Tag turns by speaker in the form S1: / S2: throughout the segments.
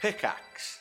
S1: Pickaxe.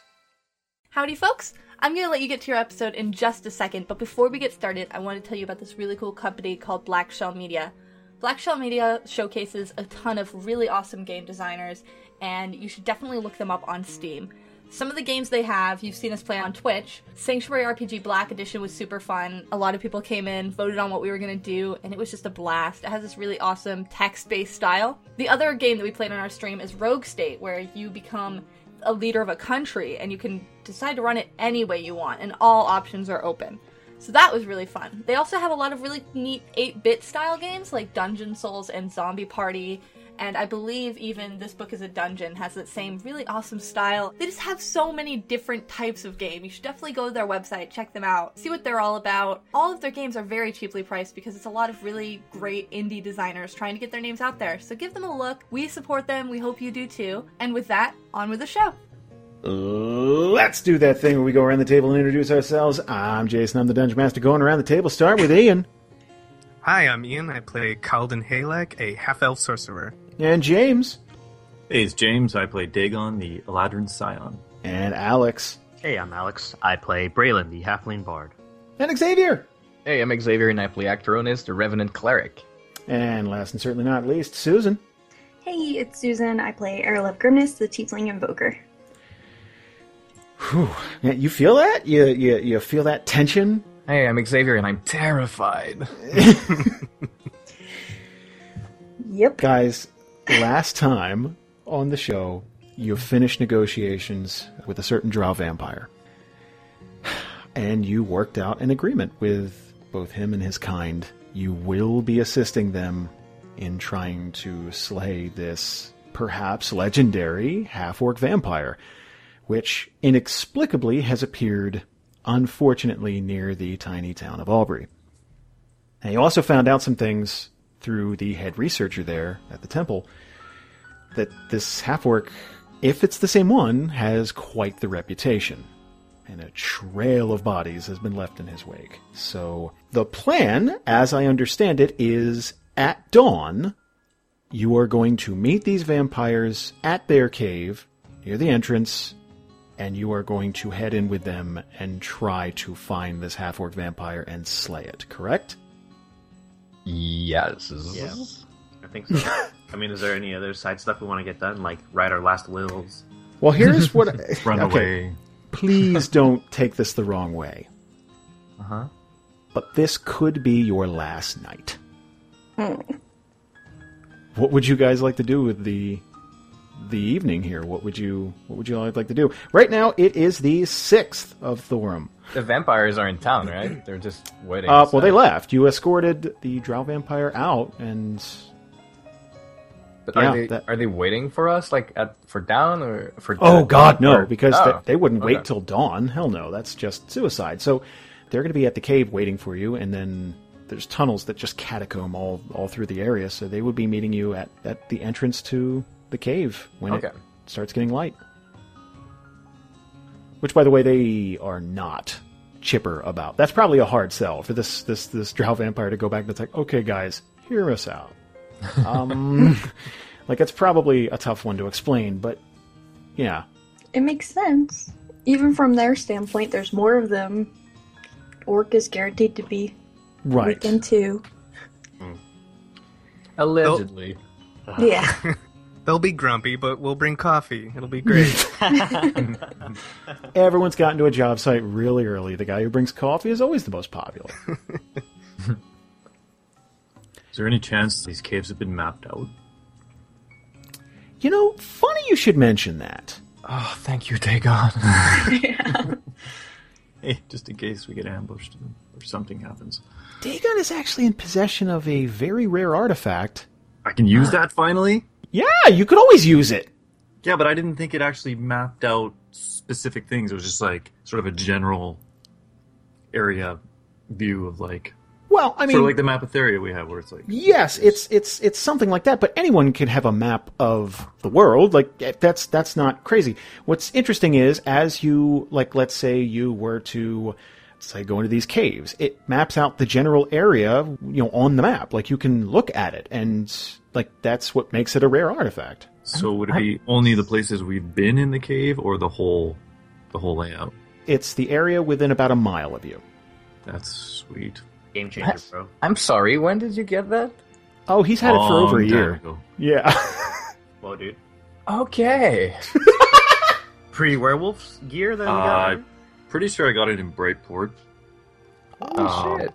S2: Howdy, folks! I'm going to let you get to your episode in just a second, but before we get started, I want to tell you about this really cool company called Black Shell Media. Black Shell Media showcases a ton of really awesome game designers, and you should definitely look them up on Steam. Some of the games they have, you've seen us play on Twitch. Sanctuary RPG Black Edition was super fun. A lot of people came in, voted on what we were going to do, and it was just a blast. It has this really awesome text based style. The other game that we played on our stream is Rogue State, where you become a leader of a country and you can decide to run it any way you want, and all options are open. So that was really fun. They also have a lot of really neat 8 bit style games like Dungeon Souls and Zombie Party. And I believe even This Book is a Dungeon has that same really awesome style. They just have so many different types of game. You should definitely go to their website, check them out, see what they're all about. All of their games are very cheaply priced because it's a lot of really great indie designers trying to get their names out there. So give them a look. We support them. We hope you do too. And with that, on with the show.
S3: Let's do that thing where we go around the table and introduce ourselves. I'm Jason, I'm the Dungeon Master. Going around the table, start with Ian.
S4: Hi, I'm Ian. I play Kaldan Halek, a half elf sorcerer.
S3: And James.
S5: Hey, it's James. I play Dagon, the Eladrin Scion.
S3: And Alex.
S6: Hey, I'm Alex. I play Braylon, the halfling bard.
S3: And Xavier.
S7: Hey, I'm Xavier, and I play Actaronis, the Revenant cleric.
S3: And last and certainly not least, Susan.
S8: Hey, it's Susan. I play Erlev Grimness, the Tiefling Invoker.
S3: Whew. Yeah, You feel that? You, you, you feel that tension?
S7: Hey, I'm Xavier, and I'm terrified.
S8: Yep.
S3: Guys, last time on the show, you finished negotiations with a certain drow vampire. And you worked out an agreement with both him and his kind. You will be assisting them in trying to slay this perhaps legendary half orc vampire, which inexplicably has appeared, unfortunately, near the tiny town of Albury. And you also found out some things through the head researcher there at the temple that this half orc, if it's the same one, has quite the reputation. And a trail of bodies has been left in his wake. So the plan, as I understand it, is at dawn, you are going to meet these vampires at their cave near the entrance, and you are going to head in with them and try to find this half orc vampire and slay it, correct?
S7: yes.
S5: I think so. I mean, is there any other side stuff we want to get done? Like, write our last wills?
S3: Well, here's what. I-
S5: Run
S3: okay,
S5: away.
S3: please don't take this the wrong way,
S7: Uh huh.
S3: but this could be your last night. What would you guys like to do with the the evening here? What would you What would you all like to do? Right now, it is the sixth of Thorum.
S7: The vampires are in town, right? They're just waiting.
S3: Uh, well, they
S7: so-
S3: left. You escorted the drow vampire out, and
S7: But are
S3: yeah,
S7: they
S3: that-
S7: are they waiting for us, like at for down or for?
S3: Oh
S7: dead?
S3: God, no!
S7: Or-
S3: Because
S7: Oh,
S3: they, they wouldn't
S7: okay.
S3: wait till dawn. Hell no, that's just suicide. So they're going to be at the cave waiting for you, and then there's tunnels that just catacomb all all through the area. So they would be meeting you at at the entrance to the cave when it
S7: Okay.
S3: starts getting light. Which, by the way, they are not chipper about. That's probably a hard sell for this this this drow vampire to go back. That's like, okay, guys, hear us out. Um, like it's probably a tough one to explain, but yeah.
S8: It makes sense. Even from their standpoint, there's more of them. Orc is guaranteed to be
S3: Right.
S8: weakened too.
S7: Allegedly.
S5: Uh-huh.
S8: Yeah.
S4: They'll be grumpy, but we'll bring coffee. It'll be great.
S3: Everyone's gotten to a job site really early. The guy who brings coffee is always the most popular.
S5: Is there any chance these caves have been mapped out?
S3: you know, funny you should mention that.
S7: Oh, thank you, Dagon.
S5: Hey, Eh, just in case we get ambushed or something happens.
S3: Dagon is actually in possession of a very rare artifact.
S5: I can use that finally?
S3: Yeah, you could always use it.
S5: Yeah, but I didn't think it actually mapped out specific things. It was just like sort of a general area view of like.
S3: Well, I mean,
S5: sort of like the map of Theria we have where it's like.
S3: yes, it's it's it's something like that. But anyone can have a map of the world. Like eh, that's that's not crazy. What's interesting is as you like, let's say you were to say go into these caves, it maps out the general area, you know, on the map. Like you can look at it and Like that's what makes it a rare artifact.
S5: So would it be only the places we've been in the cave, or the whole, the whole layout?
S3: It's the area within about a mile of you.
S5: That's sweet.
S6: Game changer, bro.
S7: I'm sorry, when did you get that?
S3: Oh, he's had it for over a
S5: Long time
S3: year.
S5: ago.
S3: Yeah.
S6: Whoa, dude.
S7: Okay.
S6: Pre werewolf gear that we
S5: Uh,
S6: got.
S5: Pretty sure I got it in Brightport
S7: Oh, shit.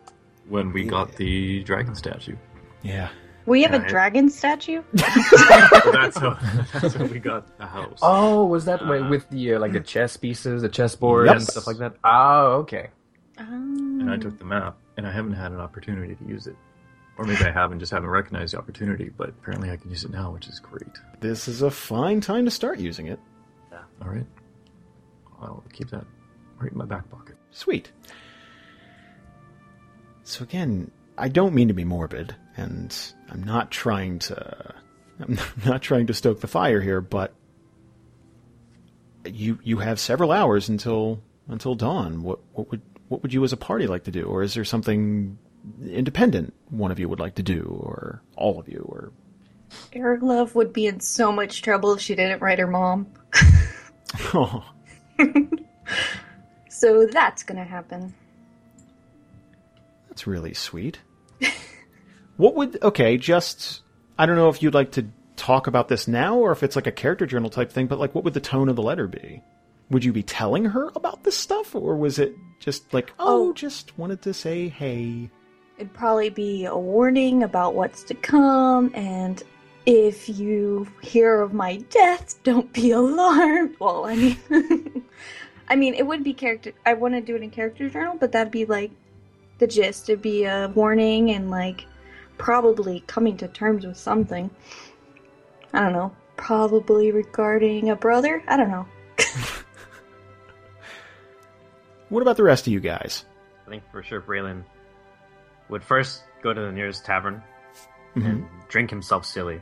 S5: when we got the dragon statue.
S3: yeah.
S8: We have a
S5: Right.
S8: dragon statue?
S5: So that's how that's how we got the house.
S7: Oh, was that wi-
S5: Uh,
S7: with the uh, like the chess pieces, the chessboard,
S3: Yep.
S7: and stuff like that? Oh, okay.
S8: Um,
S5: and I took the map, and I haven't had an opportunity to use it. Or maybe I have and just haven't recognized the opportunity, but apparently I can use it now, which is great.
S3: This is a fine time to start using it.
S5: All right. I'll keep that right in my back pocket.
S3: Sweet. So again, I don't mean to be morbid, and I'm not trying to I'm not trying to stoke the fire here, but you you have several hours until until dawn. What what would what would you as a party like to do? Or is there something independent one of you would like to do, or all of you, or
S8: Eric Love would be in so much trouble if she didn't write her mom.
S3: oh,
S8: So that's gonna happen.
S3: That's really sweet. what would okay, just I don't know if you'd like to talk about this now or if it's like a character journal type thing, but like what would the tone of the letter be? Would you be telling her about this stuff or was it just like, oh,
S8: Oh.
S3: just wanted to say hey?
S8: It'd probably be a warning about what's to come, and if you hear of my death, don't be alarmed. Well, I mean, I mean, it would be character. I want to do it in character journal, but that'd be like the gist. It'd be a warning and like probably coming to terms with something. I don't know. Probably regarding a brother. I don't know.
S3: What about the rest of you guys?
S6: I think for sure Braylon would first go to the nearest tavern and drink himself silly.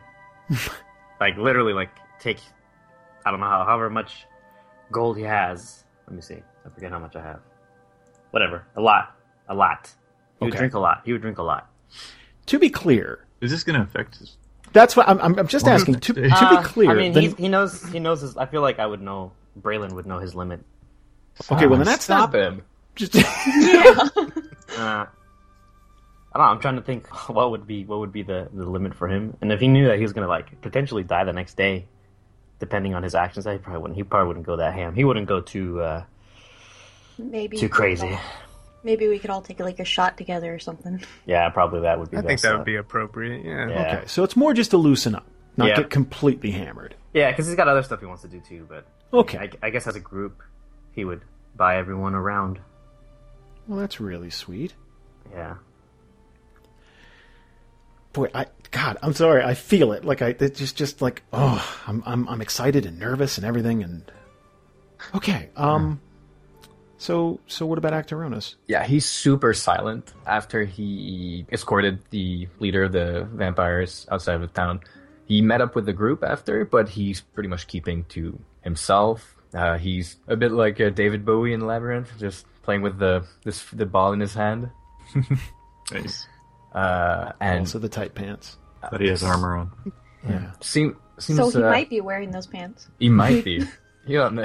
S6: like literally like take I don't know how however much gold he has. Let me see. I forget how much I have. Whatever. A lot. A lot. He would
S3: Okay.
S6: drink a lot. He would drink a lot.
S3: To be clear,
S5: Is this going to affect us?
S3: that's what I'm, I'm, I'm just
S5: Well,
S3: asking. To, to
S6: Uh,
S3: be clear,
S6: I mean
S3: the-
S6: he's, he knows he knows his I feel like I would know Braylon would know his limit.
S3: okay, well, then that's
S7: Stop
S3: not.
S7: him.
S3: Just,
S6: Uh, I don't know. I'm trying to think what would be what would be the, the limit for him. And if he knew that he was gonna like potentially die the next day, depending on his actions, I probably wouldn't. He probably wouldn't go that ham. He wouldn't go too uh,
S8: Maybe
S6: too crazy.
S8: Maybe we could all take like a shot together or something.
S6: Yeah, probably that would be.
S4: I think
S6: best,
S4: that
S6: uh,
S4: would be appropriate. Yeah.
S6: Yeah,
S3: okay, so it's more just to loosen up, not
S6: Yeah.
S3: get completely hammered.
S6: yeah, because he's got other stuff he wants to do too. But
S3: Okay.
S6: I, I guess as a group, he would buy everyone around.
S3: Well, that's really sweet.
S6: Yeah,
S3: boy, I God, I'm sorry. I feel it. Like I it just just like oh, I'm I'm I'm excited and nervous and everything. And okay, um, so so what about Actaronis?
S7: Yeah, he's super silent after he escorted the leader of the vampires outside of the town. He met up with the group after, but he's pretty much keeping to himself. Uh, he's a bit like uh, David Bowie in Labyrinth, just playing with the this the ball in his hand.
S5: Nice.
S7: Uh, and
S3: Also the tight pants.
S5: But he has armor on.
S3: Yeah.
S7: seem, seems
S8: So he
S7: uh,
S8: might be wearing those pants.
S7: He might be. you don't know.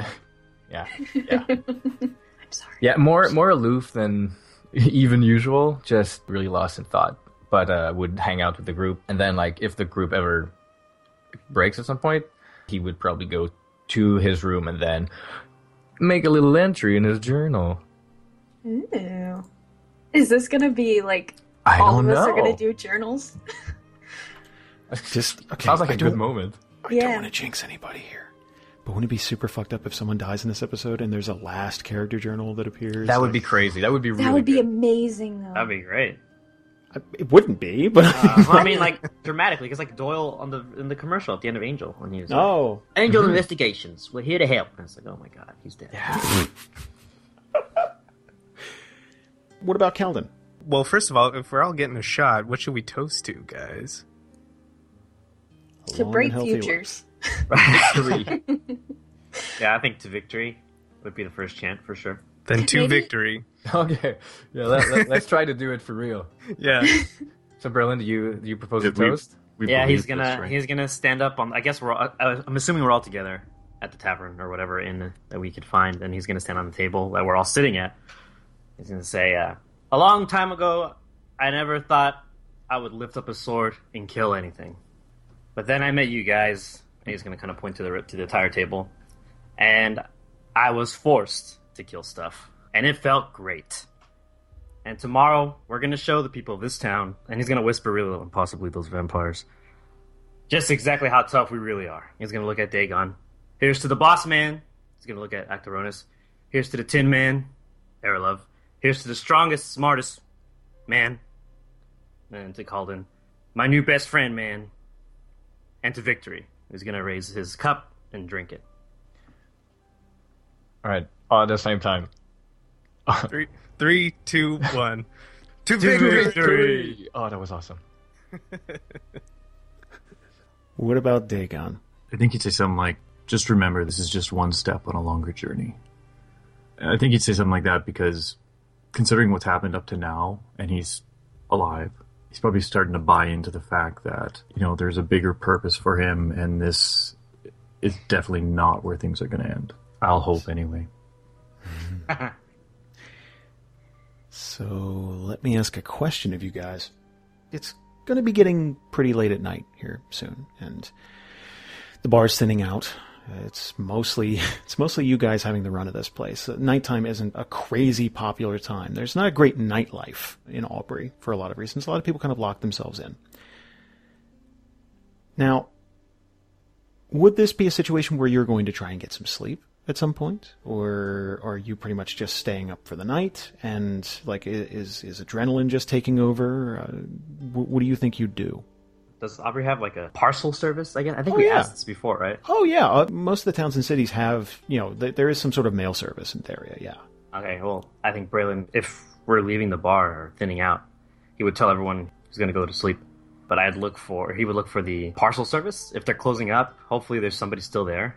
S7: Yeah, yeah. I'm sorry. Yeah, more more aloof than even usual. Just really lost in thought, but uh, would hang out with the group, and then like if the group ever breaks at some point, he would probably go to his room and then make a little entry in his journal.
S8: Ooh. Is this gonna be like
S7: I
S8: all
S7: don't
S8: of us
S7: know.
S8: are gonna do journals?
S3: Just okay.
S7: Sounds like
S3: I
S7: a
S3: don't-
S7: good moment.
S3: I don't
S8: Yeah.
S3: want to jinx anybody here. But wouldn't it be super fucked up if someone dies in this episode and there's a last character journal that appears?
S7: That would be
S3: Like,
S7: crazy. That would be really.
S8: that would be
S7: good.
S8: amazing though.
S6: that'd be great.
S3: I- It wouldn't be, but
S7: Ah.
S6: Uh, well, I mean, like dramatically, because like Doyle on the in the commercial at the end of Angel when he was like,
S3: oh,
S6: Angel Investigations, we're here to help. And it's like, oh my god, he's dead.
S3: what about Keldon?
S4: Well, first of all, if we're all getting a shot, what should we toast to, guys?
S3: A
S8: to
S3: long
S8: break
S3: and healthy life.
S8: futures.
S7: Three.
S6: Yeah, I think to victory would be the first chant for sure.
S4: Then to
S8: Maybe-
S4: victory.
S7: okay. Yeah. Let, let, let's try to do it for real.
S4: Yeah.
S7: So, Berlin, do you do you propose a
S5: Did we-
S7: toast?
S5: we
S6: yeah, he's
S5: believe
S6: gonna
S5: this, right?
S6: he's gonna stand up on. I guess we're. All, I- I'm assuming we're all together at the tavern or whatever inn that we could find, and he's gonna stand on the table that we're all sitting at. He's gonna say, uh, "A long time ago, I never thought I would lift up a sword and kill anything, but then I met you guys." And he's gonna kind of point to the to the entire table, and I was forced to kill stuff, and it felt great. And tomorrow, we're gonna show the people of this town, and he's gonna whisper really low, and possibly those vampires, just exactly how tough we really are. He's gonna look at Dagon. Here's to the boss man. He's gonna look at Actaronis. Here's to the Tin Man, Aerolove. Here's to the strongest, smartest man. And to Calden, my new best friend, man. And to victory. He's gonna raise his cup and drink it.
S7: All right, all at the same time.
S4: Three, three, two, one. To
S7: Victory! Oh, that was awesome.
S3: What about Dagon?
S5: I think he'd say something like, just remember this is just one step on a longer journey. I think he'd say something like that because considering what's happened up to now and he's alive, he's probably starting to buy into the fact that, you know, there's a bigger purpose for him and this is definitely not where things are going to end. I'll hope anyway.
S3: So let me ask a question of you guys. It's going to be getting pretty late at night here soon, and the bar's thinning out. It's mostly it's mostly you guys having the run of this place. Nighttime isn't a crazy popular time. There's not a great nightlife in Albury for a lot of reasons. A lot of people kind of lock themselves in. Now, would this be a situation where you're going to try and get some sleep at some point or are you pretty much just staying up for the night and like i- is is adrenaline just taking over uh, wh- what do you think you'd do
S6: Does Aubrey have like a parcel service? Again, I think
S3: Oh,
S6: we
S3: yeah.
S6: asked this before, right?
S3: oh yeah uh, most of the towns and cities have you know th- there is some sort of mail service in the area yeah
S6: Okay, well, I think Braylon, if we're leaving the bar or thinning out, he would tell everyone he's going to go to sleep. But I'd look for, he would look for the parcel service. If they're closing up, hopefully there's somebody still there.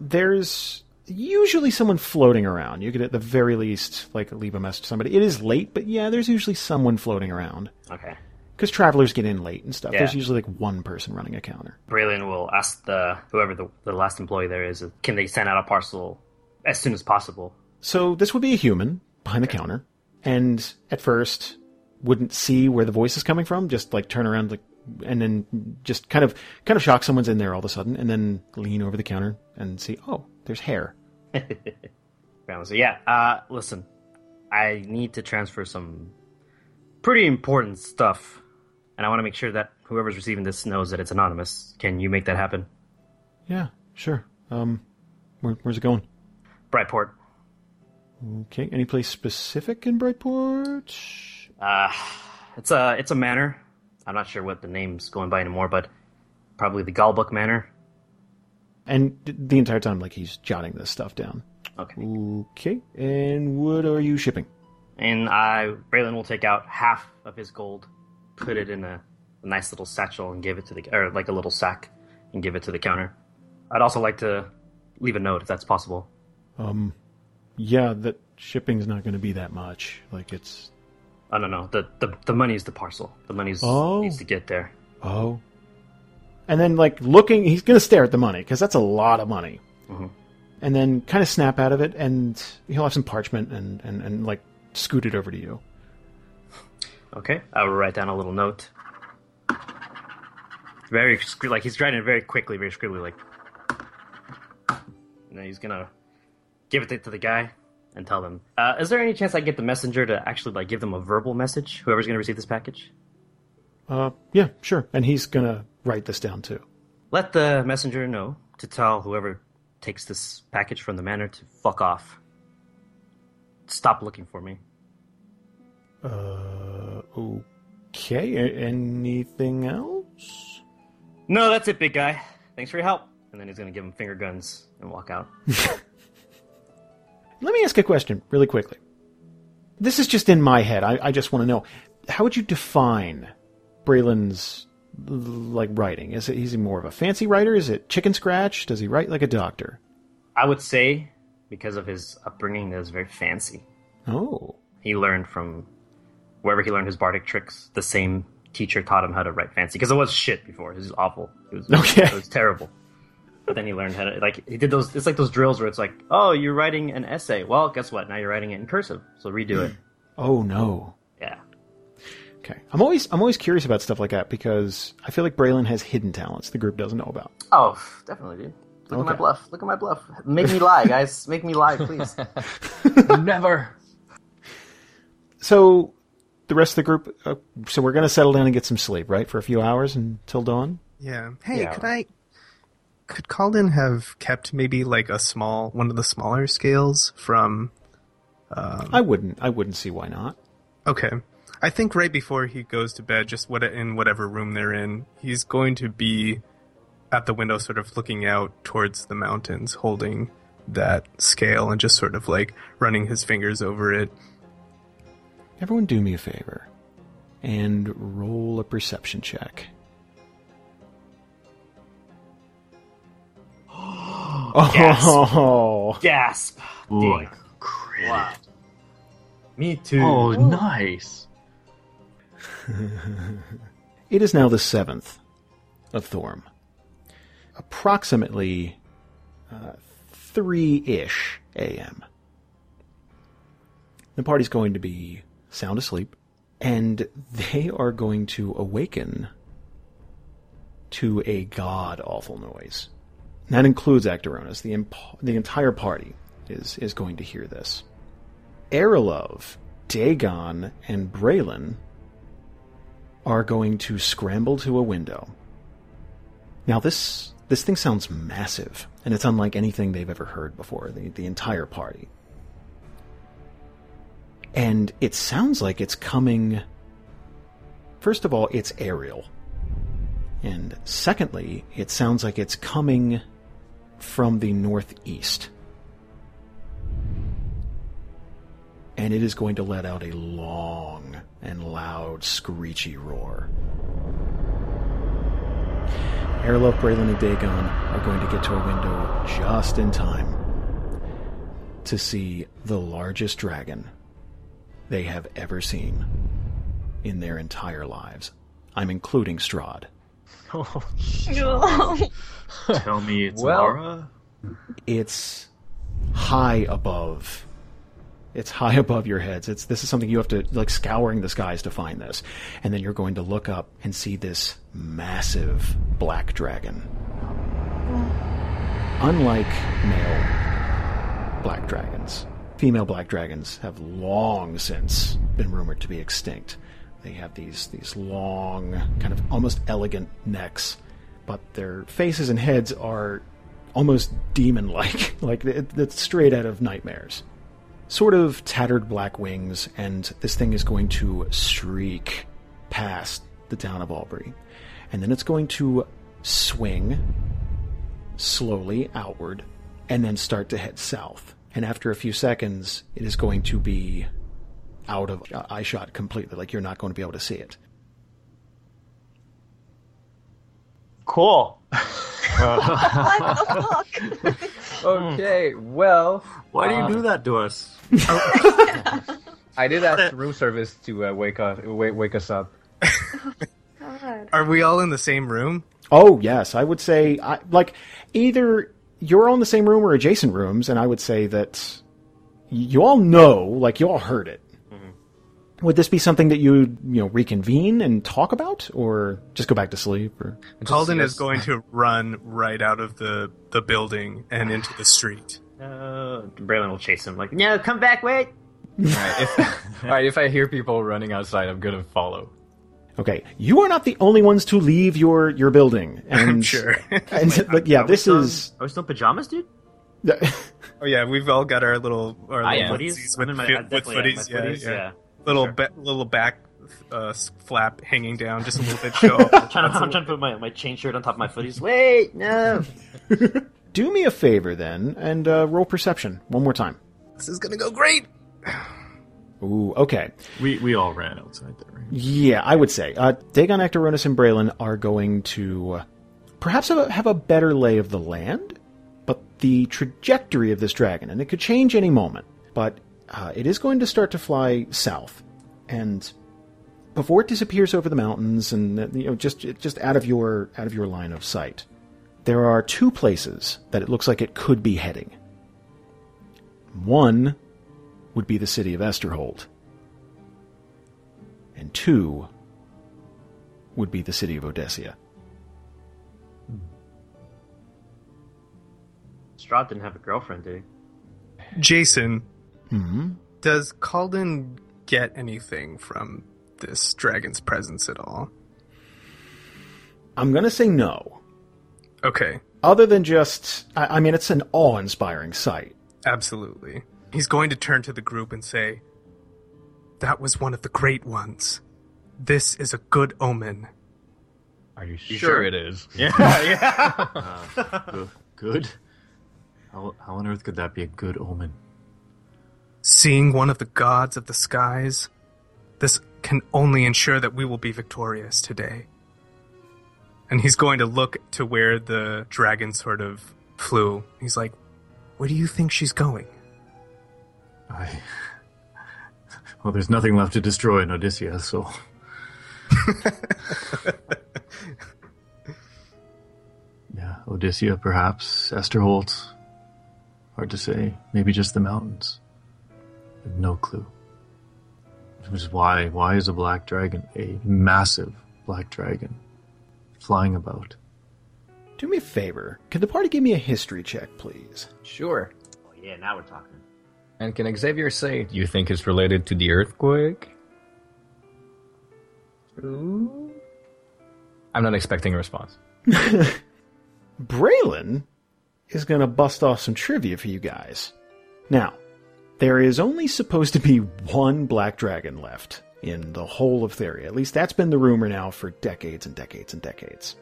S3: there's usually someone floating around you could at the very least like leave a message to somebody it is late but yeah there's usually someone floating around
S6: Okay.
S3: because travelers get in late and stuff
S6: Yeah.
S3: there's usually like one person running a counter
S6: Braylon will ask the, whoever the, the last employee there is, can they send out a parcel as soon as possible?
S3: So this would be a human behind the counter, and at first wouldn't see where the voice is coming from. Just like turn around, like, and then just kind of kind of shock someone's in there all of a sudden, and then lean over the counter and see, oh, there's hair.
S6: Braylon said, yeah, uh, listen, I need to transfer some pretty important stuff. And I want to make sure that whoever's receiving this knows that it's anonymous. Can you make that happen?
S3: Yeah, sure. Um, where, where's it going?
S6: Brightport.
S3: Okay, any place specific in Brightport?
S6: Uh, it's a it's a manor. I'm not sure what the name's going by anymore, but probably the Galbuck Manor.
S3: And th- the entire time, like he's jotting this stuff down.
S6: Okay.
S3: Okay, and what are you shipping?
S6: And I Braylon will take out half of his gold, put it in a, a nice little satchel, and give it to the or like a little sack, and give it to the counter. I'd also like to leave a note if that's possible.
S3: Um, yeah, that shipping's not going to be that much. Like it's
S6: Oh no no the the the money is the parcel. The money
S3: Oh.
S6: needs to get there.
S3: Oh. And then, like, looking, he's going to stare at the money because that's a lot of money.
S6: Mhm.
S3: And then kind of snap out of it, and he'll have some parchment and, and, and, like, scoot it over to you.
S6: Okay, I will write down a little note. Very scri- like he's writing it very quickly, very scribbly, like. And then he's gonna give it to the guy and tell them. Uh, is there any chance I can get the messenger to actually like give them a verbal message? Whoever's gonna receive this package,
S3: Uh, yeah, sure. And he's going to write this down, too.
S6: let the messenger know to tell whoever takes this package from the manor to fuck off. Stop looking for me.
S3: Uh, okay. A- anything else?
S6: No, that's it, big guy. Thanks for your help. And then he's gonna give him finger guns and walk out.
S3: Let me ask a question really quickly. This is just in my head. I, I just want to know how would you define Braylon's l- like writing? Is it, is he more of a fancy writer? Is it chicken scratch? Does he write like a doctor?
S6: I would say because of his upbringing that is very fancy.
S3: Oh,
S6: He learned from wherever he learned his bardic tricks, the same teacher taught him how to write fancy because it was shit before. It was awful. It was,
S3: Okay.
S6: it was terrible. But then he learned how to like he did those. It's like those drills where it's like, oh, you're writing an essay. Well, guess what? Now you're writing it in cursive, so redo it.
S3: Oh no.
S6: Yeah.
S3: Okay. I'm always I'm always curious about stuff like that because I feel like Braylon has hidden talents the group doesn't know about.
S6: Oh, definitely, dude. Look at my
S3: Okay.
S6: bluff. Look at my bluff. Make me lie, guys. Make me lie, please.
S7: Never.
S3: So the rest of the group. Uh, so we're gonna settle down and get some sleep, right, for a few hours until dawn.
S4: Yeah. Hey, could I? Could Calden have kept maybe like a small one of the smaller scales from?
S3: I wouldn't. I wouldn't see why not.
S4: Okay. I think right before he goes to bed, just what in whatever room they're in, he's going to be at the window, sort of looking out towards the mountains, holding that scale and just sort of like running his fingers over it.
S3: Everyone, do me a favor, and roll a perception check. Oh,
S6: Gasp.
S5: Boy.
S6: Wow. Me too.
S5: Oh, nice.
S3: It is now the seventh of Thorm. Approximately uh, three ish a.m. The party's going to be sound asleep, and they are going to awaken to a god awful noise. That includes Actoronus. The imp- the entire party is is going to hear this. Arilov, Dagon, and Braylon are going to scramble to a window. Now this this thing sounds massive, and it's unlike anything they've ever heard before, the, the entire party. And it sounds like it's coming first of all, it's aerial. And secondly, it sounds like it's coming from the northeast. and it is going to let out a long and loud screechy roar. Airlock, Braylon, and Dagon are going to get to a window just in time to see the largest dragon they have ever seen in their entire lives. I'm including Strahd.
S8: Oh,
S5: Tell me it's
S7: Well-
S5: Lara.
S3: it's high above it's high above your heads it's this is something you have to like scouring the skies to find this and then you're going to look up and see this massive black dragon unlike male black dragons female black dragons have long since been rumored to be extinct they have these these long kind of almost elegant necks but their faces and heads are almost demon like. like, it, it's straight out of nightmares. Sort of tattered black wings, and this thing is going to streak past the town of Albury. And then it's going to swing slowly outward and then start to head south. And after a few seconds, it is going to be out of uh, eye shot completely. Like, you're not going to be able to see it.
S6: Cool.
S8: What the fuck?
S7: Okay, well,
S5: Why
S7: uh,
S5: do you do that to us?
S7: I did ask the room service to uh, wake us wake, wake us up.
S8: God.
S4: Are we all in the same room?
S3: Oh yes, I would say I, like either you're all in the same room or adjacent rooms, and I would say that you all know, like you all heard it. Would this be something that you you know reconvene and talk about, or just go back to sleep? Or
S4: Calden
S7: yes.
S4: is going to run right out of the, the building and into the street.
S6: Uh, Braylon will chase him. Like, no, come back, wait.
S7: All right, if, all right, if I hear people running outside, I'm gonna follow.
S3: okay, you are not the only ones to leave your your building. And,
S4: I'm sure.
S3: and like, yeah,
S6: Are we
S3: this
S6: still-
S3: is.
S6: Are we still in pajamas, dude?
S4: oh yeah, we've all got our little our
S7: I
S4: little
S7: am.
S4: onesies
S6: I'm
S4: with,
S6: in my-
S4: fi-
S6: I
S4: with
S6: definitely am.
S4: footies.
S6: My
S4: Yeah,
S6: footies,
S4: yeah.
S6: yeah.
S4: Little ba- little back uh, s- flap hanging down, just a little bit show. off.
S6: Trying to, I'm trying to put my, my chain shirt on top of my footies. Wait, no.
S3: Do me a favor then, and uh, roll perception one more time.
S4: this is gonna go great.
S3: Ooh, okay.
S5: We we all ran outside there, right?
S3: Yeah, I would say. Uh, Dagon, Actoronus, and Braylon are going to uh, perhaps have a, have a better lay of the land, but the trajectory of this dragon, and it could change any moment, but uh, it is going to start to fly south. And before it disappears over the mountains and uh, you know just just out of your out of your line of sight there are two places that it looks like it could be heading one would be the city of Esterhold and two would be the city of Odessia
S6: Strahd didn't have a girlfriend, did he?
S4: Jason,
S3: hmm
S4: does Calden get anything from this dragon's presence at all?
S3: i'm going to say no
S4: Okay,
S3: other than just I, I mean it's an awe-inspiring sight
S4: absolutely. He's going to turn to the group and say, That was one of the great ones. This is a good omen.
S7: Are you sure,
S6: sure?
S7: it is?
S6: yeah.
S5: Go- Good. How, how on earth could that be a good omen?
S4: Seeing one of the gods of the skies, this can only ensure that we will be victorious today. And he's going to look to where the dragon sort of flew. He's like, Where do you think she's going?
S5: I. Well, there's nothing left to destroy in Odysseus, so yeah, Odyssea, perhaps Esterholt. Hard to say. Maybe just the mountains. I have no clue. Which is why why is a black dragon a massive black dragon flying about?
S3: do me a favor can the party give me a history check please
S7: Sure.
S6: oh, yeah, now we're talking.
S7: And can Xavier say you think it's related to the earthquake? Ooh. I'm not expecting a response.
S3: Braylon is going to bust off some trivia for you guys. Now, there is only supposed to be one black dragon left in the whole of Theria. At least that's been the rumor now for decades and decades and decades.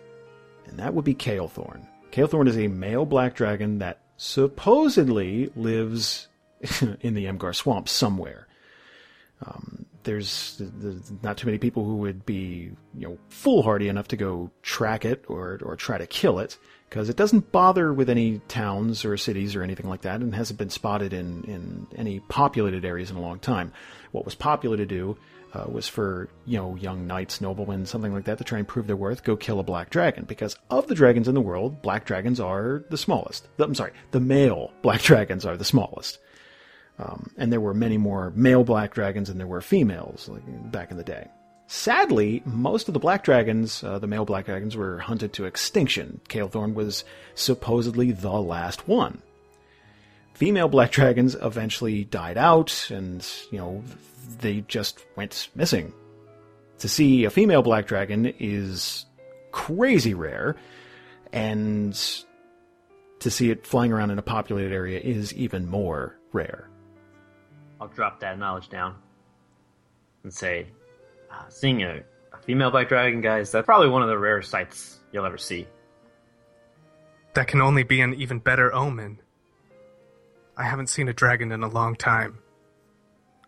S3: And that would be Kalethorn. Kalethorn is a male black dragon that supposedly lives in the Emgar swamp somewhere. Um, there's, there's not too many people who would be, you know, foolhardy enough to go track it or, or try to kill it because it doesn't bother with any towns or cities or anything like that and hasn't been spotted in, in any populated areas in a long time. What was popular to do uh, was for, you know, young knights, noblemen, something like that to try and prove their worth, go kill a black dragon because of the dragons in the world, black dragons are the smallest. I'm sorry, the male black dragons are the smallest and there were many more male black dragons than there were females like, back in the day. Sadly, most of the black dragons, uh, the male black dragons, were hunted to extinction. Kalethorn was supposedly the last one. Female black dragons eventually died out, and you know they just went missing. To see a female black dragon is crazy rare, and to see it flying around in a populated area is even more rare.
S6: I'll drop that knowledge down and say, uh, seeing a, a female black dragon, guys, that's probably one of the rarest sights you'll ever see.
S4: That can only be an even better omen. I haven't seen a dragon in a long time.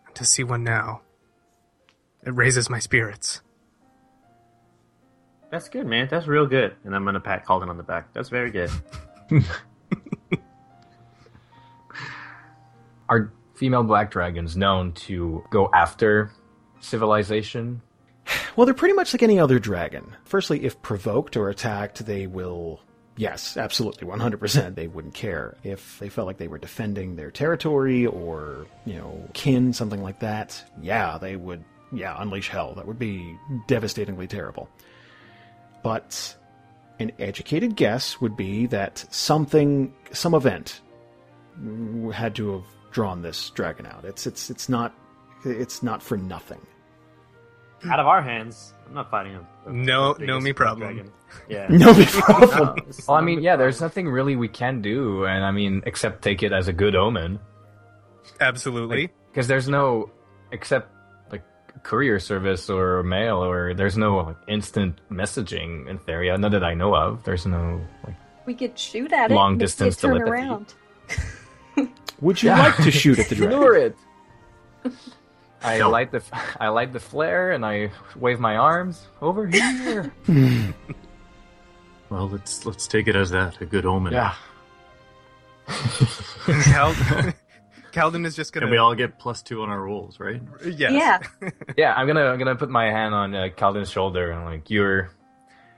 S4: And to see one now, it raises my spirits.
S6: That's good, man. That's real good. And I'm gonna pat Calden on the back. That's very good.
S7: Are female black dragons known to go after civilization?
S3: Well, they're pretty much like any other dragon. Firstly, if provoked or attacked, they will. Yes, absolutely, 100%. They wouldn't care. If they felt like they were defending their territory or, you know, kin, something like that, yeah, they would, yeah, unleash hell. That would be devastatingly terrible. But an educated guess would be that something, some event mm, had to have drawn this dragon out. It's, it's, it's not, it's not for nothing.
S6: Out of our hands, I'm not fighting him.
S4: No- no me problem.
S6: Yeah.
S3: No, problem.
S6: No, it's
S7: Well, I
S6: not
S7: mean,
S6: me
S7: yeah, there's
S6: problem.
S7: nothing really we can do, and I mean, except take it as a good omen.
S4: Absolutely.
S7: Because there's no, except like courier service or mail, or there's no like, instant messaging in Theria. Not that I know of. There's no like.
S8: We could shoot at it.
S7: Long
S8: and if they
S7: distance
S8: turn
S7: telepathy.
S8: around.
S3: Would you like to shoot at the dragon?
S7: it. I
S5: No.
S7: light the f- I light the flare and I wave my arms over here.
S5: Well, let's let's take it as that, a good omen.
S7: yeah.
S4: Cal- Calden is just gonna.
S5: And we all get plus two on our rolls, right?
S4: yes.
S8: Yeah.
S7: Yeah, I'm gonna I'm gonna put my hand on uh, Calden's shoulder and like your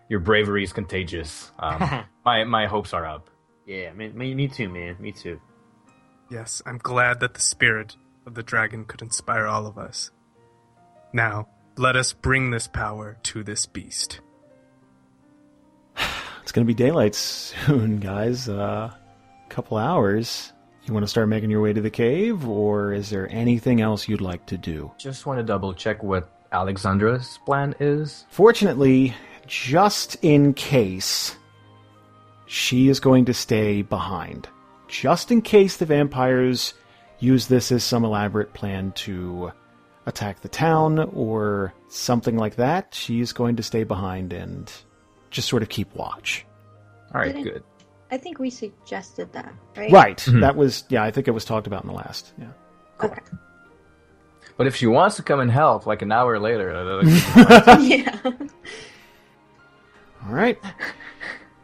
S7: your bravery is contagious. Um, my my hopes are up.
S6: Yeah, me, me, me too, man. Me too.
S4: Yes, I'm glad that the spirit of the dragon could inspire all of us. Now, let us bring this power to this beast.
S3: It's going to be daylight soon, guys. A uh, couple hours. You want to start making your way to the cave, or is there anything else you'd like to do?
S7: Just want to double check what Alexandra's plan is.
S3: Fortunately, just in case, she is going to stay behind. Just in case the vampires use this as some elaborate plan to attack the town or something like that, she's going to stay behind and just sort of keep watch.
S7: All right,
S8: Didn't-
S7: good.
S8: I think we suggested that, right?
S3: Right. That was, yeah, I think it was talked about in the last. Yeah.
S8: Okay.
S7: But if she wants to come and help, like an hour later, uh, like,
S8: yeah.
S3: All right.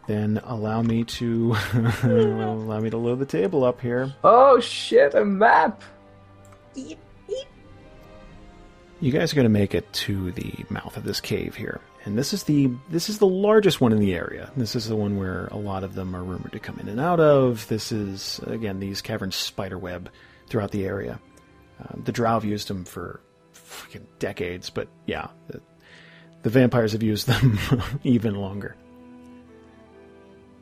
S3: then allow me to allow me to load the table up here.
S7: oh shit, a map.
S8: Yeep.
S3: You guys are going to make it to the mouth of this cave here. And this is the this is the largest one in the area. This is the one where a lot of them are rumored to come in and out of. This is again these caverns spiderweb throughout the area. Um, the Drow have used them for freaking decades, but yeah, the, the vampires have used them even longer.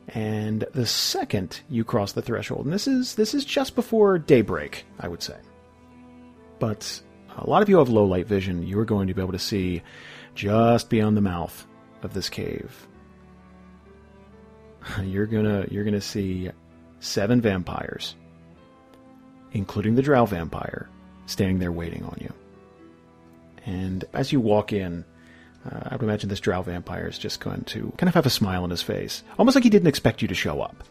S3: And the second you cross the threshold, and this is this is just before daybreak, I would say but a lot of you have low light vision. You are going to be able to see just beyond the mouth of this cave. You're gonna you're gonna see seven vampires, including the Drow vampire, standing there waiting on you. And as you walk in, uh, I would imagine this Drow vampire is just going to kind of have a smile on his face, almost like he didn't expect you to show up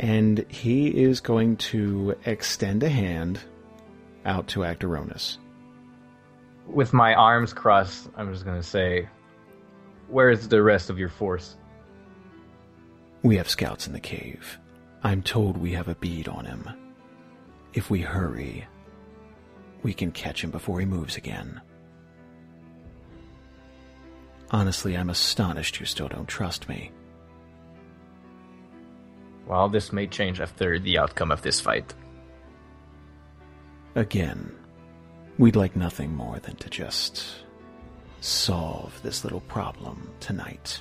S3: and he is going to extend a hand out to Actaronis.
S7: With my arms crossed, I'm just gonna say, where is the rest of your force?
S3: We have scouts in the cave. I'm told we have a bead on him. If we hurry, we can catch him before he moves again. Honestly, I'm astonished you still don't trust me.
S7: Well, this may change after the outcome of this fight.
S3: Again, we'd like nothing more than to just solve this little problem tonight.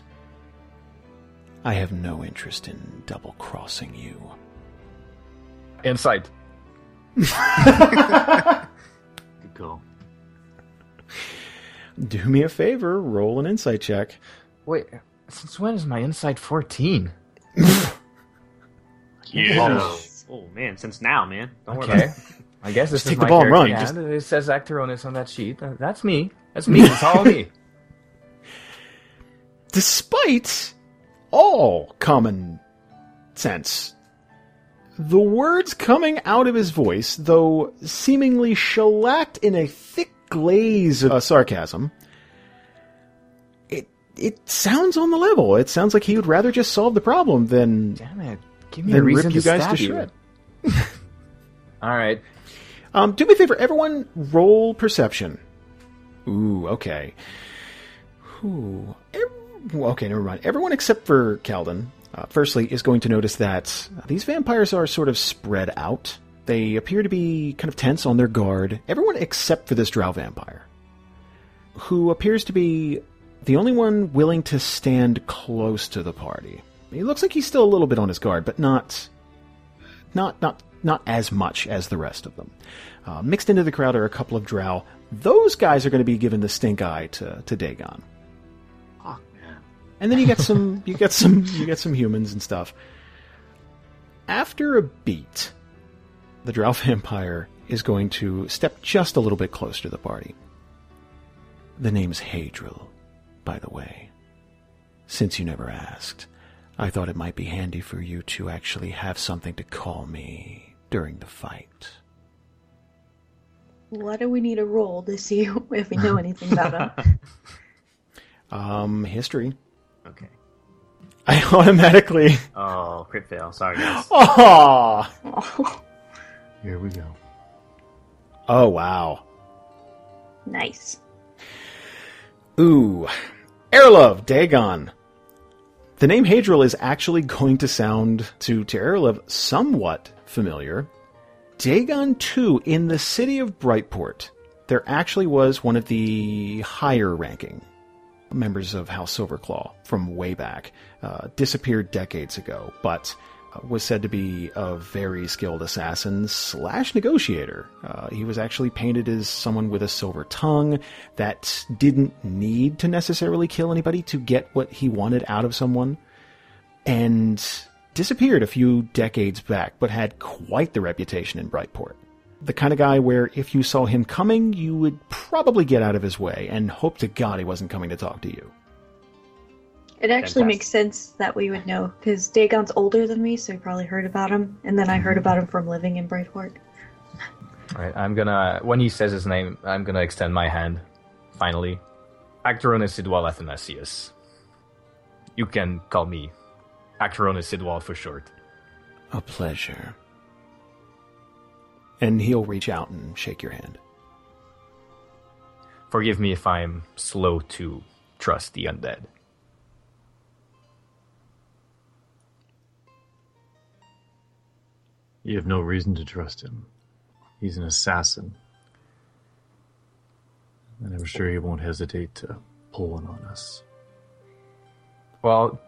S3: I have no interest in double crossing you.
S7: Insight.
S5: Good call.
S3: Do me a favor, roll an insight check.
S7: Wait, since when is my insight 14?
S5: Yeah.
S6: Oh man, since now, man. Don't worry about
S7: Okay.
S6: it.
S7: I guess this
S3: Just
S7: is
S3: take the
S7: my
S3: ball and
S7: character
S3: run,
S7: hand.
S3: just-
S7: It says Actaronis on that sheet. Uh, That's me. That's me. It's all me.
S3: Despite all common sense, the words coming out of his voice, though seemingly shellacked in a thick glaze of uh, sarcasm, it it sounds on the level. It sounds like he would rather just solve the problem than
S7: Damn it. Give me
S3: Then
S7: a
S3: rip
S7: reason
S3: you
S7: to
S3: guys
S7: stab
S3: to
S7: you.
S3: shred.
S7: all right.
S3: Um, do me a favor, everyone. Roll perception. Ooh, okay. Ooh, ev- okay. Never mind. Everyone except for Calden, uh, firstly, is going to notice that these vampires are sort of spread out. They appear to be kind of tense on their guard. Everyone except for this drow vampire, who appears to be the only one willing to stand close to the party. He looks like he's still a little bit on his guard, but not not not not as much as the rest of them. Uh, mixed into the crowd are a couple of drow. Those guys are going to be given the stink eye to to Dagon.
S5: Fuck, man.
S3: And then you get some you get some you get some humans and stuff. After a beat, the drow vampire is going to step just a little bit closer to the party. The name's Hadril, by the way. Since you never asked, I thought it might be handy for you to actually have something to call me during the fight.
S8: Why do we need a roll to see if we know anything about him?
S3: Um, history.
S6: Okay.
S3: I automatically.
S6: Oh, crit fail. Sorry guys.
S3: Aww!
S8: Oh,
S5: Here we go.
S3: Oh, wow.
S8: Nice.
S3: Ooh. Airlove, Dagon. The name Hadril is actually going to sound to, to Airlove somewhat familiar. Dagon 2 in the city of Brightport. There actually was one of the higher ranking members of House Silverclaw from way back. Uh, disappeared decades ago, but uh, was said to be a very skilled assassin slash negotiator. Uh, he was actually painted as someone with a silver tongue that didn't need to necessarily kill anybody to get what he wanted out of someone, and disappeared a few decades back, but had quite the reputation in Brightport. The kind of guy where if you saw him coming, you would probably get out of his way and hope to God he wasn't coming to talk to you.
S8: It actually
S6: Fantastic.
S8: makes sense that we would know because Dagon's older than me, so I probably heard about him, and then I heard about him from living in Brightport.
S7: All right, I'm gonna. When he says his name, I'm gonna extend my hand. Finally, Actoronus Sidwal Athanasius. You can call me Actoronus Sidwal for short.
S3: A pleasure. And he'll reach out and shake your hand.
S7: Forgive me if I'm slow to trust the undead.
S5: You have no reason to trust him. He's an assassin. And I'm sure he won't hesitate to pull one on us.
S7: Well,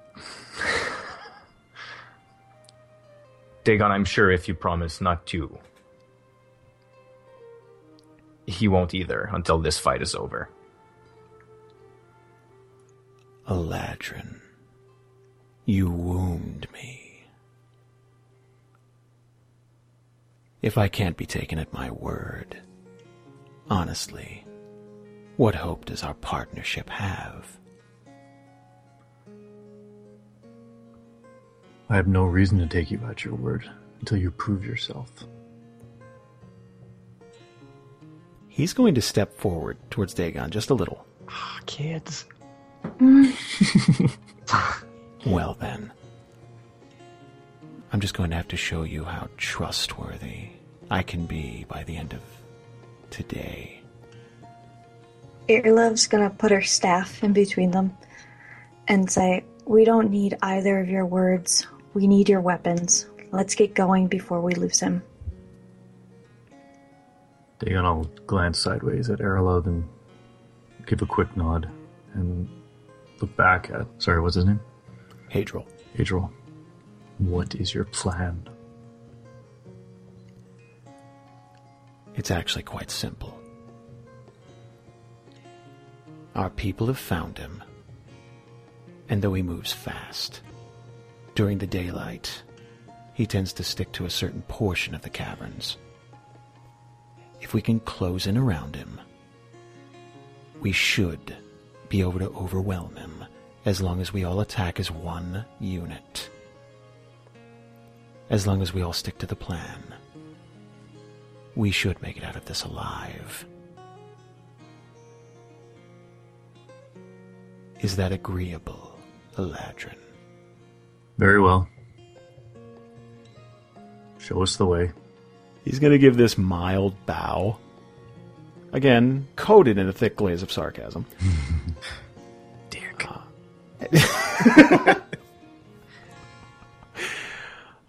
S7: Dagon, I'm sure if you promise not to, he won't either until this fight is over.
S3: Aladrin, you wound me. If I can't be taken at my word, honestly, what hope does our partnership have?
S5: I have no reason to take you at your word until you prove yourself.
S3: He's going to step forward towards Dagon just a little.
S5: Ah, kids.
S3: Well, then. I'm just going to have to show you how trustworthy I can be by the end of today.
S8: Earlove's gonna put her staff in between them and say, We don't need either of your words. We need your weapons. Let's get going before we lose him.
S5: Dagon will glance sideways at Arilov and give a quick nod and look back at. Sorry, what's his name?
S3: Hadril.
S5: Adriel. What is your plan?
S3: It's actually quite simple. Our people have found him, and though he moves fast, during the daylight, he tends to stick to a certain portion of the caverns. If we can close in around him, we should be able to overwhelm him as long as we all attack as one unit. As long as we all stick to the plan. We should make it out of this alive. Is that agreeable, Eladrin?
S5: Very well. Show us the way.
S3: He's going to give this mild bow. Again, coated in a thick glaze of sarcasm.
S4: Dick.
S3: Uh,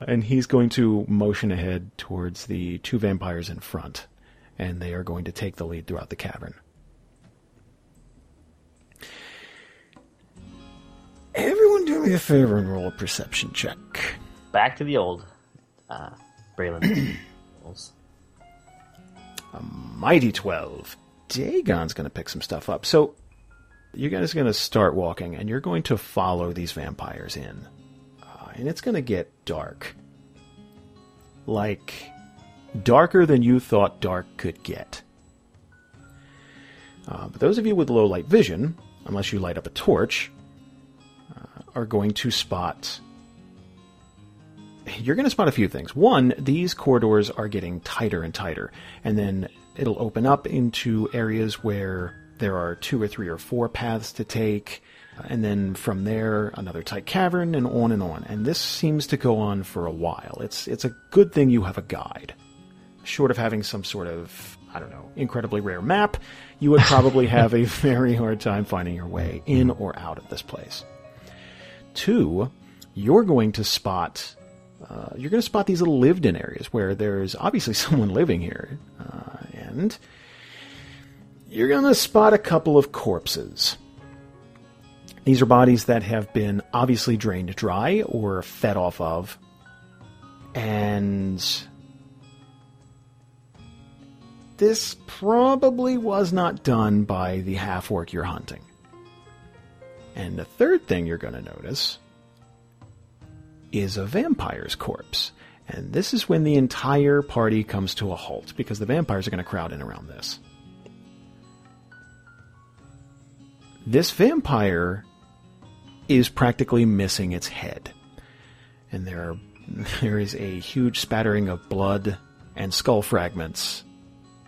S3: And he's going to motion ahead towards the two vampires in front, and they are going to take the lead throughout the cavern. Everyone, do me a favor and roll a perception check.
S6: Back to the old uh, Braylon. rules.
S3: Mighty 12. Dagon's going to pick some stuff up. So, you guys are going to start walking, and you're going to follow these vampires in. Uh, and it's going to get dark. Like, darker than you thought dark could get. Uh, but those of you with low light vision, unless you light up a torch, uh, are going to spot. You're going to spot a few things. One, these corridors are getting tighter and tighter, and then it'll open up into areas where there are two or three or four paths to take, and then from there another tight cavern, and on and on. And this seems to go on for a while. It's it's a good thing you have a guide short of having some sort of, I don't know, incredibly rare map, you would probably have a very hard time finding your way in or out of this place. Two, you're going to spot. Uh, you're going to spot these little lived-in areas where there's obviously someone living here, uh, and you're going to spot a couple of corpses. These are bodies that have been obviously drained dry or fed off of. And this probably was not done by the half orc you're hunting. And the third thing you're going to notice is a vampire's corpse. And this is when the entire party comes to a halt because the vampires are going to crowd in around this. this vampire is practically missing its head. And there are, there is a huge spattering of blood and skull fragments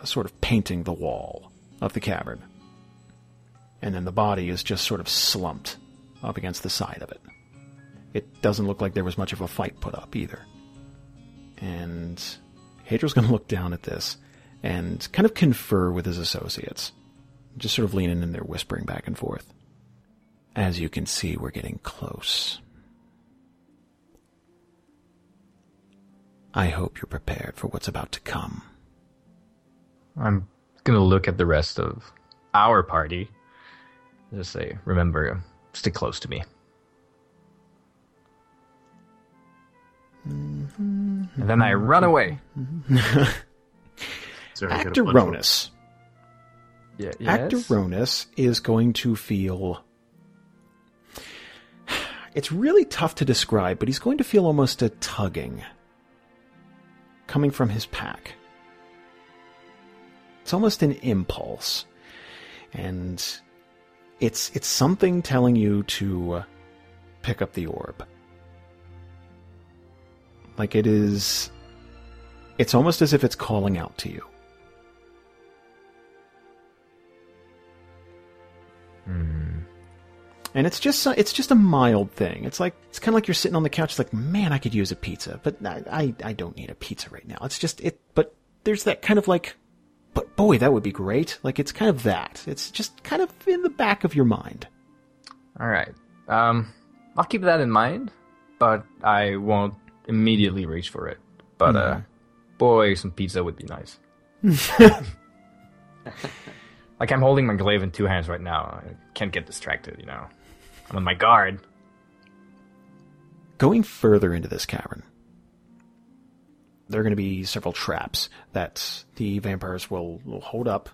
S3: sort of painting the wall of the cavern. And then the body is just sort of slumped up against the side of it. It doesn't look like there was much of a fight put up either. And Hadro's going to look down at this and kind of confer with his associates just sort of leaning in there, whispering back and forth. As you can see, we're getting close. I hope you're prepared for what's about to come.
S7: I'm gonna look at the rest of our party. Just say, remember, stick close to me. And then I run away.
S5: Sorry, I got a bunch of-
S3: Actoronus.
S7: Yeah, yes.
S3: Actoronus is going to feel. It's really tough to describe, but he's going to feel almost a tugging coming from his pack. It's almost an impulse. And it's it's something telling you to pick up the orb. Like it is it's almost as if it's calling out to you. and it's just so- it's just a mild thing. It's like it's kind of like you're sitting on the couch, it's like man, I could use a pizza, but I, I I don't need a pizza right now. It's just it, but there's that kind of like, but boy, that would be great. Like it's kind of that. It's just kind of in the back of your mind.
S7: All right. Um, I'll keep that in mind, but I won't immediately reach for it. But uh, boy, some pizza would be nice. like I'm holding my glaive in two hands right now. I can't get distracted, you know. I'm on my guard.
S3: Going further into this cavern, there are going to be several traps that the vampires will, will hold up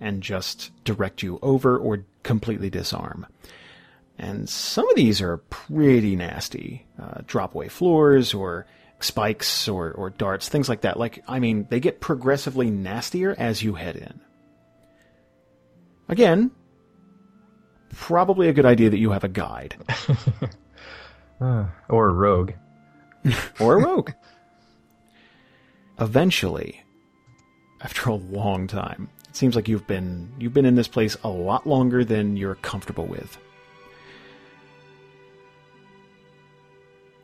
S3: and just direct you over or completely disarm. And some of these are pretty nasty. Uh, dropway floors or spikes or, or darts, things like that. Like, I mean, they get progressively nastier as you head in. Again, probably a good idea that you have a guide
S7: Or rogue.
S3: or a rogue. Eventually, after a long time, it seems like you've been you've been in this place a lot longer than you're comfortable with.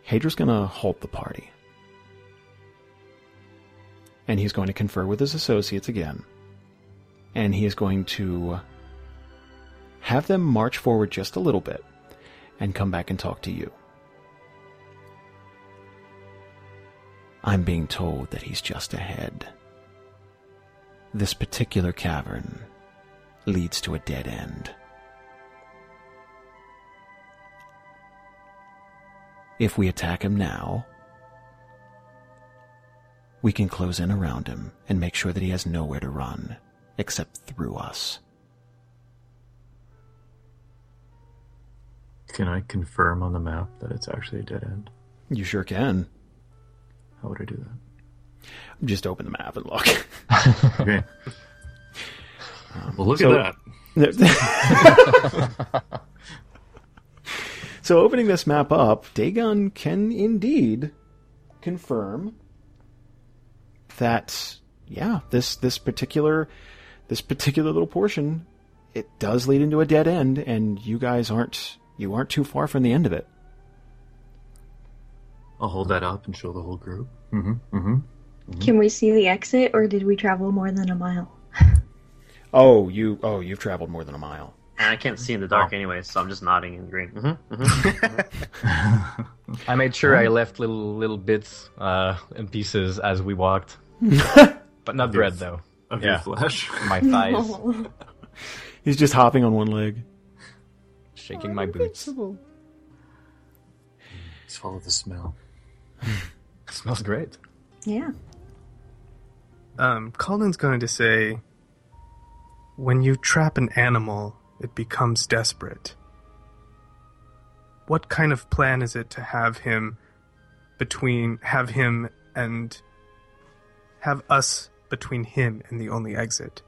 S3: Hadra's gonna halt the party. And he's going to confer with his associates again. And he is going to have them march forward just a little bit and come back and talk to you. I'm being told that he's just ahead. This particular cavern leads to a dead end. If we attack him now, we can close in around him and make sure that he has nowhere to run except through us.
S5: Can I confirm on the map that it's actually a dead end?
S3: You sure can.
S5: How would I do that?
S3: Just open the map and look.
S5: Okay. Uh, well, look
S3: so-
S5: at that.
S3: so opening this map up, Dagon can indeed confirm that yeah, this this particular this particular little portion it does lead into a dead end and you guys aren't you aren't too far from the end of it.
S5: I'll hold that up and show the whole group. Mm-hmm. Mm-hmm.
S8: Can we see the exit, or did we travel more than a mile?
S3: Oh, you oh you've traveled more than a mile.
S6: And I can't see in the dark anyway, so I'm just nodding and agreeing. Oh. Mm-hmm, mm-hmm.
S7: I made sure I left little little bits uh, and pieces as we walked, but not bread though.
S5: Of
S7: Yeah.
S5: your flesh.
S7: My thighs,
S3: He's just hopping on one leg.
S7: shaking my boots.
S5: Just follow the smell.
S7: smells great.
S8: Yeah.
S4: Um, Colin's going to say, when you trap an animal, it becomes desperate. What kind of plan is it to have him between, have him and have us between him and the only exit?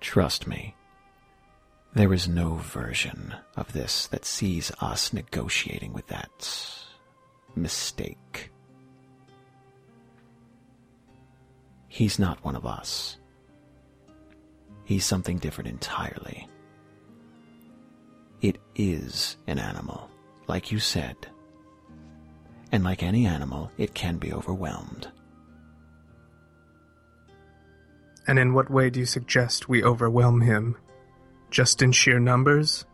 S3: Trust me. There is no version of this that sees us negotiating with that mistake. He's not one of us. He's something different entirely. It is an animal, like you said. And like any animal, it can be overwhelmed.
S4: And in what way do you suggest we overwhelm him? Just in sheer numbers?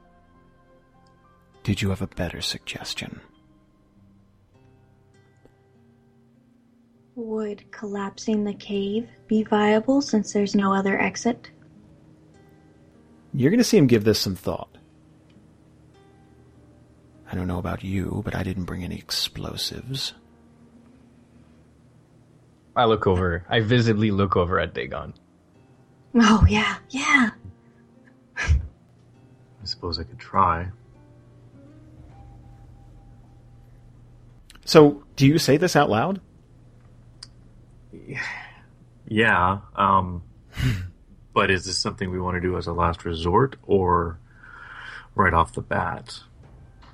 S3: Did you have a better suggestion?
S8: Would collapsing the cave be viable since there's no other exit?
S3: You're going to see him give this some thought. I don't know about you, but I didn't bring any explosives.
S7: I look over. I visibly look over at Dagon.
S8: Oh, yeah, yeah.
S5: I suppose I could try.
S3: So, do you say this out loud?
S5: Yeah. Um, but is this something we want to do as a last resort or right off the bat?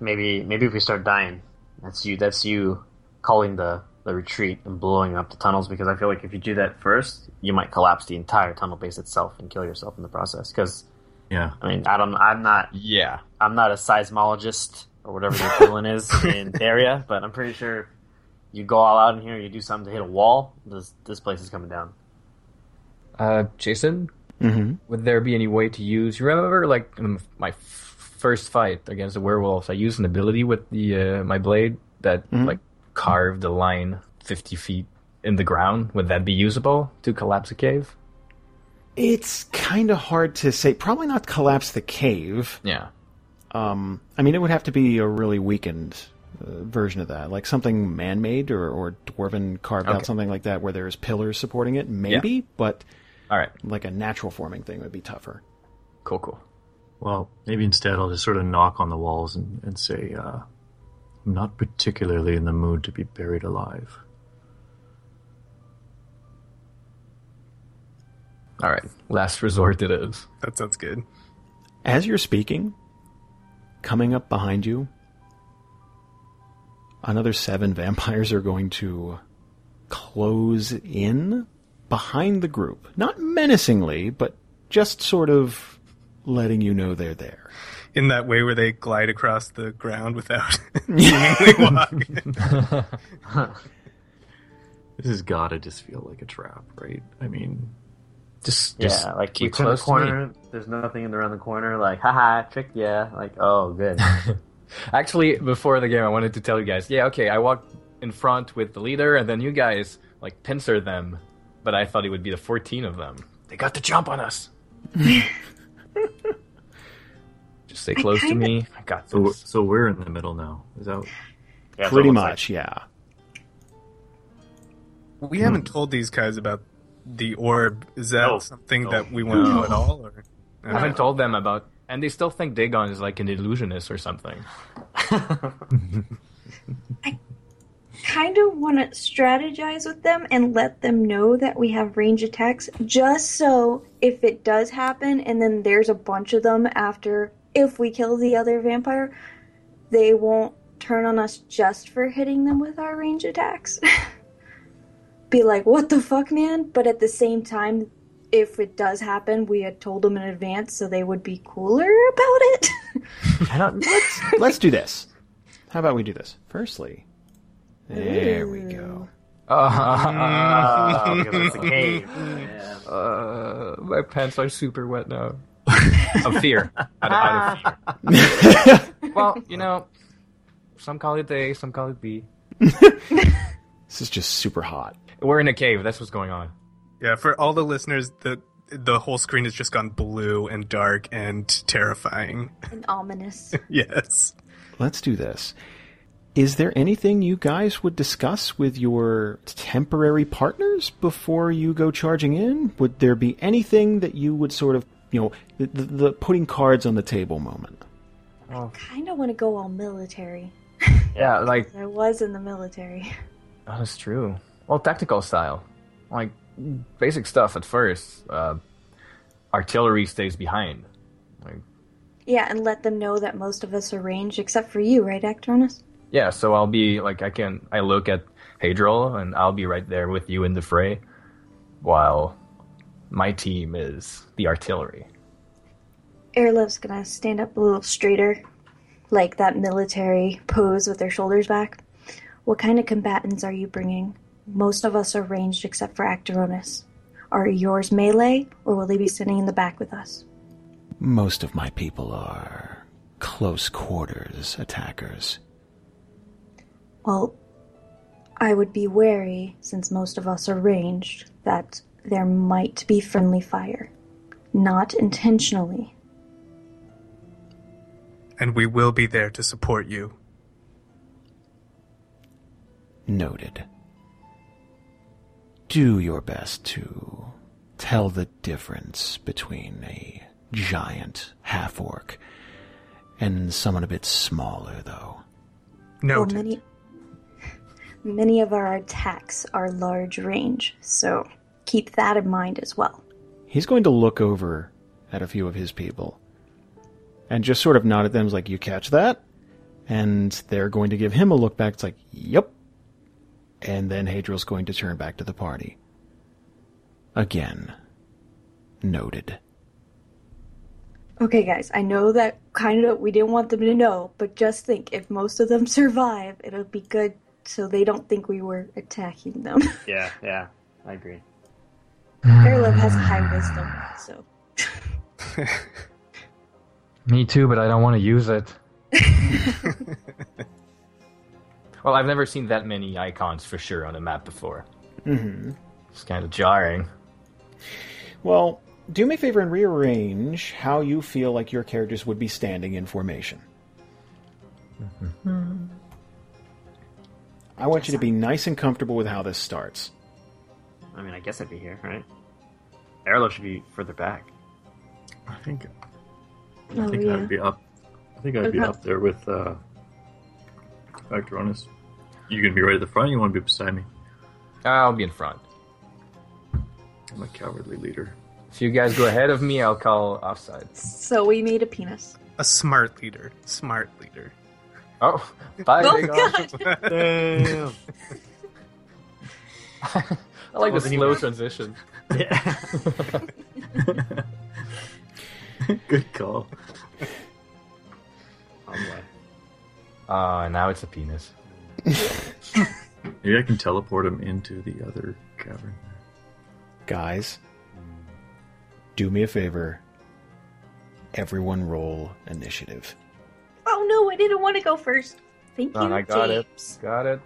S6: Maybe maybe if we start dying, that's you that's you calling the the retreat and blowing up the tunnels because I feel like if you do that first, you might collapse the entire tunnel base itself and kill yourself in the process. Because
S5: Yeah.
S6: I mean, I don't, I'm not
S7: Yeah.
S6: I'm not a seismologist or whatever the equivalent is in the area, but I'm pretty sure you go all out in here, you do something to hit a wall, this this place is coming down.
S7: Uh, Jason,
S3: Mm-hmm.
S7: would there be any way to use? You remember, like in my f- first fight against the werewolves, I used an ability with the uh, my blade that like carved a line fifty feet in the ground. Would that be usable to collapse a cave?
S3: It's kind of hard to say. Probably not collapse the cave.
S7: Yeah.
S3: Um, I mean, it would have to be a really weakened uh, version of that, like something man-made or, or dwarven carved out,
S7: Okay.
S3: something like that, where there's pillars supporting it. Maybe, but
S7: All right.
S3: like a natural forming thing would be tougher.
S7: Cool. Cool.
S5: Well, maybe instead I'll just sort of knock on the walls and, and say, uh, I'm not particularly in the mood to be buried alive.
S7: All right. Last resort, it is.
S4: That sounds good.
S3: As you're speaking, coming up behind you, another seven vampires are going to close in behind the group. Not menacingly, but just sort of letting you know they're there.
S4: In that way where they glide across the ground without seemingly walking.
S5: This has got to just feel like a trap, right? I mean,
S7: Just,
S6: Yeah,
S7: just
S6: like
S7: keep
S6: you turn the
S7: close to me.
S6: corner, there's nothing in the- around the corner, like haha, trick yeah, like oh good.
S7: Actually, before the game, I wanted to tell you guys. Yeah, okay, I walked in front with the leader, and then you guys like pincer them, but I thought it would be the fourteen of them. They got the jump on us. Just stay close to
S8: kinda-
S7: me. I got
S5: so,
S7: this.
S5: so we're in the middle now. Is that
S6: Yeah, it's
S3: Pretty
S6: almost like-
S3: much, yeah.
S4: We haven't told these guys about the orb. Is that
S6: No.
S4: something
S6: No.
S4: that we want to know at all? Or?
S7: I haven't told them about, and they still think Dagon is like an illusionist or something.
S8: Kind of want to strategize with them and let them know that we have range attacks, just so if it does happen and then there's a bunch of them after, if we kill the other vampire, they won't turn on us just for hitting them with our range attacks. Be like, what the fuck, man? But at the same time, if it does happen, we had told them in advance so they would be cooler about it.
S7: I don't.
S3: Let's do this. How about we do this? Firstly, There we go.
S6: Oh, because it's a cave. Yeah.
S7: Uh, my pants are super wet now.
S5: of fear.
S7: Out of, out of fear. well, you know, some call it A, some call it B.
S3: This is just super hot.
S7: We're in a cave. That's what's going on.
S4: Yeah, for all the listeners, the the whole screen has just gone blue and dark and terrifying.
S8: And ominous.
S4: Yes.
S3: Let's do this. Is there anything you guys would discuss with your temporary partners before you go charging in? Would there be anything that you would sort of, you know, the, the, the putting cards on the table moment?
S8: kind of want to go all military.
S7: Yeah, like
S8: I was in the military.
S7: oh, that's true. Well, tactical style, like basic stuff at first. Uh, artillery stays behind. Like,
S8: Yeah, and let them know that most of us are ranged except for you, right, Actronus?
S7: yeah, so I'll be like I can. I look at Hadril, and I'll be right there with you in the fray, while my team is the artillery.
S8: Airlift's gonna stand up a little straighter, like that military pose with their shoulders back. What kind of combatants are you bringing? Most of us are ranged except for Actoronis. Are yours melee, or will they be sitting in the back with us?
S3: Most of my people are close quarters attackers.
S8: Well, I would be wary, since most of us are ranged, that there might be friendly fire. Not intentionally.
S4: And we will be there to support you.
S3: Noted. Do your best to tell the difference between a giant half orc and someone a bit smaller, though.
S8: Well,
S4: Noted.
S8: many, many of our attacks are large range, so keep that in mind as well.
S3: He's going to look over at a few of his people and just sort of nod at them, is like, You catch that? And they're going to give him a look back. It's like, Yep. And then Hadril's going to turn back to the party. Again. Noted.
S8: Okay, guys, I know that kind of we didn't want them to know, but just think if most of them survive, it'll be good so they don't think we were attacking them.
S6: yeah, yeah, I agree.
S8: Airlove has high wisdom, so.
S7: Me too, but I don't want to use it. well, I've never seen that many icons for sure on a map before. Mm-hmm. It's kind of jarring.
S3: Well, do me a favor and rearrange how you feel like your characters would be standing in formation. I want you to be nice and comfortable with how this starts.
S6: I mean, I guess I'd be here, right? Airlo should be further back.
S5: I think I
S8: Oh,
S5: think
S8: yeah.
S5: I'd be up. I think I'd be
S2: Okay.
S5: up there with uh, Actronus. You gonna be right at the front. Or you want to be beside me?
S7: I'll be in front.
S5: I'm a cowardly leader.
S7: If you guys go ahead of me, I'll call offside.
S8: So we need a penis.
S4: A smart leader. Smart leader.
S7: Oh, bye.
S2: Oh,
S7: big
S2: God.
S7: guy.
S6: Damn.
S7: I like the
S6: Wasn't
S7: slow
S6: even-
S7: transition.
S5: Good call.
S6: Oh boy.
S7: Ah, now it's a penis.
S5: Maybe I can teleport him into the other cavern.
S3: Guys, do me a favor. Everyone roll initiative.
S8: Oh no, I didn't want to go first. Thank
S7: Oh,
S8: you.
S7: I got it.
S8: James.
S7: Got it.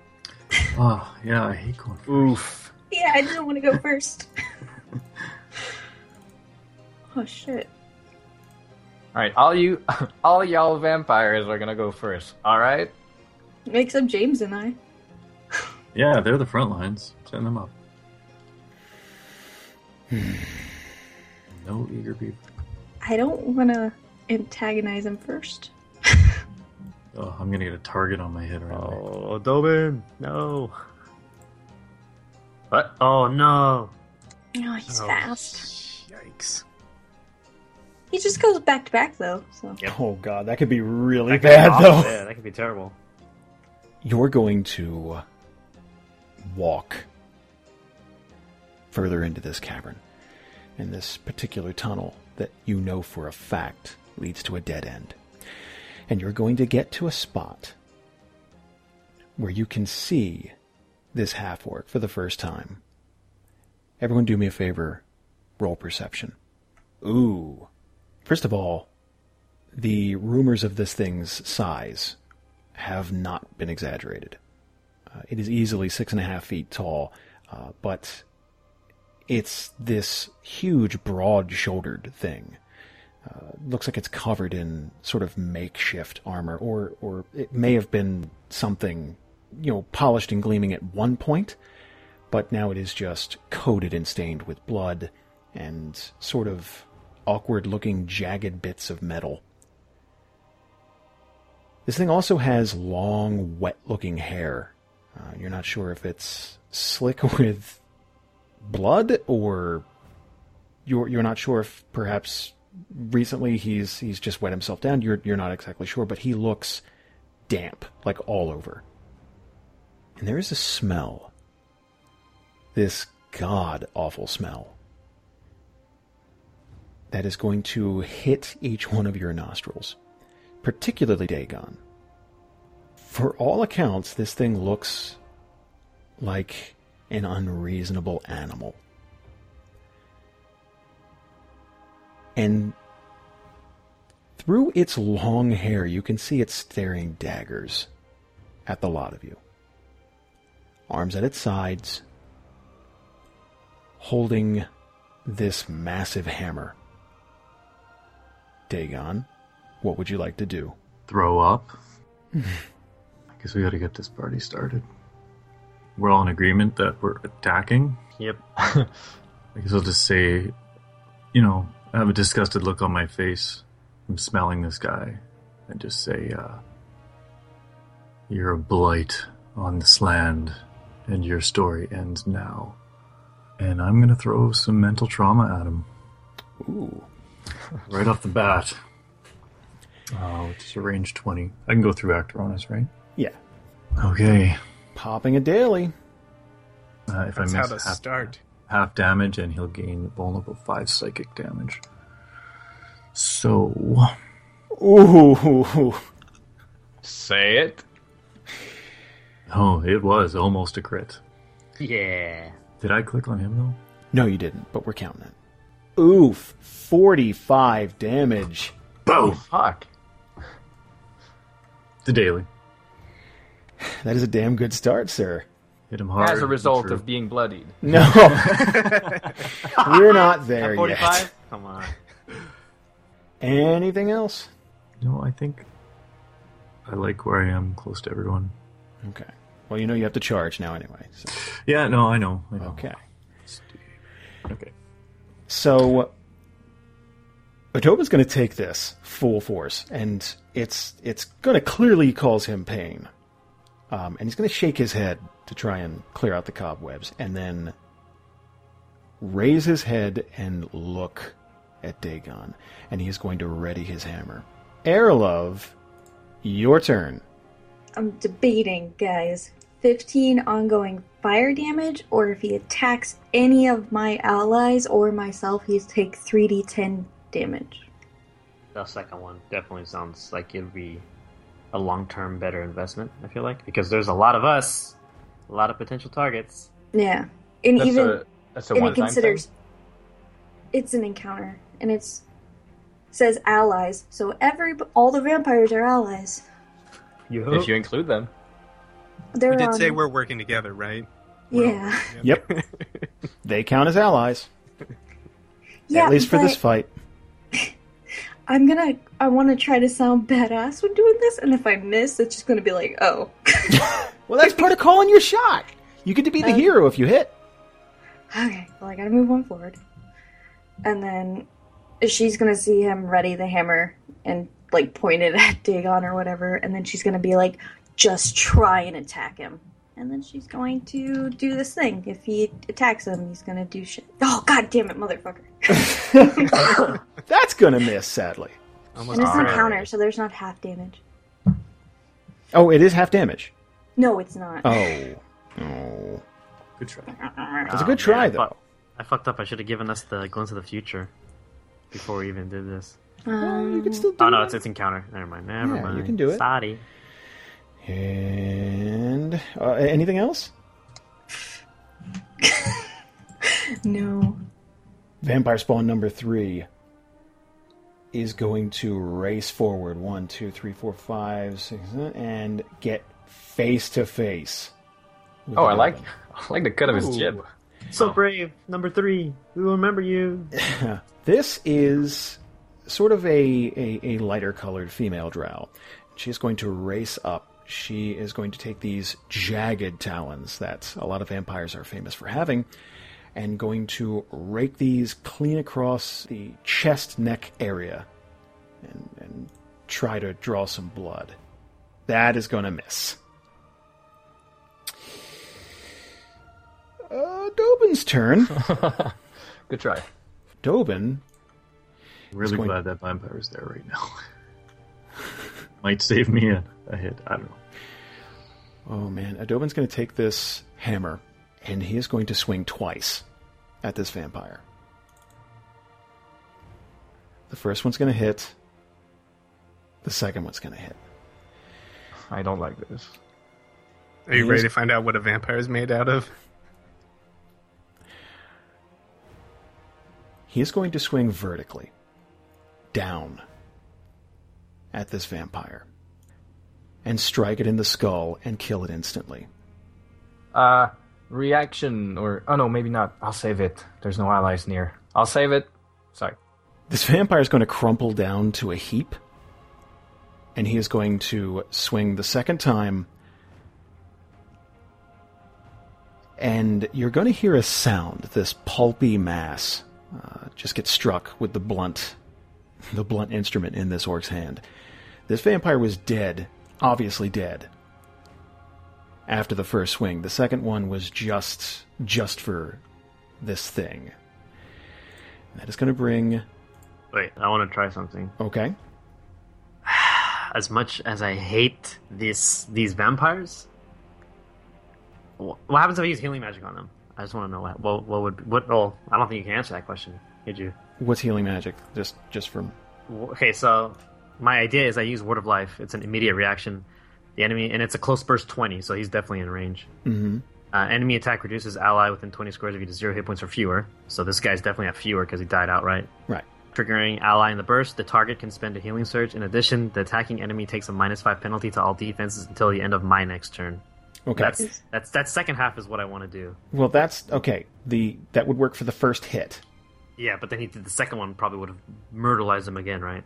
S5: Oh yeah, I hate going.
S7: Oof.
S8: Yeah, I didn't want to go first. oh shit.
S7: All right, all you, all y'all vampires are gonna go first. All right.
S8: Except James and I.
S5: Yeah, they're the front lines. Send them up. no eager people.
S8: I don't want to antagonize him first.
S5: Oh, I'm gonna get a target on my head right away.
S6: Oh, Dobin, no.
S7: What?
S6: Oh no.
S8: No, he's
S4: Oh,
S8: fast.
S4: Yikes.
S8: He just goes back to back though. So
S6: Yep.
S3: Oh god, that could be really
S6: could be
S3: bad
S6: awful,
S3: though.
S6: Yeah, that could be terrible.
S3: You're going to walk further into this cavern in this particular tunnel that you know for a fact leads to a dead end. And you're going to get to a spot where you can see this half orc for the first time. Everyone, do me a favor roll perception. Ooh. First of all, the rumors of this thing's size have not been exaggerated. Uh, it is easily six and a half feet tall, uh, but it's this huge, broad shouldered thing. Uh, looks like it's covered in sort of makeshift armor, or, or it may have been something, you know, polished and gleaming at one point, but now it is just coated and stained with blood and sort of awkward looking jagged bits of metal. This thing also has long, wet looking hair. Uh, you're not sure if it's slick with blood or you're you're not sure if perhaps recently he's he's just wet himself down. You're you're not exactly sure, but he looks damp, like all over. And there is a smell. This god awful smell. That is going to hit each one of your nostrils, particularly Dagon. For all accounts, this thing looks like an unreasonable animal. And through its long hair, you can see it staring daggers at the lot of you. Arms at its sides, holding this massive hammer. Dagon, what would you like to do?
S5: Throw up. I guess we gotta get this party started. We're all in agreement that we're attacking.
S6: Yep.
S5: I guess I'll just say, you know, I have a disgusted look on my face. I'm smelling this guy. and just say, uh, You're a blight on this land, and your story ends now. And I'm going to throw some mental trauma at him
S3: Ooh.
S5: right off the bat. Uh, which is a range 20. I can go through Actoronus, right?
S3: Yeah.
S5: Okay.
S3: Popping a daily.
S5: Uh, if
S4: That's
S5: I
S4: how
S5: miss
S4: to
S5: half-
S4: start.
S5: half damage, and he'll gain vulnerable five psychic damage. So
S3: Ooh.
S7: Say it.
S5: Oh, it was almost a crit.
S6: Yeah.
S5: Did I click on him though?
S3: No, you didn't, but we're counting it. Oof. 45 damage.
S5: Boom!
S7: Fuck.
S5: The daily.
S3: That is a damn good start, sir.
S5: Hit him hard.
S7: As a result
S5: True.
S7: of being bloodied.
S3: No. we're not there yet.
S6: 45? Come on.
S3: Anything else?
S5: No, I think I like where I am, close to everyone.
S3: Okay. Well, you know you have to charge now anyway. So.
S5: Yeah, no, I know. I know.
S3: Okay.
S5: Okay.
S3: So Otoba's going to take this full force, and it's it's going to clearly cause him pain. Um, and he's going to shake his head to try and clear out the cobwebs, and then raise his head and look at Dagon, and he is going to ready his hammer. Airlove, your turn.
S8: I'm debating, guys. 15 ongoing fire damage, or if he attacks any of my allies or myself, he's take 3d10 damage.
S6: The second one definitely sounds like it'd be a long term better investment, I feel like. Because there's a lot of us, a lot of potential targets.
S8: Yeah. And
S7: That's
S8: even
S7: a that's a
S8: and
S7: one
S8: it considers it's an encounter and it's says allies. So every all the vampires are allies.
S6: You
S7: If you include them,
S8: They're
S4: We did
S8: on,
S4: say we're working together, right? We're all
S8: Yeah.
S4: working
S3: Yep.
S4: together.
S3: They count as allies,
S8: Yeah.
S3: at least for this
S8: but
S3: fight.
S8: I'm going to I want to try to sound badass when doing this and if I miss it's just going to be like, "Oh."
S3: Well, that's part of calling your shot. You get to be the
S8: Um,
S3: hero if you hit.
S8: Okay, well, I gotta move on forward. And then she's gonna see him ready the hammer and like point it at Dagon or whatever, and then she's gonna be like, just try and attack him. And then she's going to do this thing. If he attacks him, he's gonna do shit. Oh, god damn it, motherfucker.
S3: That's gonna miss, sadly.
S8: And it's not
S6: Alright.
S8: counter, so there's not half damage.
S3: Oh, it is half damage.
S8: No, it's not.
S3: Oh, oh,
S5: Good try.
S3: that's a good try
S6: I,
S3: though.
S6: fu- I fucked up. I should have given us the glimpse of the future before we even did this.
S3: Well, you can
S8: Um,
S3: still do
S6: Oh no,
S3: it.
S6: it's it's encounter. Never mind. Never
S3: Yeah, you
S6: mind.
S3: can do it.
S6: Sorry.
S3: And God. Uh, anything else?
S8: No.
S3: Vampire spawn number three is going to race forward one, two, three, four, five, six, seven, and get face to face. with
S7: Oh, I
S3: the
S7: like
S3: goblin.
S7: I like the cut of his
S6: Ooh.
S7: jib.
S6: So brave, number three. We will remember you.
S3: This is sort of a, a, a lighter colored female drow. She's going to race up. She is going to take these jagged talons that a lot of vampires are famous for having and going to rake these clean across the chest neck area and, and try to draw some blood. That is going to miss. Uh, Dobin's turn.
S7: Good try.
S3: Dobin
S5: Really
S3: going-
S5: glad that vampire's there right now. Might save me a, a hit. I don't know.
S3: Oh man, Adobin's going to take this hammer and he is going to swing twice at this vampire. The first one's going to hit. The second one's going to hit.
S7: I don't like this.
S4: Are you
S3: Yes.
S4: ready to find out what a vampire is made out of?
S3: He is going to swing vertically down at this vampire and strike it in the skull and kill it instantly.
S7: Uh, reaction or oh no, maybe not. I'll save it. There's no allies near. I'll save it. Sorry.
S3: This vampire is going to crumple down to a heap, and he is going to swing the second time. And you're going to hear a sound. This pulpy mass uh, just gets struck with the blunt, the blunt instrument in this orc's hand. This vampire was dead, obviously dead. After the first swing, the second one was just, just for this thing. That is going to bring.
S6: Wait, I want to try something.
S3: Okay.
S6: As much as I hate these these vampires, wh- what happens if I use healing magic on them? I just want to know what what, what would what. Oh, I don't think you can answer that question. Did you?
S3: What's healing magic? Just just for
S6: Okay, so my idea is I use Word of Life. It's an immediate reaction. The enemy, and it's a close burst 20, so he's definitely in range.
S3: mm-hmm.
S6: Uh, enemy attack reduces ally within 20 squares if you to zero hit points or fewer. So this guy's definitely at fewer because he died outright.
S3: right.
S6: Triggering ally in the burst, the target can spend a healing surge. In addition, the attacking enemy takes a minus 5 penalty to all defenses until the end of my next turn.
S3: Okay.
S6: That's that's that second half is what I want to do.
S3: well, that's okay. The that would work for the first hit,
S6: Yeah, but then he did the second one probably would have myrtleized him again, right?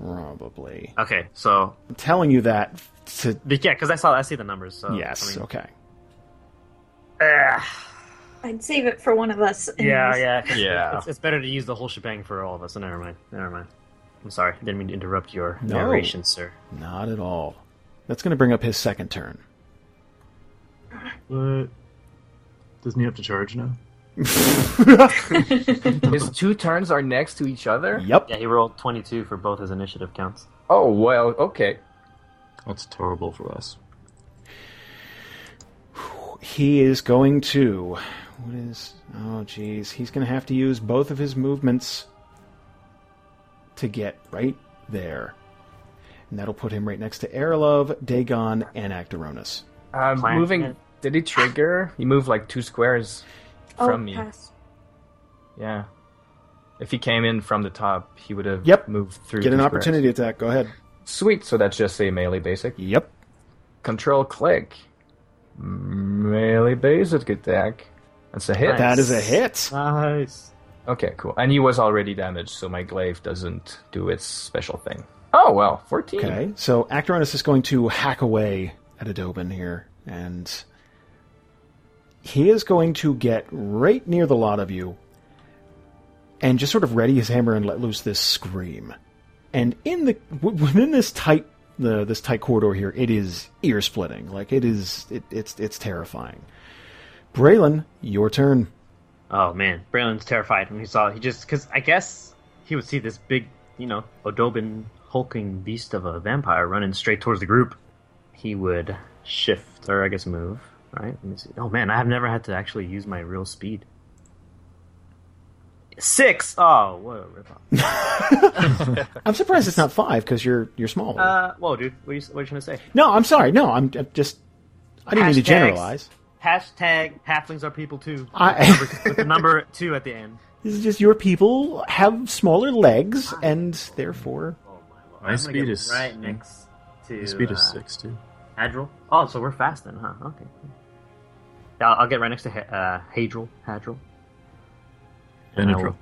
S3: probably.
S6: Okay, so
S3: I'm telling you that to
S6: but yeah, because I saw I see the numbers. So
S3: yes.
S6: Oh, I mean,
S3: okay.
S6: ugh.
S8: I'd save it for one of us. and-
S6: Yeah, yeah, 'cause
S7: Yeah.
S6: It's, it's better to use the whole shebang for all of us. So never mind, never mind. I'm sorry, didn't mean to interrupt your
S3: No.
S6: narration, sir.
S3: Not at all. That's going to bring up his second turn.
S5: But doesn't he have to charge now?
S7: His two turns are next to each other.
S3: Yep.
S6: Yeah, he rolled 22 for both his initiative counts.
S7: Oh well. Okay.
S5: That's terrible for us.
S3: He is going to. What is? Oh, jeez. He's going to have to use both of his movements to get right there, and that'll put him right next to Airlove, Dagon, and Actaronis.
S7: Um,
S6: Plan.
S7: moving. Did he trigger? He moved like two squares
S8: Oh,
S7: from me.
S8: pass.
S7: Yeah. If he came in from the top, he would have
S3: Yep.
S7: moved through.
S3: Get an
S7: two squares.
S3: opportunity attack. Go ahead.
S7: Sweet. So that's just a melee basic.
S3: Yep.
S7: Control click. Melee basic attack. That's a hit.
S6: Nice.
S3: That is a hit.
S6: Nice.
S7: Okay, cool. And he was already damaged, so my glaive doesn't do its special thing. Oh well, fourteen.
S3: Okay, so Actaronis is going to hack away at Adobin here, and he is going to get right near the lot of you and just sort of ready his hammer and let loose this scream. And in the w- within this tight the this tight corridor here, it is ear splitting. Like it is it, it's it's terrifying. Braylon, your turn.
S6: Oh man, Braylon's terrified when he saw he just because I guess he would see this big, you know, Odobin hulking beast of a vampire running straight towards the group. He would shift or I guess move. Right? Let me see. Oh man, I have never had to actually use my real speed. Six. Oh, what a ripoff.
S3: I'm surprised it's not five because you're you're smaller.
S6: Uh, whoa, dude. What are you, what are you trying to say?
S3: No, I'm sorry. No, I'm, I'm just. I didn't mean to
S6: Hashtags.
S3: generalize.
S6: Hashtag halflings are people too.
S3: I,
S6: With the number two at the end.
S3: this is just your people have smaller legs and therefore
S6: Oh my lord.
S5: My
S6: I'm gonna
S5: speed
S6: get
S5: is-
S6: right next to
S5: The speed is
S6: uh,
S5: six too.
S6: Hadril. Oh, so we're fast then, huh? Okay. Yeah, I'll, I'll get right next to Ha- uh, Hadril. Hadril. And I
S5: Benadryl.
S6: will-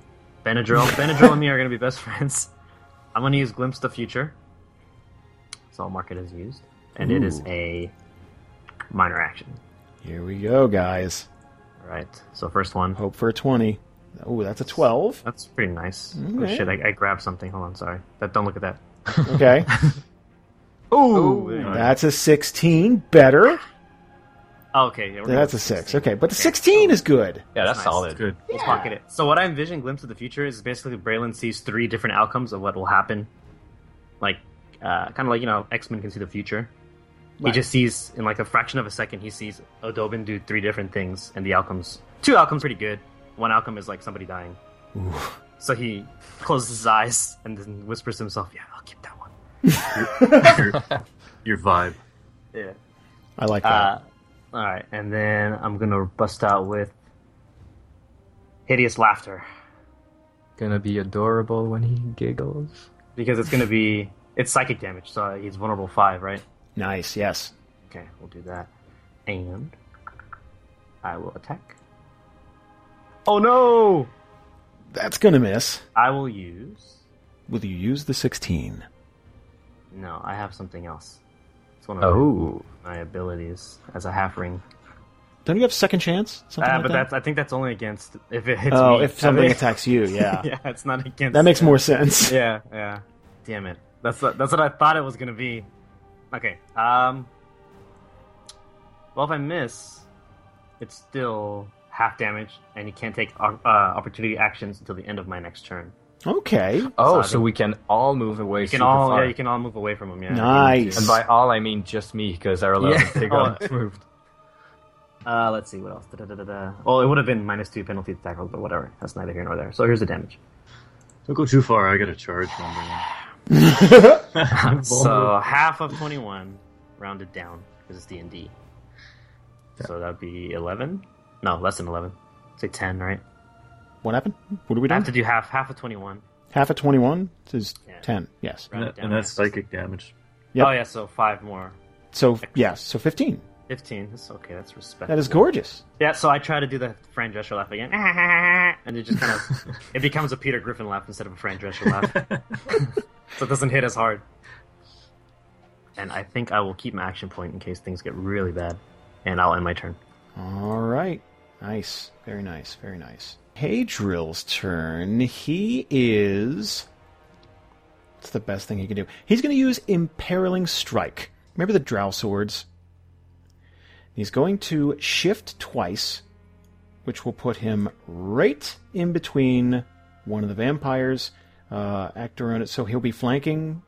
S6: Benadryl. Benadryl and me are going to be best friends. I'm going to use Glimpse the Future. So I'll mark it as used. And it is
S3: Ooh.
S6: a minor action.
S3: here we go, guys.
S6: All right. So first one.
S3: Hope for a twenty. Oh, that's a twelve.
S6: That's pretty nice. Oh,
S3: Okay.
S6: shit, I, I grabbed something. Hold on, sorry. That, don't look at that.
S3: Okay,
S6: Ooh! there you go.
S3: that's a sixteen. Better.
S6: Oh, okay. Yeah, we're
S3: That's
S6: good.
S3: a six. Okay, but the sixteen is good.
S7: Yeah, that's
S6: nice.
S7: solid.
S5: Good.
S6: Let's pocket it. So what I envision glimpse of the future is basically Braylon sees three different outcomes of what will happen. Like uh, kind of like you know X Men can see the future.
S3: Right.
S6: He just sees in like a fraction of a second he sees Odobin do three different things and the outcomes two outcomes pretty good. One outcome is like somebody dying.
S3: Ooh.
S6: So he closes his eyes and then whispers to himself, "Yeah, I'll keep that one."
S5: your, your vibe.
S6: Yeah.
S3: I like that.
S6: Uh, all right, and then I'm gonna bust out with hideous laughter.
S7: Gonna be adorable when he giggles.
S6: because it's going to be it's psychic damage, so he's vulnerable five, right?
S3: nice. Yes.
S6: Okay, we'll do that, and I will attack. Oh no!
S3: That's gonna miss.
S6: I will use.
S3: Will you use the sixteen?
S6: No, I have something else. It's one of
S7: Oh,
S6: my abilities as a half ring.
S3: Don't you have second chance? Something
S6: Ah,
S3: like
S6: but
S3: that?
S6: that's I think that's only against if it hits
S3: oh,
S6: me.
S3: if something
S6: I think-
S3: attacks you, yeah,
S6: yeah, it's not against.
S3: that makes more sense.
S6: Yeah, yeah. Damn it. That's what, that's what I thought it was gonna be. Okay. Um. Well, if I miss, it's still half damage, and you can't take uh, opportunity actions until the end of my next turn.
S3: Okay.
S6: I
S7: oh, so we can all move away.
S6: You can
S7: super
S6: all
S7: far.
S6: yeah, you can all move away from him. Yeah.
S3: Nice.
S7: And by all, I mean just me, because our level
S6: Yeah. Oh.
S7: big on moved.
S6: Uh, let's see what else. Da, da, da, da, da. Well, it would have been minus two penalty to tackle, but whatever. That's neither here nor there. So here's the damage.
S5: Don't go too far. I got a charge number one.
S6: So half of twenty-one, rounded down because it's D and D. So that'd be eleven. No, less than eleven. Say ten, right?
S3: What happened? What are we
S6: I
S3: doing?
S6: have to do half half of twenty one.
S3: Half of twenty-one is
S6: Yeah.
S3: ten. Yes.
S5: And, that- and that's psychic damage.
S3: Yep.
S6: Oh yeah, so five more.
S3: So yes. So fifteen.
S6: Fifteen. That's okay. That's respectful.
S3: That is gorgeous.
S6: Yeah. So I try to do the Fran Drescher laugh again, and it just kind of it becomes a Peter Griffin laugh instead of a Fran Drescher laugh, so it doesn't hit as hard. And I think I will keep my action point in case things get really bad, and I'll end my turn.
S3: All right. Nice. Very nice. Very nice. Hadril's turn. He is. It's the best thing he can do. He's going to use Imperiling Strike. Remember the Drow Swords? He's going to shift twice, which will put him right in between one of the vampires, uh, Actoronus. So he'll be flanking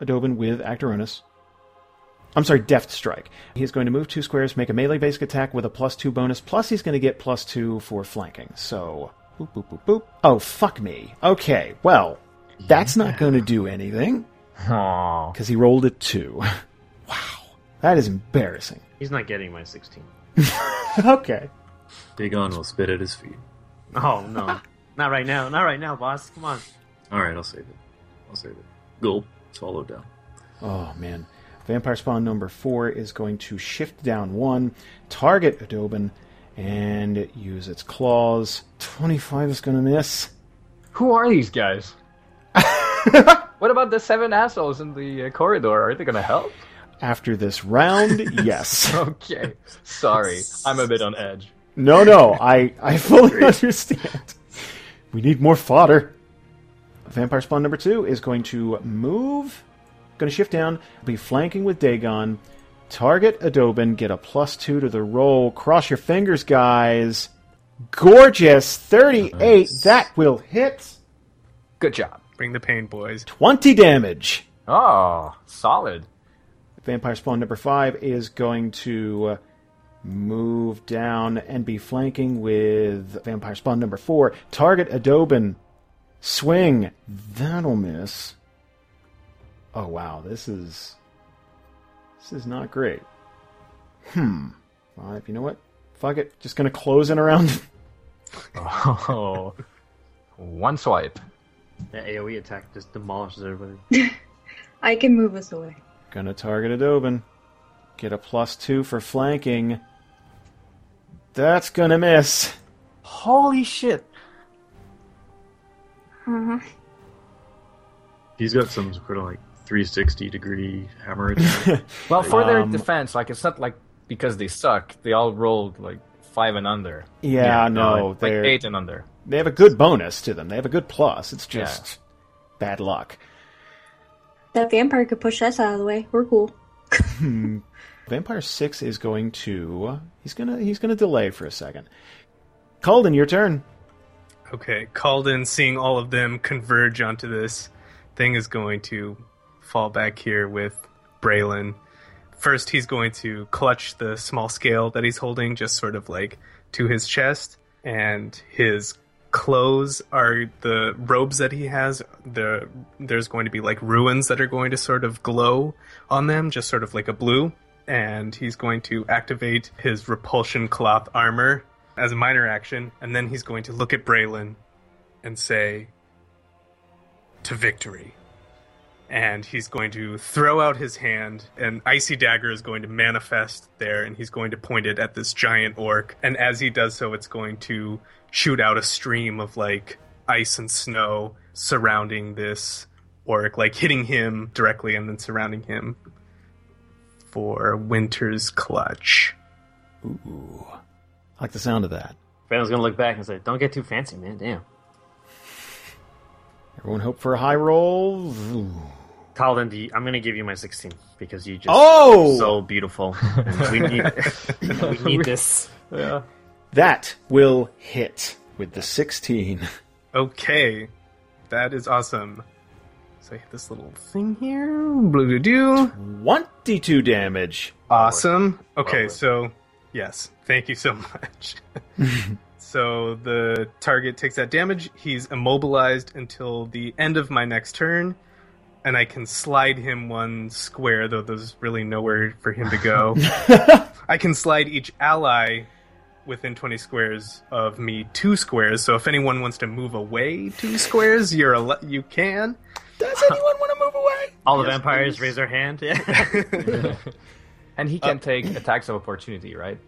S3: Adobin with Actoronus. I'm sorry, Deft Strike. He's going to move two squares, make a melee basic attack with a plus two bonus, plus he's going to get plus two for flanking. So, boop, boop, boop, boop. Oh, fuck me. Okay, well, that's not going to do anything
S7: Aww.
S3: because he rolled a two. Wow, that is embarrassing.
S6: He's not getting my sixteen.
S3: Okay.
S5: Dagon will spit at his feet.
S6: Oh no, not right now, not right now, boss. Come on.
S5: All right, I'll save it. I'll save it. Gulp. Swallow down.
S3: Oh, man. Vampire Spawn number four is going to shift down one, target Adobin, and use its claws. 25 is going to miss.
S7: Who are these guys? what about the seven assholes in the uh, corridor? Are they gonna help?
S3: After this round, yes.
S7: Okay, sorry, I'm a bit on edge.
S3: No, no, I, I fully understand. We need more fodder. Vampire Spawn number two is going to move, going to shift down, be flanking with Dagon, target Adobin, get a plus two to the roll. Cross your fingers, guys. Gorgeous, thirty-eight. That will hit
S7: Good job.
S4: Bring the pain, boys.
S3: twenty damage.
S7: Oh, solid.
S3: Vampire Spawn number five is going to uh, move down and be flanking with Vampire Spawn number four. Target Adobin. Swing. That'll miss. Oh wow, this is this is not great. Hmm. Five. You know what? Fuck it. Just gonna close in around.
S7: Oh, one swipe.
S6: That AoE attack just demolishes everybody.
S8: I can move us away.
S3: gonna target Adobin. Get a plus two for flanking. That's gonna miss.
S7: Holy shit!
S8: Uh-huh.
S5: He's got some sort of like 360 degree hammer.
S7: Well, for their
S3: Um,
S7: defense, like it's not like because they suck. They all rolled like five and under.
S3: Yeah, no,
S7: like, like
S3: they're
S7: eight and under.
S3: they have a good bonus to them. They have a good plus. It's just bad luck.
S8: That vampire could push us out of the way. We're cool.
S3: Vampire Six is going to he's gonna he's gonna delay for a second. Calden, your turn.
S4: Okay, Calden, seeing all of them converge onto this thing, is going to fall back here with Braylon. First, he's going to clutch the small scale that he's holding, just sort of like to his chest, and his clothes are the robes that he has. The there's going to be like ruins that are going to sort of glow on them, just sort of like a blue. And he's going to activate his repulsion cloth armor as a minor action, and then he's going to look at Braylon and say, To victory. And he's going to throw out his hand. An icy dagger is going to manifest there, and he's going to point it at this giant orc. And as he does so, it's going to shoot out a stream of like ice and snow surrounding this orc, like hitting him directly and then surrounding him for Winter's Clutch.
S3: Ooh. I like the sound of that.
S6: Braylon's gonna look back and say, "Don't get too fancy, man. Damn."
S3: Everyone hope for a high roll. Ooh.
S6: Calden, do you- I'm gonna give you my 16 because you just
S3: Oh!
S6: are so beautiful. And we need, we need this.
S3: That will hit with the sixteen.
S4: Okay, that is awesome. So I hit this little thing here. Blue doo doo.
S3: Twenty-two damage.
S4: Awesome. Okay, so yes, thank you so much. so the target takes that damage. He's immobilized until the end of my next turn, and I can slide him one square, though there's really nowhere for him to go. I can slide each ally within 20 squares of me two squares. So if anyone wants to move away two squares, you're al- you can.
S3: Does anyone want to move away?
S6: All the vampires raise their hand. Yeah.
S7: And he
S3: Uh,
S7: can take attacks of opportunity, right?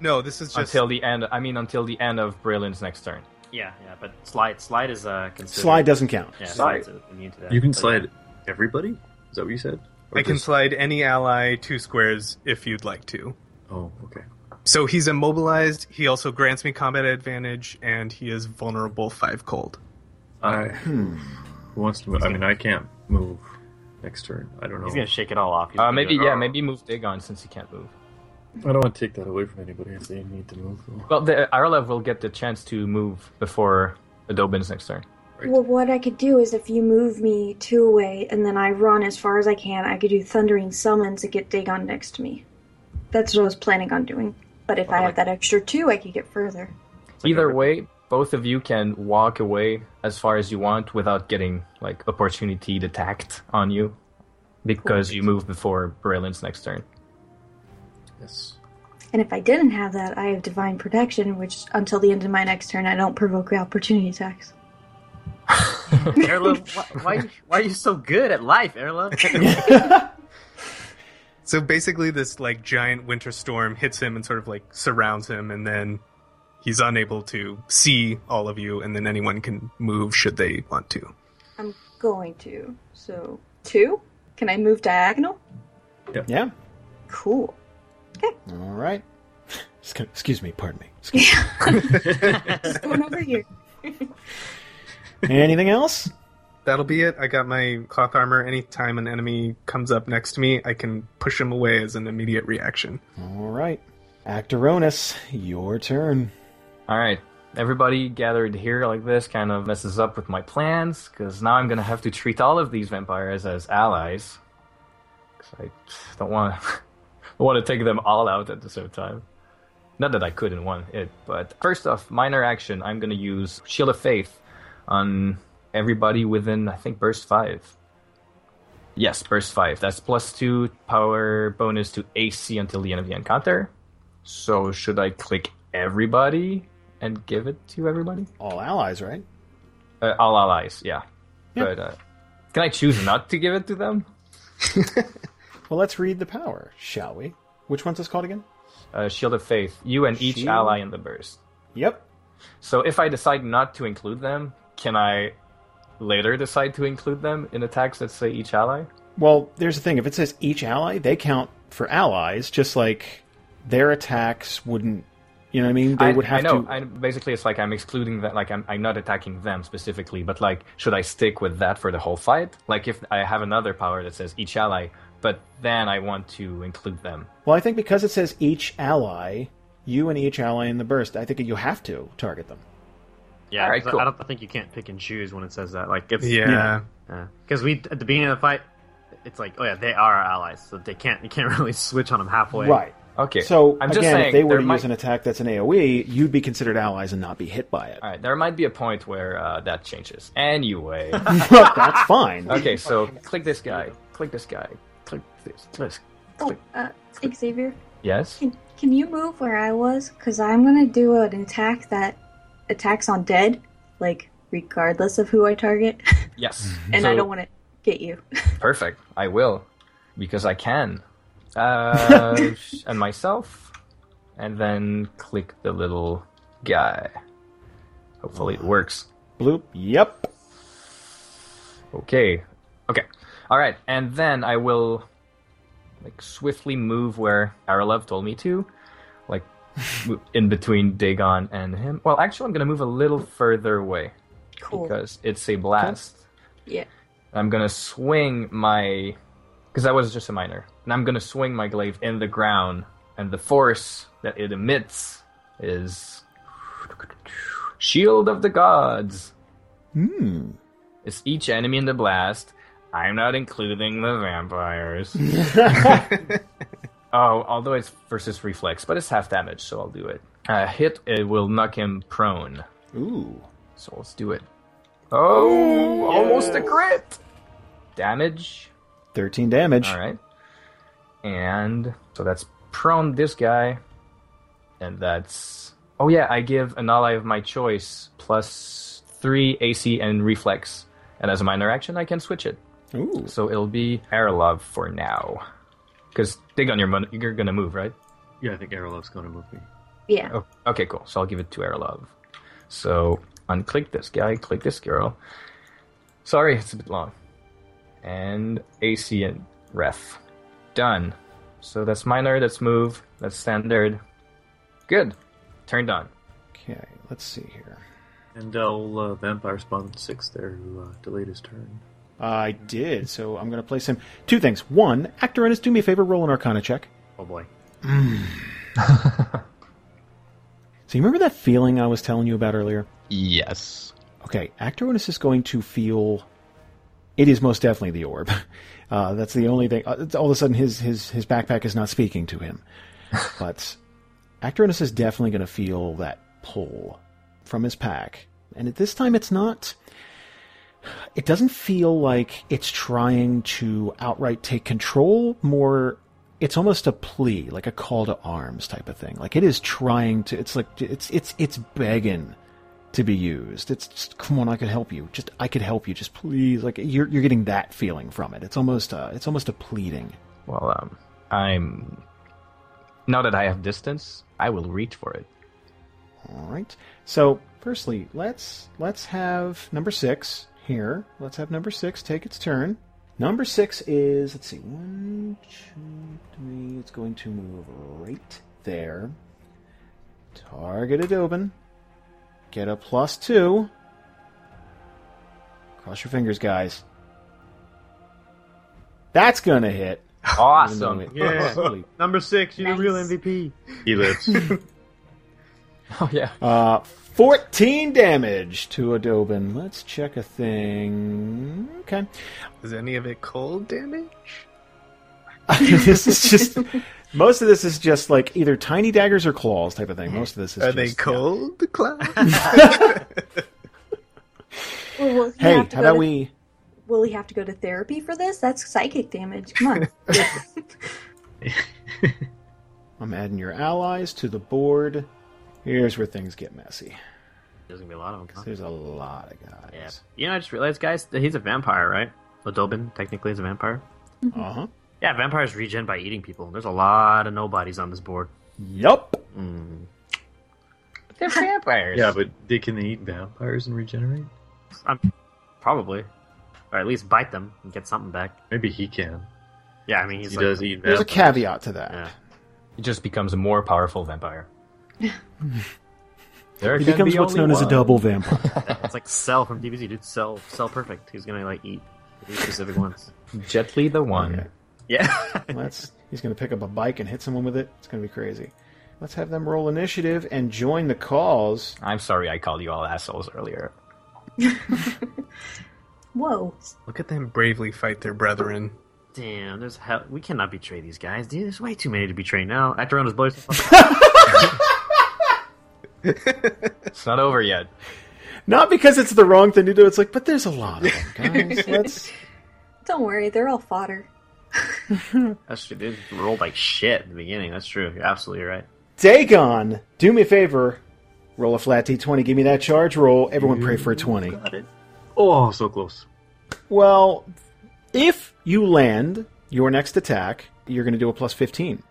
S4: No, this is just
S7: until the end. I mean, until the end of Braylon's next turn. Uh,
S6: yeah, yeah. But slide, slide is uh, considered.
S3: Slide doesn't count.
S6: Yeah,
S5: Slide.
S6: slide's immune to that.
S5: You can
S6: But
S5: slide everybody. Is that what you said? Or
S4: I can
S5: just-
S4: slide any ally two squares if you'd like to.
S5: Oh, okay.
S4: So he's immobilized. He also grants me combat advantage, and he is vulnerable five cold.
S5: I who wants to move? I mean, I can't move next turn. I don't know.
S6: He's gonna shake it all off. He's
S7: Uh,
S6: gonna
S7: maybe
S6: go,
S7: yeah,
S6: "Oh."
S7: maybe move Dagon since he can't move.
S5: I don't want to take that away from anybody if they need to move. Though.
S7: Well, the Arlev will get the chance to move before Adobin's next turn.
S8: Well, what I could do is if you move me two away and then I run as far as I can, I could do Thundering Summon to get Dagon next to me. That's what I was planning on doing. But if I have that extra two, I could get further.
S7: Either way, both of you can walk away as far as you want without getting like opportunity attacked on you because you move before Braylon's next turn.
S5: Yes.
S8: And if I didn't have that, I have Divine Protection, which until the end of my next turn, I don't provoke opportunity attacks.
S6: Erla, why, why, you- why are you so good at life, Erla?
S4: So basically, this like giant winter storm hits him and sort of like surrounds him, and then he's unable to see all of you, and then anyone can move should they want to.
S8: I'm going to. So, two? Can I move diagonal?
S3: Yeah.
S8: Cool.
S3: All right. Excuse- Excuse me. Pardon me. Excuse
S8: Just going over here.
S3: me. Anything else?
S4: That'll be it. I got my cloth armor. Anytime an enemy comes up next to me, I can push him away as an immediate reaction.
S3: All right. Actaronus, your turn.
S7: All right. Everybody gathered here like this kind of messes up with my plans because now I'm going to have to treat all of these vampires as allies. 'Cause I don't want to want to take them all out at the same time. Not that I could in one hit, but first off, minor action. I'm going to use Shield of Faith on everybody within, I think, Burst 5. Yes, Burst 5. That's plus 2 power bonus to AC until the end of the encounter. So should I click everybody and give it to everybody?
S3: All allies, right?
S7: Uh, all allies, yeah. But uh, can I choose not to give it to them?
S3: Well, let's read the power, shall we? Which one's this called again?
S7: Uh, Shield of Faith, you and each
S3: Shield.
S7: ally in the burst.
S3: Yep.
S7: So if I decide not to include them, can I later decide to include them in attacks that say each ally?
S3: Well, there's the thing. If it says each ally, they count for allies, just like their attacks wouldn't. You know what I mean? They
S7: I,
S3: would
S7: I
S3: have
S7: know.
S3: to.
S7: I, basically, it's like I'm excluding that. Like I'm, I'm not attacking them specifically, but like, should I stick with that for the whole fight? Like, if I have another power that says each ally, but then I want to include them.
S3: Well, I think because it says each ally, you and each ally in the burst, I think you have to target them.
S6: Yeah,
S7: All right,
S6: 'cause I-
S7: cool.
S6: I don't I think you can't pick and choose when it says that. Like it's
S4: Yeah.
S6: because we at the beginning of the fight, it's like oh yeah, they are our allies, so they can't you can't really switch on them halfway.
S3: Right.
S7: Okay.
S3: So again,
S7: I'm just saying
S3: if they were
S7: there
S3: to
S7: might,
S3: use an attack that's an AOE, you'd be considered allies and not be hit by it.
S7: all right, there might be a point where uh, that changes. Anyway.
S3: But that's fine.
S7: okay, so click this guy. Click this guy. Click this. Click.
S8: Oh, uh, Xavier,
S7: Yes.
S8: can, can you move where I was? Because I'm going to do an attack that attacks on dead, like, regardless of who I target.
S7: Yes.
S8: and I
S7: So-
S8: don't want to get you.
S7: Perfect. I will, because I can. Uh, sh- and myself, and then click the little guy. Hopefully it works.
S3: Bloop. Yep.
S7: Okay. Okay. All right, and then I will like swiftly move where Aralev told me to, like mo- in between Dagon and him. Well, actually, I'm gonna move a little further away
S8: Cool.
S7: because it's a blast.
S8: Yeah.
S7: I'm gonna swing my, because I was just a minor, and I'm gonna swing my glaive in the ground, and the force that it emits is shield of the gods.
S3: Hmm.
S7: It's each enemy in the blast. I'm not including the vampires. oh, although it's versus reflex, but it's half damage, so I'll do it. A hit it will knock him prone,
S3: Ooh.
S7: so let's do it. Oh, almost a crit. Damage.
S3: 13 damage.
S7: All right. And so that's prone this guy. And that's. Oh, yeah, I give an ally of my choice plus 3 AC and reflex. And as a minor action, I can switch it.
S3: Ooh.
S7: So it'll be Aralov for now. Because dig on your money. You're going to move, right?
S6: Yeah, I think Aralof's going to move me.
S8: Yeah.
S7: Oh, okay, cool. So I'll give it to Aralov. So unclick this guy, click this girl. Sorry, it's a bit long. And AC and ref. Done. So that's minor, that's move, that's standard. Good. Turned on.
S3: Okay. Let's see here.
S1: And I'll uh, Vampire Spawn 6 there who uh, delayed his turn.
S3: I did. So I'm going to place him. Two things. One, Actorinus, do me a favor, roll an Arcana check.
S6: Oh boy.
S3: So you remember that feeling I was telling you about earlier?
S7: Yes.
S3: Okay, Actorinus is going to feel. It is most definitely the orb. Uh, that's the only thing. Uh, it's- all of a sudden, his his his backpack is not speaking to him, but Actorinus is definitely going to feel that pull from his pack, and at this time, it's not. It doesn't feel like it's trying to outright take control. More, it's almost a plea, like a call to arms type of thing. Like it is trying to. It's like it's it's it's begging to be used. It's just, come on, I could help you. Just, I could help you. Just please, like you're you're getting that feeling from it. It's almost a, it's almost a pleading.
S7: Well, um, I'm. Now that I have distance, I will reach for it.
S3: All right. So, firstly, let's let's have number six here. Let's have number six take its turn. Number six is let's see, one, two, three. It's going to move right there. Target Adobin. Get a plus two. Cross your fingers, guys. That's gonna hit. Even though
S7: Awesome.
S3: it-
S6: Yeah.
S3: Holy
S6: Number six, you're the real
S8: Nice.
S6: MVP.
S1: He lives.
S7: Oh, yeah.
S3: Uh, 14 damage to Adobin. Let's check a thing. Okay.
S4: Is any of it cold damage?
S3: this is just. Most of this is just like either tiny daggers or claws type of thing. Most of this is
S4: Are
S3: just,
S4: they cold, Cloud?
S8: Well, will he
S3: Hey,
S8: have to
S3: how
S8: go
S3: about
S8: to-
S3: we?
S8: Will he have to go to therapy for this? That's psychic damage. Come on.
S3: I'm adding your allies to the board. Here's where things get messy.
S6: There's gonna be a lot of them.
S3: 'Cause
S6: Huh?
S3: There's a lot of guys.
S6: Yeah. You know, I just realized, guys, that he's a vampire, right? Odobin technically is a vampire.
S3: Uh huh.
S6: Yeah, vampires regen by eating people. There's a lot of nobodies on this board.
S3: Yup.
S6: Mm.
S7: They're vampires.
S1: Yeah, but they, can they eat vampires and regenerate?
S6: I'm, probably, or at least bite them and get something back.
S1: Maybe he can.
S6: Yeah, I mean he's
S1: he
S6: like,
S1: does eat
S3: There's
S1: vampires.
S3: a caveat to that.
S6: Yeah.
S7: it just becomes a more powerful vampire. there
S3: He
S7: can
S3: becomes
S7: be
S3: what's
S7: only
S3: known as a
S7: one.
S3: double vampire.
S6: It's like Cell from DBZ, dude. Cell, Cell perfect. He's gonna like eat three specific ones.
S7: Gently the one.
S3: Okay.
S6: Yeah.
S3: Let's. He's going to pick up a bike and hit someone with it. It's going to be crazy. Let's have them roll initiative and join the cause.
S7: I'm sorry I called you all assholes earlier.
S8: Whoa.
S4: Look at them bravely fight their brethren.
S6: Damn, there's hell. We cannot betray these guys, dude. There's way too many to betray now. Actorona's blows.
S7: It's not over yet.
S3: Not because it's the wrong thing to do. It's like, but there's a lot of them, guys. Let's.
S8: Don't worry, they're all fodder.
S6: That's true. They rolled like shit in the beginning. That's true. You're absolutely right.
S3: Dagon, do me a favor. Roll a flat d20. Give me that charge roll. Everyone pray for a 20.
S1: Oh, so close.
S3: Well, if you land your next attack, you're going to do a plus 15.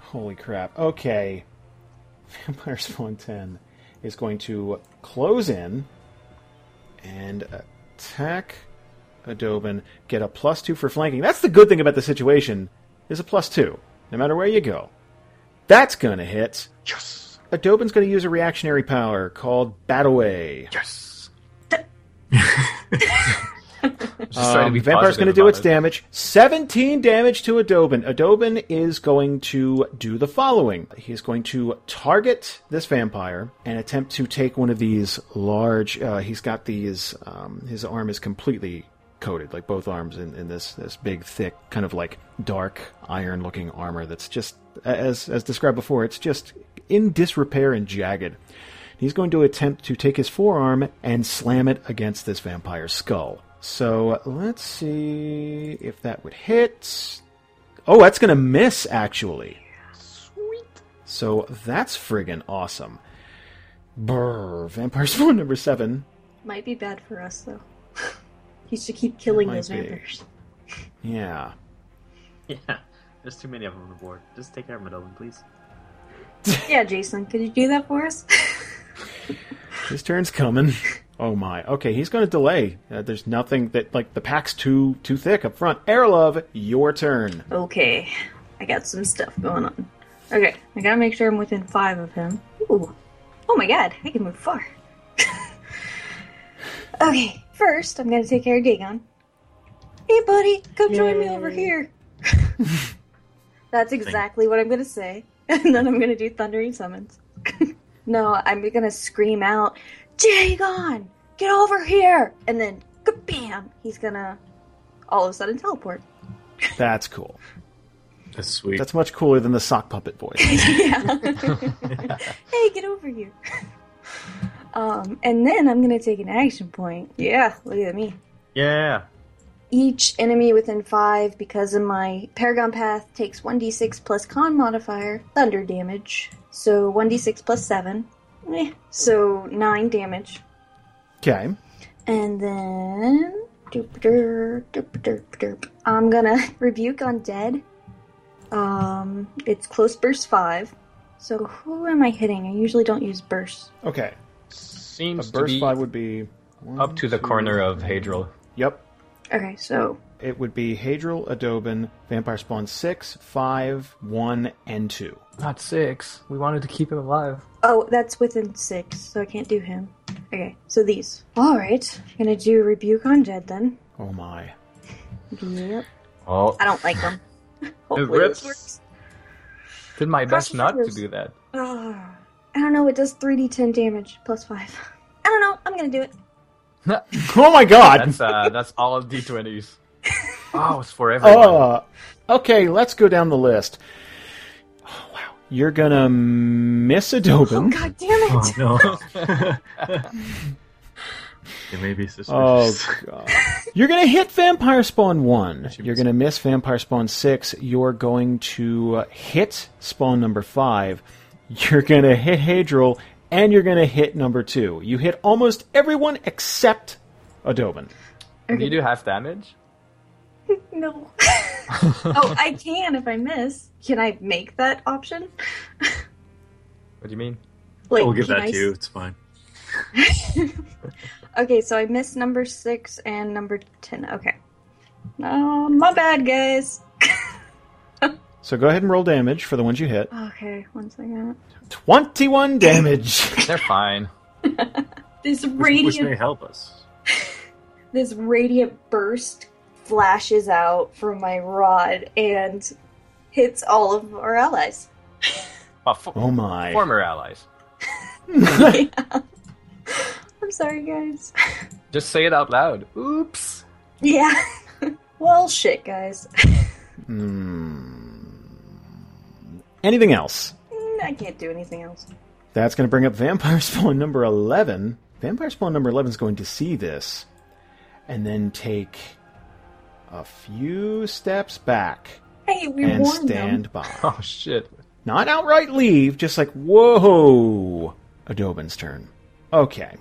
S3: Holy crap. Okay. Vampire Spawn 10 is going to close in and attack Adobin. Get a plus 2 for flanking. That's the good thing about the situation is a plus 2, no matter where you go. That's going to hit. Yes! Adobin's going to use a reactionary power called Bataway.
S7: Just trying to
S3: Um,
S7: be
S3: Vampire's
S7: positive
S3: going to do
S7: about
S3: its
S7: it.
S3: damage. 17 damage to Adobin. Adobin is going to do the following. He's going to target this vampire and attempt to take one of these large. Uh, he's got these. Um, his arm is completely coated, like both arms, in, in this this big, thick, kind of like dark iron-looking armor that's just, as as described before, it's just in disrepair and jagged. He's going to attempt to take his forearm and slam it against this vampire's skull. So let's see if that would hit. Oh, that's going to miss, actually. Sweet. So that's friggin' awesome. Brr. Vampire Spawn number seven.
S8: Might be bad for us though. he should keep killing
S3: Might
S8: those
S3: be.
S8: vampires.
S3: Yeah.
S6: Yeah. There's too many of them on the board. Just take care of Medovin, please.
S8: Yeah, Jason, could you do that for us?
S3: His turn's coming. Oh my. Okay, he's going to delay. Uh, there's nothing that, like, the pack's too too thick up front. Airlove, your turn.
S8: okay, I got some stuff going on. Okay, I gotta make sure I'm within five of him. Ooh. Oh my god, I can move far. okay, first I'm gonna take care of Dagon. Hey buddy, come join me over here. That's exactly what I'm gonna say. And then I'm gonna do thundering summons. no, I'm gonna scream out, Dagon! Get over here! And then kabam! He's gonna all of a sudden teleport.
S3: That's cool.
S1: That's sweet.
S3: That's much cooler than the sock puppet voice.
S8: yeah. hey, get over here. Um, and then I'm gonna take an action point. Yeah, look at me.
S6: Yeah.
S8: Each enemy within five, because of my Paragon Path, takes 1d6 plus con modifier, thunder damage. So 1d6 plus 7. Eh, so 9 damage.
S3: Okay.
S8: And then. Doop derp, doop derp, derp. I'm gonna rebuke undead. Um, it's close burst five. So who am I hitting? I usually don't use burst.
S3: Okay. A
S7: Seems to
S3: burst
S7: be
S3: five would be one,
S7: up to the
S3: two-
S7: corner of Hadril.
S3: Yep,
S8: Okay, so
S3: it would be Hadril, Adobin, Vampire Spawn six, five, one, and two.
S7: Not six. We wanted to keep him alive.
S8: oh, that's within six, so I can't do him. Okay, so these. All right, I'm gonna do rebuke undead then.
S3: Oh my!
S8: Yep.
S7: Oh,
S8: I don't like them.
S7: It rips. did my
S8: Cross
S7: best
S8: your
S7: not to
S8: fingers.
S7: do that.
S8: Ah, I don't know. It does three d10 damage plus five. I don't know. I'm gonna do it.
S3: Oh my God!
S7: That's uh, that's all of D20s. Oh, it's for everyone.
S3: Uh, okay, let's go down the list. Oh wow! You're gonna miss
S8: Oh
S3: Adobin.
S8: god damn it!
S1: no.
S5: It may be suspicious.
S3: Oh god. You're gonna hit Vampire Spawn one. You're gonna miss Vampire Spawn six. You're going to uh, hit Spawn number five. You're gonna hit Hadril, and you're gonna hit number two. You hit almost everyone except Adobin.
S7: You do half damage?
S8: No. oh, I can if I miss. Can I make that option?
S7: What do you mean?
S8: Like,
S5: we'll give
S8: can
S5: that
S8: I
S5: to you. It's fine.
S8: Okay, so I missed number six and number ten. Okay. Oh, my bad, guys.
S3: So go ahead and roll damage for the ones you hit.
S8: Okay, one second.
S3: Twenty-one damage.
S7: They're fine.
S5: Which,
S8: This
S5: which
S8: radiant,
S5: may help us.
S8: this radiant burst flashes out from my rod and hits all of our allies.
S7: Well, fo-
S3: Oh my.
S7: Former allies.
S8: I'm sorry, guys.
S7: Just say it out loud. Oops.
S8: Yeah. well, shit, guys.
S3: Hmm. Anything else?
S8: Mm, I can't do anything else.
S3: That's going to bring up Vampire Spawn number 11. Vampire Spawn number 11 is going to see this and then take a few steps back
S8: Hey, we
S3: and
S8: warned
S3: stand
S8: them.
S3: by.
S7: Oh shit.
S3: Not outright leave, just like, whoa! Adobin's turn. Okay,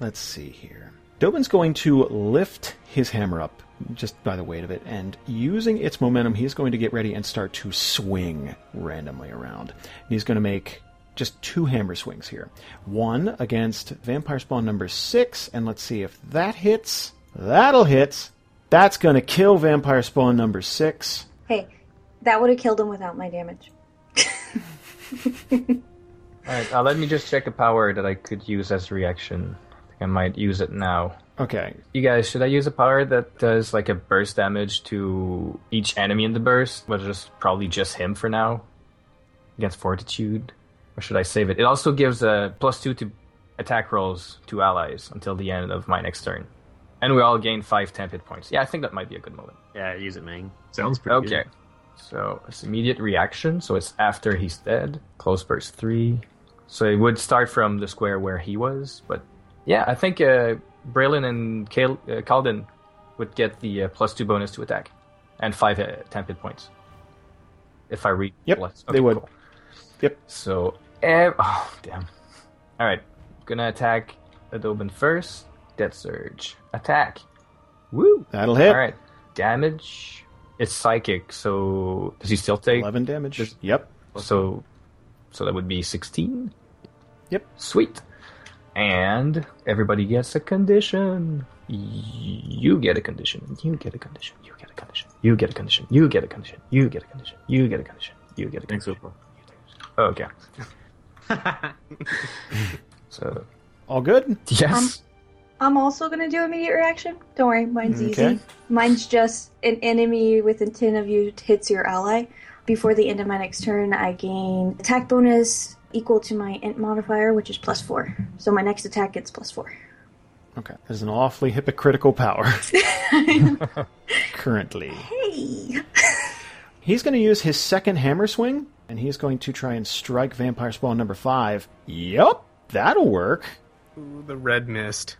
S3: let's see here. Dobin's going to lift his hammer up just by the weight of it, and using its momentum, he's going to get ready and start to swing randomly around. And he's going to make just two hammer swings here. One against Vampire Spawn number six, and let's see if that hits. That'll hit. That's going to kill Vampire Spawn number six.
S8: Hey, that would have killed him without my damage.
S7: All right. Uh, let me just check a power that I could use as a reaction. I think I might use it now.
S3: Okay,
S7: You guys, should I use a power that does like a burst damage to each enemy in the burst, but just probably just him for now against Fortitude, or should I save it? It also gives a plus two to attack rolls to allies until the end of my next turn, and we all gain five temp hit points. Yeah, I think that might be a good moment.
S6: Yeah, use it, man.
S5: Sounds pretty
S7: Okay, so it's immediate reaction, so it's after he's dead. Close burst three, so it would start from the square where he was. But yeah, I think uh, Braylon and Cal- uh, Calden would get the uh, plus two bonus to attack and five uh, temp hit points. If I read,
S3: Yep,
S7: plus.
S3: they would. Yep.
S7: So, ev- oh damn! All right, gonna attack Adobin first. Death surge attack. Woo!
S3: that'll hit.
S7: All right, damage. It's psychic, so does he still take?
S3: 11 damage.
S7: Just-
S3: Yep.
S7: So, so that would be sixteen.
S3: Yep.
S7: Sweet. And everybody gets a condition. You get a condition. You get a condition. You get a condition. You get a condition. You get a condition. You get a condition. You get a condition. You get a
S5: Thanks,
S7: condition.
S5: Oprah.
S7: Oh, okay. so
S3: All good?
S7: yes.
S8: I'm also gonna do immediate reaction. Don't worry, mine's
S3: Okay.
S8: easy. Mine's just an enemy within ten of you hits your ally. Before the end of my next turn, I gain attack bonus equal to my int modifier, which is plus four. So my next attack gets plus four.
S3: Okay. There's an awfully hypocritical power currently.
S8: Hey,
S3: He's going to use his second hammer swing, and he's going to try and strike Vampire Spawn number five. Yup, that'll work.
S4: Ooh, the red mist.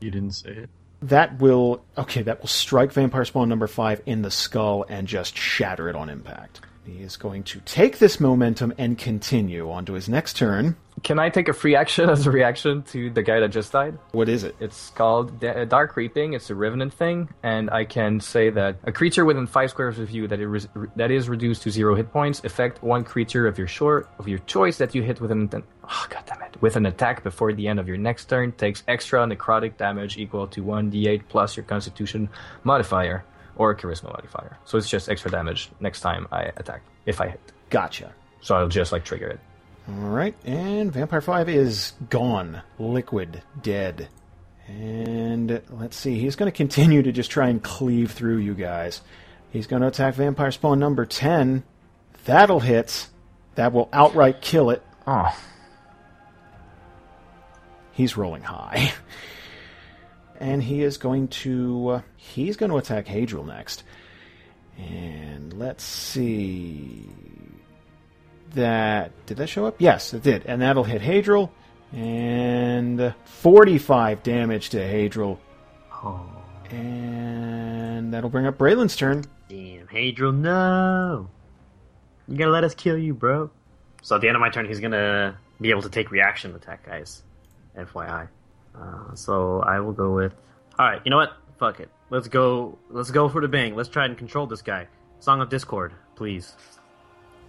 S5: You didn't say it.
S3: That will, okay, that will strike Vampire Spawn number five in the skull and just shatter it on impact. He is going to take this momentum and continue onto his next turn.
S7: Can I take a free action as a reaction to the guy that just died?
S3: What is it?
S7: It's called Da- uh, Dark Reaping. It's a revenant thing, and I can say that a creature within five squares of you that it res- that is reduced to zero hit points affect one creature of your short of your choice that you hit with an oh, God damn it with an attack before the end of your next turn takes extra necrotic damage equal to one d8 plus your Constitution modifier or Charisma modifier. So it's just extra damage next time I attack if I hit.
S3: Gotcha.
S7: So I'll just like trigger it.
S3: All right, and Vampire 5 is gone, liquid, dead. And let's see, he's going to continue to just try and cleave through you guys. He's going to attack Vampire Spawn number 10. That'll hit. That will outright kill it.
S7: Oh,
S3: He's rolling high. And he is going to uh, he's going to attack Hadriel next. And let's see that did that show up? Yes, it did. And that'll hit Hadriel And 45 damage to Hadril.
S6: Oh,
S3: And that'll bring up Braylon's turn.
S6: damn, Hadril, no! You gotta let us kill you, bro. So at the end of my turn, he's gonna be able to take reaction attack, guys. FYI. Uh, so I will go with. All right, you know what? Fuck it. Let's go. Let's go for the bang. Let's try and control this guy. Song of Discord, please.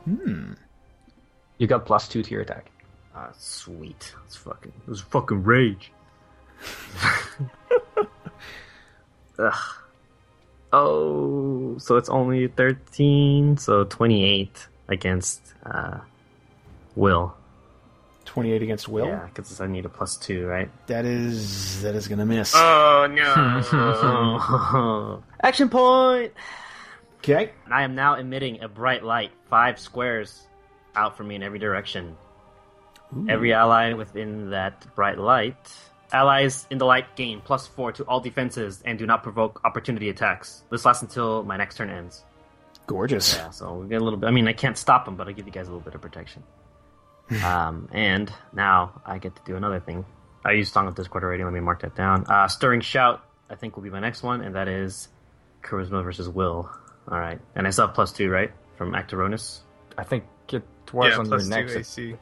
S7: You got plus two to your attack.
S6: Ah, sweet. It's fucking. It was fucking rage. Ugh. Oh, so it's only thirteen. So twenty-eight against uh, Will.
S3: 28 against Will.
S6: Yeah, because I need a plus two, right?
S3: That is that is gonna miss.
S6: Oh no! Action point.
S3: okay.
S6: And I am now emitting a bright light five squares out from me in every direction. Every ally within that bright light. Allies in the light gain plus four to all defenses and do not provoke opportunity attacks. This lasts until my next turn ends.
S3: Gorgeous.
S6: Yeah, so we get a little bit. I mean, I can't stop them, but I give you guys a little bit of protection. um, and now I get to do another thing. I used Song of Discord already. Let me mark that down. Uh, Stirring Shout, I think, will be my next one, and that is Charisma versus Will. All right, and I still have plus two, right, from Actoronus.
S7: I think it was
S4: yeah,
S7: on your
S4: plus
S7: next.
S4: two AC.
S7: I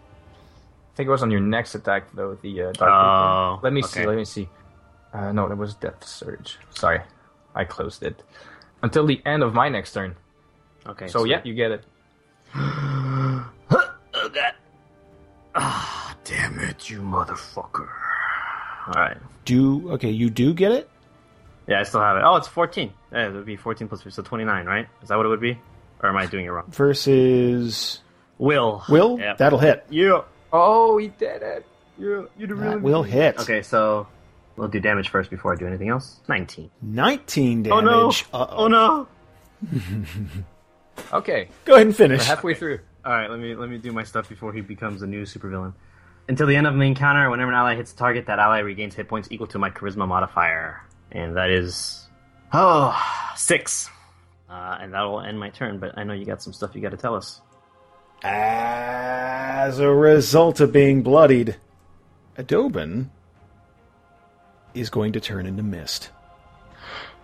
S7: think it was on your next attack though. The uh, dark.
S6: Oh,
S7: let me see.
S6: okay.
S7: Let me see. Uh, no, it was Death Surge. Sorry, I closed it. Until the end of my next turn.
S6: Okay.
S7: So yeah, you get it.
S6: Oh god. Ah, damn it, you motherfucker! All right.
S3: Do okay, you do get it?
S6: Yeah, I still have it. Oh, it's fourteen. Yeah, it would be fourteen plus three, so twenty-nine, right? Is that what it would be, or am I doing it wrong?
S3: Versus
S6: Will.
S3: Will?
S6: Yep.
S3: That'll hit.
S6: Yeah.
S7: Oh, he did it.
S6: You, you the
S3: That will hit.
S6: Okay, so we'll do damage first before I do anything else. Nineteen.
S3: 19
S6: Oh
S3: damage.
S6: no!
S3: Uh-oh.
S6: Oh no!
S7: Okay,
S3: Go ahead and finish.
S7: we're halfway through.
S6: All right, let me let me do my stuff before he becomes a new supervillain. Until the end of the encounter, whenever an ally hits a target, that ally regains hit points equal to my charisma modifier, and that is oh six. Uh, and that will end my turn. But I know you got some stuff you got to tell us.
S3: As a result of being bloodied, Adobin is going to turn into mist.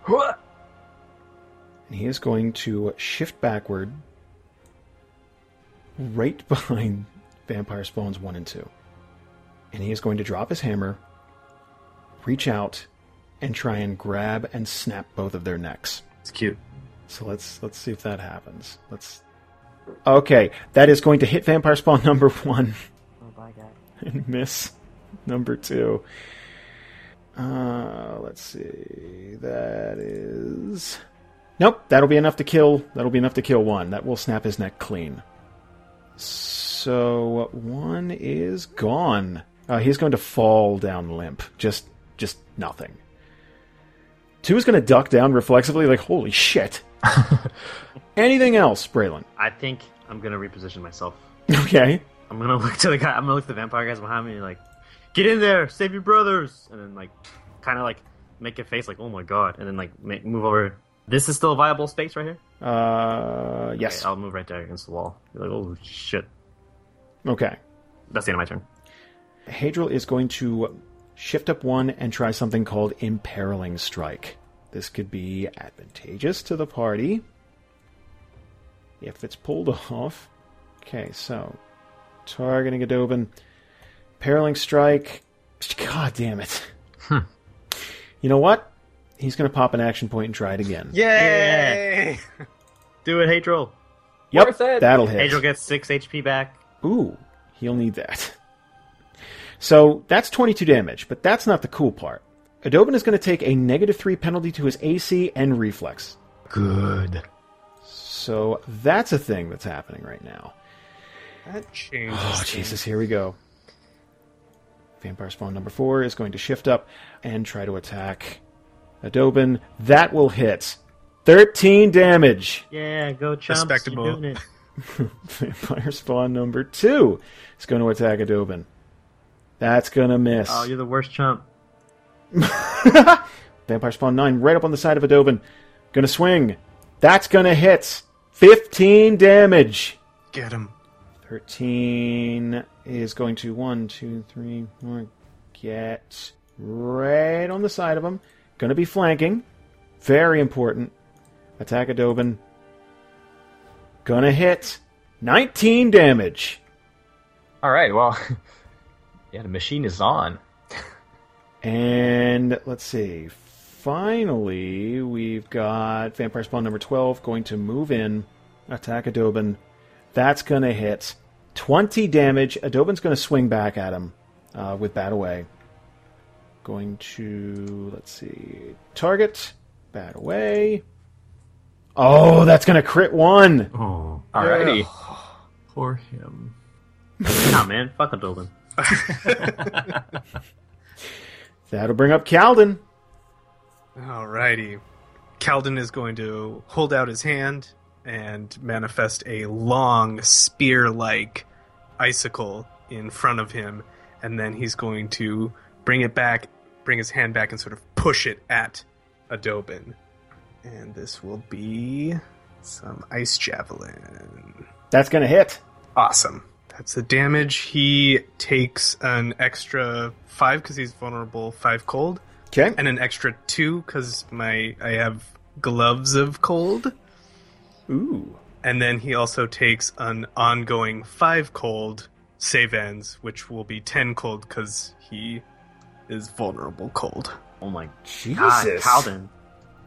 S3: And he is going to shift backward right behind Vampire Spawns 1 and 2. And he is going to drop his hammer, reach out, and try and grab and snap both of their necks.
S5: It's cute.
S3: So let's let's see if that happens. Let's. Okay, that is going to hit vampire spawn number one
S6: Oh, bye, guy.
S3: and miss number two. Uh, let's see. That is. Nope, that'll be enough to kill. That'll be enough to kill one. That will snap his neck clean. So one is gone. Uh, he's going to fall down limp. Just, just nothing. Two is going to duck down reflexively, like holy shit. Anything else, Braylon?
S6: I think I'm gonna reposition myself.
S3: Okay.
S6: I'm gonna look to the guy. I'm gonna look to the vampire guys behind me, like, get in there, save your brothers, and then like, kind of like make a face, like, oh my god, and then like ma- move over. This is still a viable space right here.
S3: Uh, yes.
S6: Okay, I'll move right there against the wall. Be like, oh shit,
S3: Okay.
S6: that's the end of my turn.
S3: Hadril is going to shift up one and try something called Imperiling Strike. This could be advantageous to the party if it's pulled off. Okay, so targeting Adobin. Imperiling Strike. God damn it. You know what? He's going to pop an action point and try it again.
S4: Yay!
S6: Do it, Hadril.
S3: Yep,
S7: Worth it.
S3: that'll hit.
S6: Hadril gets six HP back.
S3: Ooh, he'll need that. So that's 22 damage, but that's not the cool part. Adobin is going to take a negative 3 penalty to his AC and reflex.
S7: Good.
S3: So that's a thing that's happening right now.
S4: That changes.
S3: Oh,
S4: things.
S3: Jesus, here we go. Vampire Spawn number 4 is going to shift up and try to attack Adobin. That will hit. 13 damage.
S6: Yeah, go chumps.
S4: Respectable.
S6: You're doing it.
S3: Vampire Spawn number 2 is going to attack Adobin. That's going to miss.
S6: Oh, you're the worst chump.
S3: Vampire Spawn 9 right up on the side of Adobin. Gonna swing. That's gonna hit. 15 damage.
S4: Get him.
S3: 13 is going to one, two, three, four. Get right on the side of him. Going to be flanking. Very important. Attack Adobin. Going to hit 19 damage.
S7: All right. Well, yeah, the machine is on.
S3: And let's see. Finally, we've got Vampire Spawn number 12 going to move in, attack Adobin. That's going to hit 20 damage. Adobin's going to swing back at him uh, with Bat Away. Going to, let's see, target, Bat Away. Oh, that's going to crit one.
S5: Oh,
S7: Alrighty.
S5: poor him.
S6: nah, man, fuck a building.
S3: That'll bring up Calden.
S4: Alrighty. Calden is going to hold out his hand and manifest a long spear like icicle in front of him, and then he's going to bring it back, bring his hand back, and sort of push it at Adobin. And this will be some ice javelin.
S3: That's going to hit.
S4: Awesome. That's the damage. He takes an extra five because he's vulnerable, five cold
S3: Okay.
S4: and an extra two because my I have gloves of cold,
S3: Ooh.
S4: and then he also takes an ongoing five cold save ends, which will be ten cold because he is vulnerable cold.
S6: Oh my god,
S3: Jesus.
S6: Calden,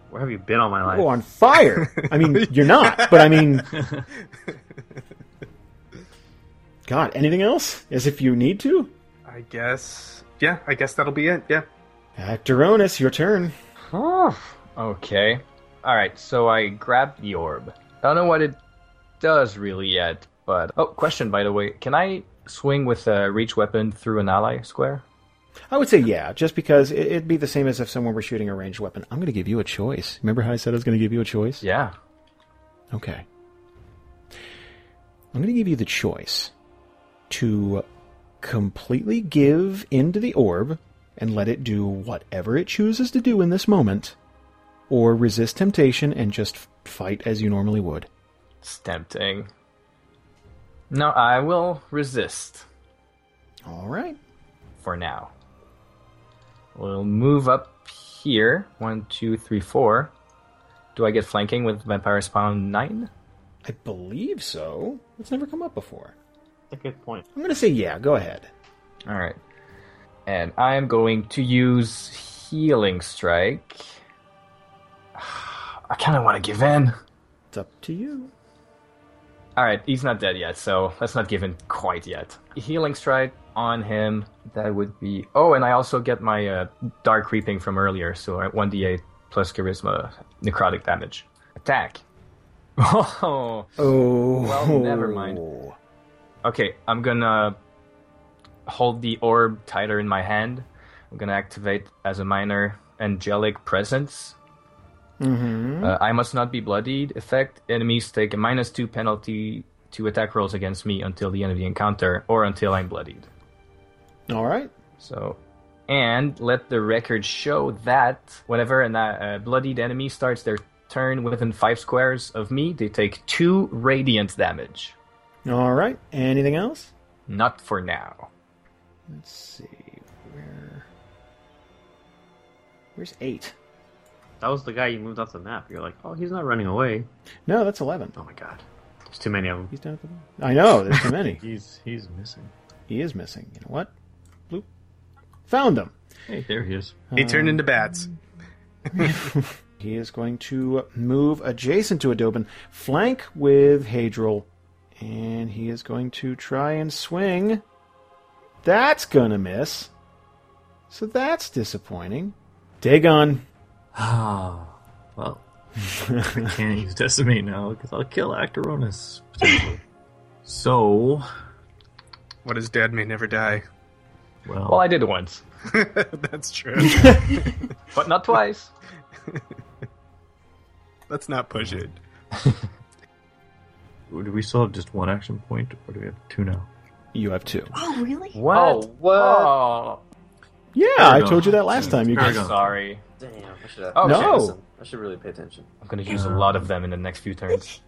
S6: where have you been all my life?
S3: Oh, on fire. I mean, you're not, but I mean. God, anything else? As if you need to?
S4: I guess. Yeah, I guess that'll be it. Yeah.
S3: Actoronus, your turn.
S7: okay. All right. So I grabbed the orb. I don't know what it does really yet, but oh, question by the way, can I swing with a reach weapon through an ally square?
S3: I would say yeah, just because it, it'd be the same as if someone were shooting a ranged weapon. I'm going to give you a choice. Remember how I said I was going to give you a choice?
S7: Yeah.
S3: Okay. I'm going to give you the choice to completely give into the orb and let it do whatever it chooses to do in this moment, or resist temptation and just f- fight as you normally would.
S7: It's tempting. No, I will resist
S3: All right.
S7: for now. We'll move up here. One, two, three, four. Do I get flanking with Vampire Spawn 9?
S3: I believe so. It's never come up before.
S6: That's a good point.
S3: I'm going to say yeah, go ahead.
S7: Alright. And I'm going to use Healing Strike. I kind of want to give in.
S3: It's up to you.
S7: Alright, he's not dead yet, so let's not give in quite yet. Healing Strike on him. That would be. Oh, and I also get my uh, Dark Reaping from earlier, so I 1d8 plus Charisma necrotic damage. Attack. Oh,
S3: Oh.
S7: Well, never mind. Okay, I'm gonna hold the orb tighter in my hand. I'm gonna activate as a minor angelic presence.
S3: Mm-hmm.
S7: Uh, I must not be bloodied. Effect enemies take a minus two penalty to attack rolls against me until the end of the encounter or until I'm bloodied.
S3: All right.
S7: So, and let the record show that whenever an, uh, a bloodied enemy starts their turn within five squares of me, they take two radiant damage.
S3: All right. Anything else?
S7: Not for now.
S3: Let's see. Where? Where's eight?
S6: That was the guy you moved off the map. You're like, oh, he's not running away.
S3: No, that's eleven.
S6: Oh my god, there's too many of them.
S3: He's down at the. bottom. I know. There's too many.
S5: He's he's missing.
S3: he is missing. You know what? Bloop. Found him.
S5: Hey, there he is.
S4: He turned into bats.
S3: He is going to move adjacent to Adobin, flank with Hadril, and he is going to try and swing. That's gonna miss. So that's disappointing. Dagon.
S5: Ah, well, I can't use decimate now because I'll kill Actoronus. potentially. so,
S4: What is dead may never die.
S5: well,
S7: Well, I did once,
S4: That's true.
S7: but not twice.
S4: Let's not push it.
S5: do we still have just one action point, or do we have two now?
S3: You have two.
S8: Oh, really?
S7: What? Oh, what? Oh,
S3: Yeah, I
S5: Paragon.
S3: told you that last time. You
S5: Paragon.
S3: guys
S5: There you go.
S7: sorry.
S6: Damn, I should have.
S7: Oh,
S3: No.
S6: Listen, I should really pay attention.
S7: I'm gonna use a lot of them in the next few turns.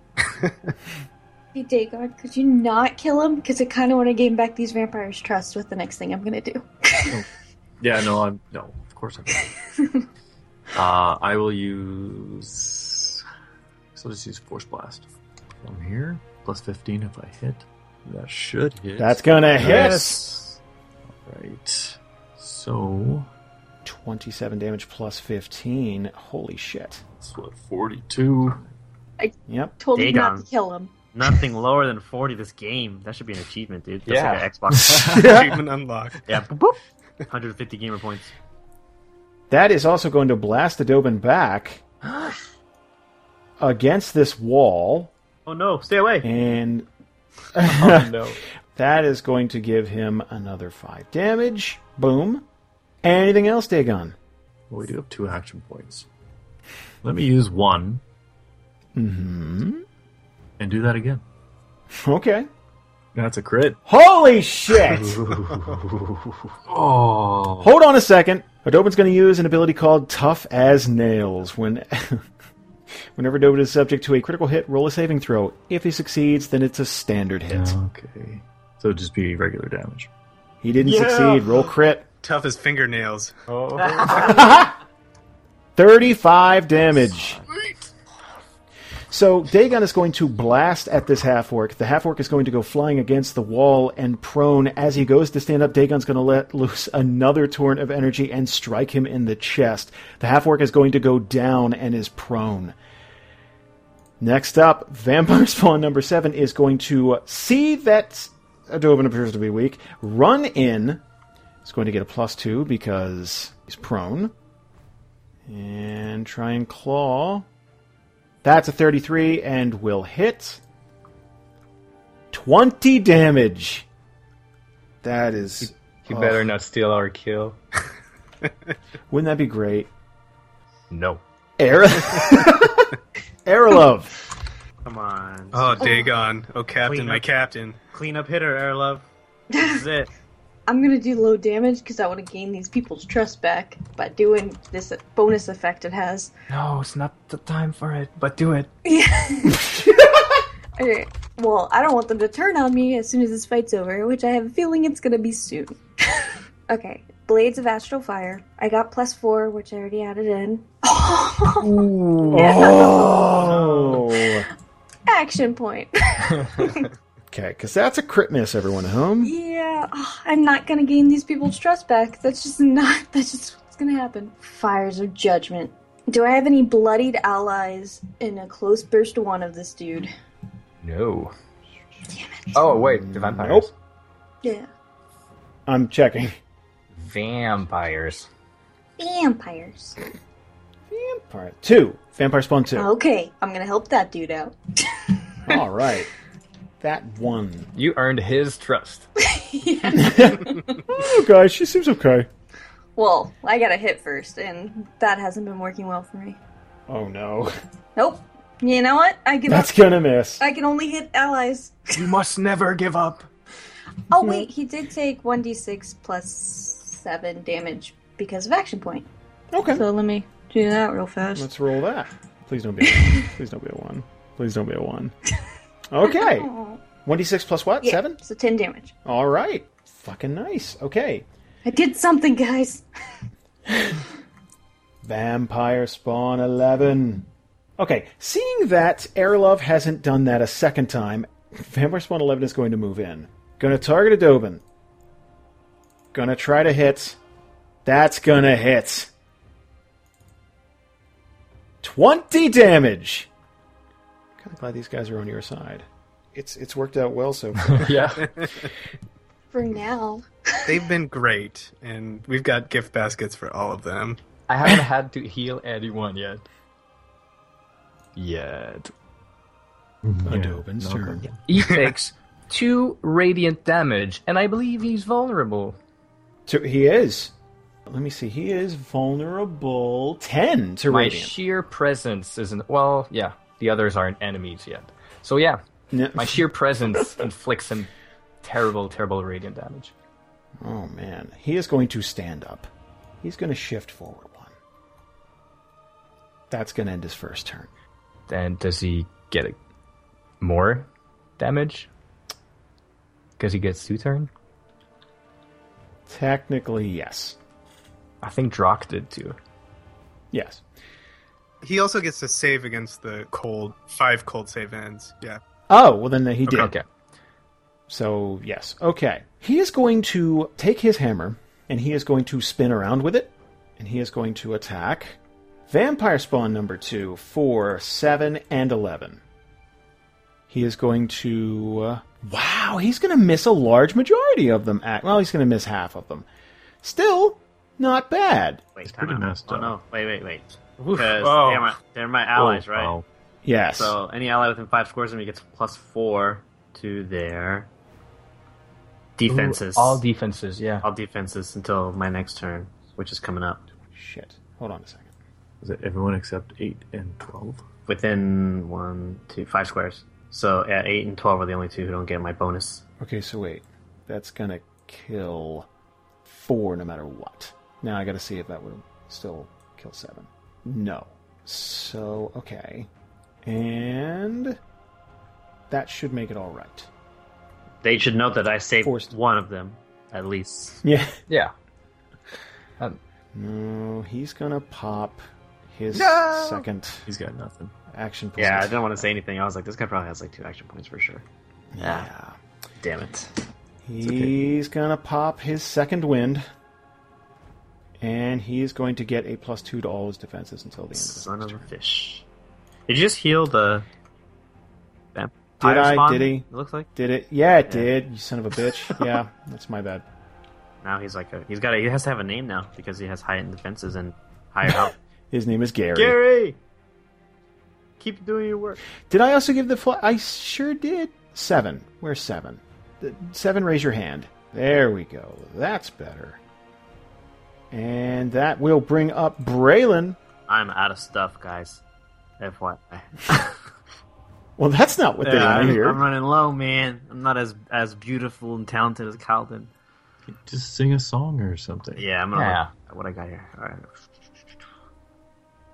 S8: Hey, Dagon, could you not kill him? Because I kind of want to gain back these vampires' trust with the next thing I'm going to do.
S1: Yeah, no, I'm no. Of course I'm. not. uh, I will use. So I'll just use force blast from here. Plus fifteen if I hit. That should hit.
S3: That's gonna hit.
S1: Yes. All right. So
S3: 27 damage plus 15. Holy shit.
S1: that's what forty-two.
S3: Yep.
S8: Told him not
S6: Dagon.
S8: to kill him.
S6: Nothing lower than 40 this game. That should be an achievement, dude. That's
S7: Yeah.
S6: like an Xbox.
S4: Achievement unlocked.
S6: yeah. boop, boop. 150 gamer points.
S3: That is also going to blast the Dobin back against this wall,
S6: Oh no, stay away.
S3: and
S1: No.
S3: that is going to give him another 5 damage. Boom. Anything else, Dagon?
S1: Well, we do have two action points. Let me use one
S3: Mm-hmm.
S1: and do that again.
S3: Okay.
S1: That's a crit.
S3: Holy shit!
S1: Oh.
S3: Hold on a second. Adobin's going to use an ability called Tough as Nails. When, whenever Adobin is subject to a critical hit, roll a saving throw. If he succeeds, then it's a standard hit.
S1: Okay. So it'd just be regular damage.
S3: He didn't
S4: Yeah.
S3: succeed. Roll crit.
S4: Tough as fingernails.
S3: 35 damage. So Dagon is going to blast at this half orc. The half orc is going to go flying against the wall and prone. As he goes to stand up, Dagon's going to let loose another torrent of energy and strike him in the chest. The half orc is going to go down and is prone. Next up, Vampire Spawn number seven is going to see that Adobin appears to be weak, run in. It's going to get a plus two because he's prone. And try and claw. That's a 33 and will hit. 20 damage. That is.
S7: You better not steal our kill.
S3: Wouldn't that be great?
S7: No.
S3: Air- Aerolove.
S6: Come on.
S4: Oh, Dagon. Oh, Captain,
S6: Clean
S4: my
S6: up.
S4: captain.
S6: Clean up hitter, Erlov. This is it.
S8: I'm gonna do low damage because I want to gain these people's trust back by doing this bonus effect it has.
S7: No, it's not the time for it, but do it.
S8: Okay, well, I don't want them to turn on me as soon as this fight's over, which I have a feeling it's gonna be soon. okay, Blades of Astral Fire. I got plus four, which I already added in.
S3: Oh.
S8: Action point.
S3: Okay, because that's a crit miss, everyone at home.
S8: yeah, ugh, I'm not gonna gain these people's trust back. That's just not. That's just what's gonna happen. Fires of Judgment. Do I have any bloodied allies in a close burst one of this dude?
S7: No. Oh, wait, the vampires.
S3: Nope.
S8: Yeah.
S3: I'm checking.
S7: Vampires.
S8: Vampires.
S3: Vampire. Two. Vampire Spawn 2.
S8: Okay, I'm gonna help that dude out.
S3: All right. That one.
S7: You earned his trust.
S3: Oh, guys, she seems okay.
S8: Well, I got a hit first, and that hasn't been working well for me.
S3: Oh, no.
S8: Nope. You know what? I can
S3: That's going to miss.
S8: I can only hit allies.
S7: you must never give up.
S8: Oh wait, he did take one d six plus seven damage because of action point.
S3: Okay.
S8: So let me do that real fast.
S3: Let's roll that. Please don't be a one. Please don't be a one. Please don't be a one. Okay. 1d6 plus what?
S8: Yeah,
S3: 7?
S8: So ten damage.
S3: All right. Fucking nice. Okay.
S8: I did something, guys.
S3: Vampire Spawn 11. Okay, seeing that Airlove hasn't done that a second time, Vampire Spawn 11 is going to move in. Going to target Adobin. Going to try to hit. That's going to hit. 20 damage! Kind of glad these guys are on your side. It's, it's worked out well so far.
S7: Yeah.
S8: For now.
S4: They've been great, and we've got gift baskets for all of them.
S7: I haven't had to heal anyone yet. Yet.
S3: Adobin's turn.
S7: He takes two radiant damage, and I believe he's vulnerable.
S3: So he is. Let me see. He is vulnerable 10 to
S7: My
S3: radiant.
S7: sheer presence isn't. Well, yeah. The others aren't enemies yet. So, yeah.
S3: No-
S7: My sheer presence inflicts him terrible, terrible radiant damage.
S3: Oh man, he is going to stand up. He's going to shift forward one. That's going to end his first turn.
S7: Then does he get it more? damage? Because he gets two turn?
S3: Technically, yes.
S7: I think Drock did too.
S3: Yes.
S4: He also gets to save against the cold five cold save ends. Yeah.
S3: Oh, well, then he did.
S7: Okay.
S3: So, yes. Okay. He is going to take his hammer and he is going to spin around with it and he is going to attack Vampire Spawn number two for 7 and 11. He is going to. Uh, wow, he's going to miss a large majority of them. Ac- Well, he's going to miss half of them. Still, not bad.
S6: Wait,
S5: pretty
S6: time out.
S5: messed
S6: oh,
S5: up.
S6: no, wait, wait, wait. Because
S4: Oh.
S6: they're, my, they're my allies, right?
S7: Oh,
S5: wow.
S3: Yes.
S6: So any ally within five scores of me gets plus four to their defenses.
S7: Ooh, all defenses, yeah.
S6: all defenses until my next turn, which is coming up
S3: Shit. Hold on a second.
S5: Is it everyone except 8 and 12?
S6: within one, two, five squares. So at eight and twelve are the only two who don't get my bonus.
S3: Okay, so wait. That's gonna kill four no matter what. Now I gotta see if that would still kill seven. No. So, okay. And that should make it alright.
S6: They should know that I saved
S3: Forced.
S6: one of them at least.
S3: Yeah.
S7: Yeah.
S3: No, he's gonna pop his second
S5: He's got nothing.
S3: action point.
S6: Yeah, I didn't want to say anything. I was like, this guy probably has like two action points for sure. Ah,
S3: Yeah.
S6: Damn it.
S3: He's gonna pop his second wind. And he's going to get a plus two to all his defenses until the end of his
S6: Son of a fish. Did you just heal the vampire
S3: Did I?
S6: spawn,
S3: Did he?
S6: It looks like
S3: Did it? Yeah, it did. You son of a bitch. yeah, that's my bad.
S6: now he's like a he's got a, he has to have a name now because he has high end defenses and higher health.
S3: His name is Gary.
S6: Gary, keep doing your work.
S3: Did I also give the fly? I sure did. Seven. Where's seven? The- Seven, raise your hand. There we go. That's better. And that will bring up Braylon.
S6: I'm out of stuff, guys. FYI.
S3: Well, that's not what they
S6: Yeah,
S3: want
S6: I'm,
S3: to
S6: I'm
S3: hear.
S6: running low, man. I'm not as as beautiful and talented as Calvin.
S5: Just sing a song or something.
S6: Yeah, I'm gonna
S7: Yeah.
S6: look at what I got here. All right.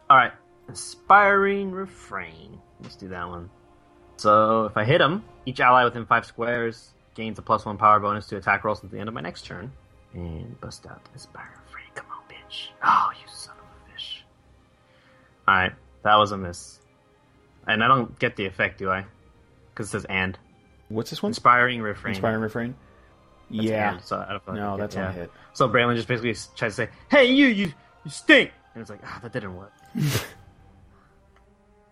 S6: All right. Inspiring refrain. Let's do that one. So if I hit him, each ally within five squares gains a plus one power bonus to attack rolls at the end of my next turn. And bust out the inspiring refrain. Come on, bitch. Oh, you son of a fish. All right, that was a miss. And I don't get the effect, do I? Because it says and
S3: What's this one?
S6: inspiring refrain.
S3: Inspiring refrain.
S6: That's
S3: Yeah.
S6: and, so I don't feel like I
S3: No,
S6: did-
S3: that's
S6: yeah.
S3: not a hit.
S6: So Braylon just basically s- tries to say, "Hey, you, you, you stink," and it's like, "Ah, that didn't work."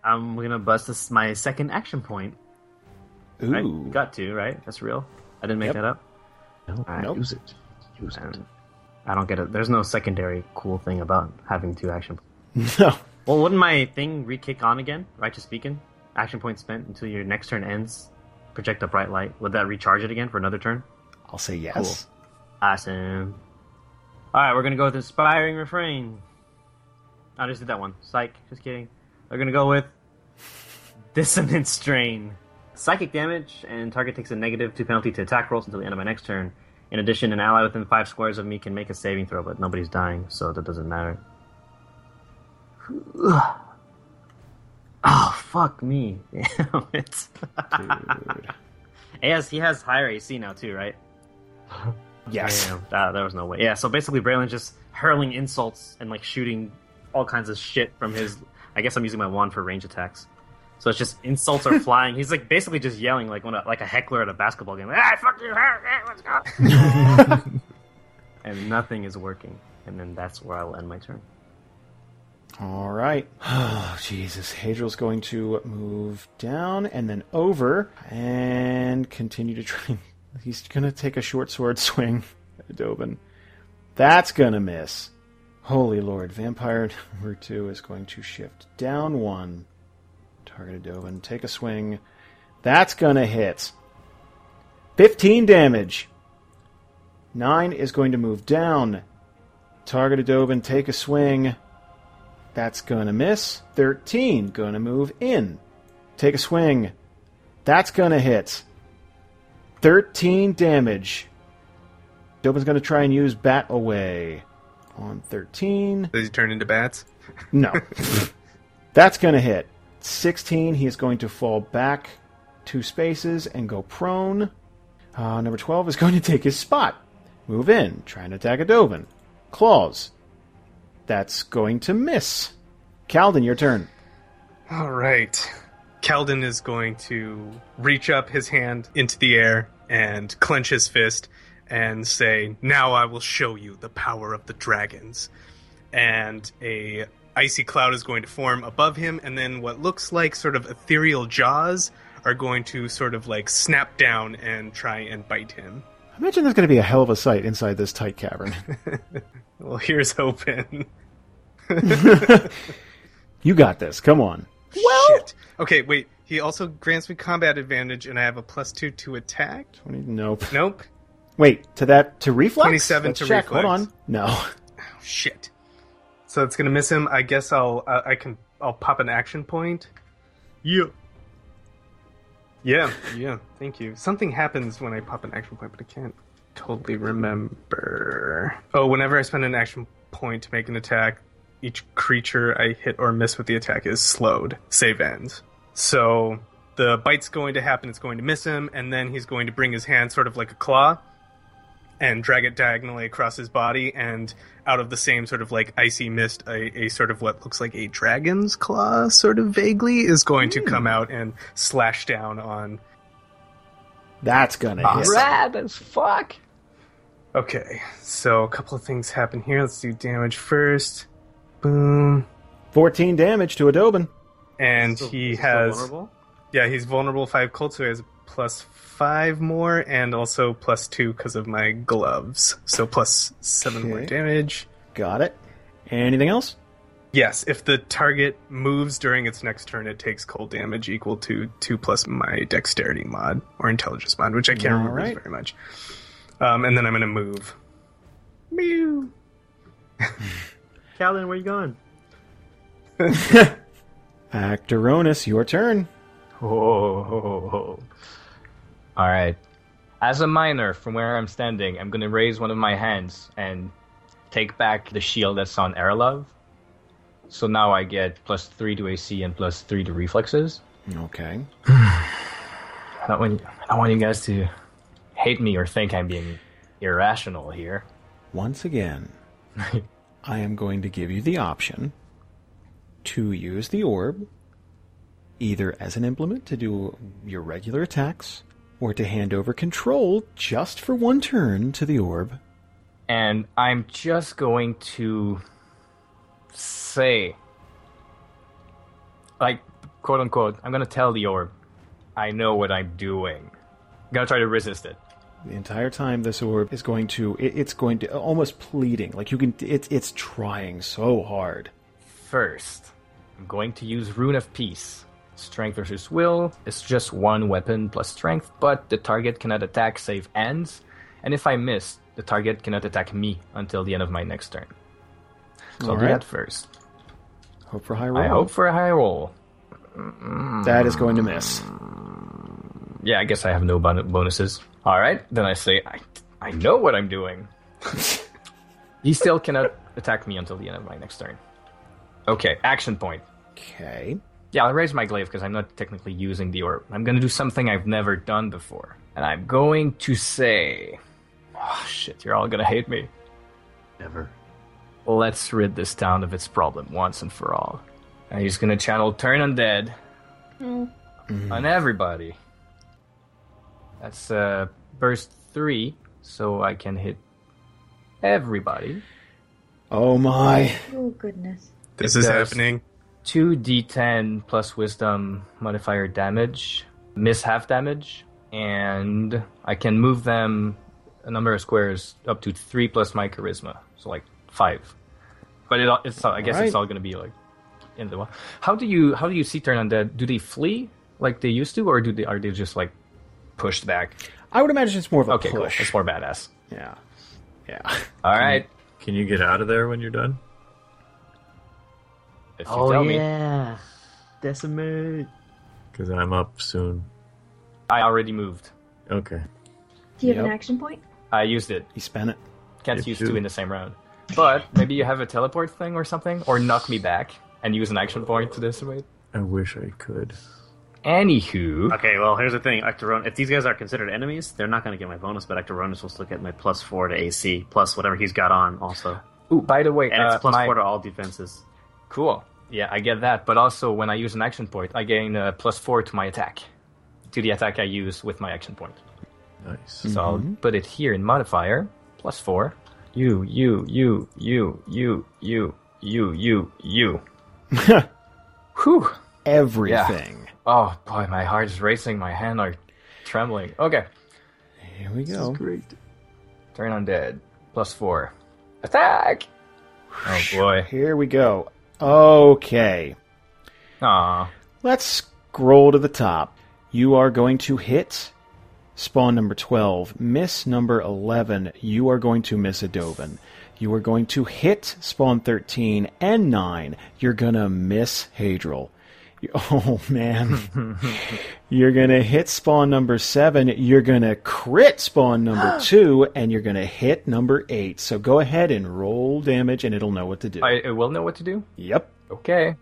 S6: I'm gonna bust this my second action point. Right?
S3: Ooh.
S6: Got to right. That's real. I didn't make
S3: Yep.
S6: that up.
S5: No,
S6: Alright.
S3: Nope.
S5: Use it. Use it.
S6: And I don't get it. There's no secondary cool thing about having two action.
S3: No.
S6: Well, wouldn't my thing re-kick on again? Righteous Beacon. Action point spent until your next turn ends. Project a bright light. Would that recharge it again for another turn?
S3: I'll say yes.
S6: Awesome. All right, we're gonna go with inspiring refrain. I just did that one. Psych. Just kidding. We're gonna go with dissonant strain. Psychic damage, and target takes a negative two penalty to attack rolls until the end of my next turn. In addition, an ally within five squares of me can make a saving throw, but nobody's dying, so that doesn't matter. Oh fuck me! Damn it. Yes, he has higher AC now too, right?
S3: Yes.
S6: Damn, that, there was no way. Yeah, so basically Braylon's just hurling insults and like shooting all kinds of shit from his. I guess I'm using my wand for range attacks. So it's just insults are flying. He's like basically just yelling like when a, like a heckler at a basketball game. Like, ah, fuck you, ah, ah, let's go. and nothing is working. And then that's where I will end my turn.
S3: All right. Oh, Jesus. Hadriel's going to move down and then over and continue to try. He's going to take a short sword swing at Dobin. That's going to miss. Holy Lord. Vampire number two is going to shift down one. Target Dobin. Take a swing. That's going to hit. 15 damage. Nine is going to move down. Target Dobin. Take a swing. That's going to miss. 13, going to move in. Take a swing. That's going to hit. 13 damage. Dobin's going to try and use Bat Away on 13.
S4: Does he turn into bats?
S3: No. That's going to hit. 16, he is going to fall back. two spaces and go prone. Uh, number 12 is going to take his spot. Move in. Try and attack Adovan. Claws. That's going to miss. Calden, your turn.
S4: All right. Keldon is going to reach up his hand into the air and clench his fist and say, "Now I will show you the power of the dragons." And a icy cloud is going to form above him and then what looks like sort of ethereal jaws are going to sort of like snap down and try and bite him.
S3: I imagine there's going to be a hell of a sight inside this tight cavern.
S4: Well, here's open.
S3: you got this. Come on.
S4: Shit. Okay, wait. He also grants me combat advantage and I have a plus 2 to attack.
S3: 20, nope.
S4: Nope.
S3: Wait, to that, to reflex?
S4: 27
S3: Let's
S4: to
S3: check. Hold
S4: reflex.
S3: on. No.
S4: Shit. So it's gonna miss him. I guess I'll uh, I can I'll pop an action point. Yeah. Yeah. Yeah. Thank you. Something happens when I pop an action point, but I can't totally remember. Oh, whenever I spend an action point to make an attack, each creature I hit or miss with the attack is slowed. Save ends. So the bite's going to happen. It's going to miss him, and then he's going to bring his hand, sort of like a claw, and drag it diagonally across his body and out of the same sort of like icy mist a, a sort of what looks like a dragon's claw sort of vaguely is going to
S6: Hmm.
S4: come out and slash down on
S3: That's going to hit.
S7: Rad as fuck.
S4: okay so a couple of things happen here let's do damage first boom
S3: 14 damage to Adobin.
S4: and
S6: Still-
S4: he
S6: still
S4: has
S6: vulnerable?
S4: yeah he's vulnerable five cold so he has plus five more and also plus two because of my gloves so plus seven more
S3: Okay.
S4: damage
S3: Got it. Anything else?
S4: Yes, if the target moves during its next turn, it takes cold damage equal to 2 plus my dexterity mod or intelligence mod, which I can't remember
S3: Alright.
S4: very much. Um, and then I'm going to move. Mew.
S6: Calvin, where you going?
S3: Actoronus, your turn.
S7: Oh. All right. As a miner, from where I'm standing, I'm going to raise one of my hands and take back the shield that's on Erlov. So now I get plus three to AC and plus three to reflexes.
S3: Okay.
S7: I don't want, I don't want you guys to hate me or think I'm being irrational here.
S3: Once again, I am going to give you the option to use the orb either as an implement to do your regular attacks or to hand over control just for one turn to the orb.
S7: and I'm just going to say, like, quote unquote, I'm going to tell the orb, I know what I'm doing. I'm going to try to resist it.
S3: The entire time this orb is going to it, it's going to almost pleading like you can it's it's trying so hard.
S7: First, I'm going to use Rune of Peace. Strength versus Will It's just one weapon plus strength, but the target cannot attack save ends, and if I miss, the target cannot attack me until the end of my next turn. So I'll do
S3: Alright.
S7: that first.
S3: Hope for high roll.
S7: I hope for a high roll.
S3: That is going to miss.
S7: Yeah, I guess I have no bon- bonuses. All right, then I say I, I know what I'm doing. he still cannot attack me until the end of my next turn. Okay, action point.
S3: Okay.
S7: Yeah, I'll raise my glaive because I'm not technically using the orb. I'm going to do something I've never done before, and I'm going to say, "Oh shit, you're all going to hate me."
S1: Never.
S7: Let's rid this town of its problem once and for all. And he's going to channel Turn Undead on everybody. That's uh, burst three, so I can hit everybody.
S3: Oh my.
S8: Oh goodness.
S4: This
S7: It
S4: is
S7: does.
S4: happening.
S7: 2d10 plus wisdom modifier damage, miss half damage, and I can move them a number of squares up to three plus my charisma, so like five. But it, all- it's all- I guess it's
S3: Alright.
S7: all going to be like in the one. How do you how do you see turn undead? Do they flee like they used to, or do they are they just like pushed back?
S3: I would imagine it's more of a
S7: Okay, cool.
S3: push.
S7: It's more badass.
S3: Yeah. Yeah.
S7: All right.
S1: Can you get out of there when you're done?
S7: If you tell me,
S6: Oh, yeah. Decimate.
S1: Because I'm up soon.
S7: I already moved.
S1: Okay.
S8: Do you have an
S3: Yep.
S8: action point?
S7: I used it.
S3: He spent it.
S7: Can't
S1: If
S7: use
S1: you-
S7: two in the same round. But maybe you have a teleport thing or something, or knock me back and use an action point to decimate.
S1: I wish I could.
S7: Anywho,
S6: Okay, well, here's the thing. Ectoron, if these guys are considered enemies, they're not going to get my bonus, but Ectoronus will still get my plus four to AC, plus whatever he's got on also.
S7: ooh, by the way,
S6: And it's
S7: uh,
S6: plus
S7: my-
S6: four to all defenses.
S7: Cool. Yeah, I get that. But also, when I use an action point, I gain uh, plus four to my attack, to the attack I use with my action point.
S1: Nice.
S7: So
S6: Mm-hmm.
S7: I'll put it here in modifier, plus four. You, you, you, you, you, you, you, you, you. Whew.
S3: Everything.
S7: Oh boy, my heart is racing. My hand are trembling. Okay,
S3: Here we go.
S1: Great.
S7: turn undead, plus four, attack. Oh boy.
S3: Here we go. Okay.
S7: Aw.
S3: Let's scroll to the top. You are going to hit spawn number 12, miss number 11. You are going to miss Adovan. You are going to hit spawn 13 and 9. You're going to miss Hadril. You- Oh, man. you're going to hit spawn number 7. You're going to crit spawn number 2. And you're going to hit number 8. So go ahead and roll damage, and it'll know what to do.
S7: I, I will know what to do.
S3: Yep.
S7: Okay.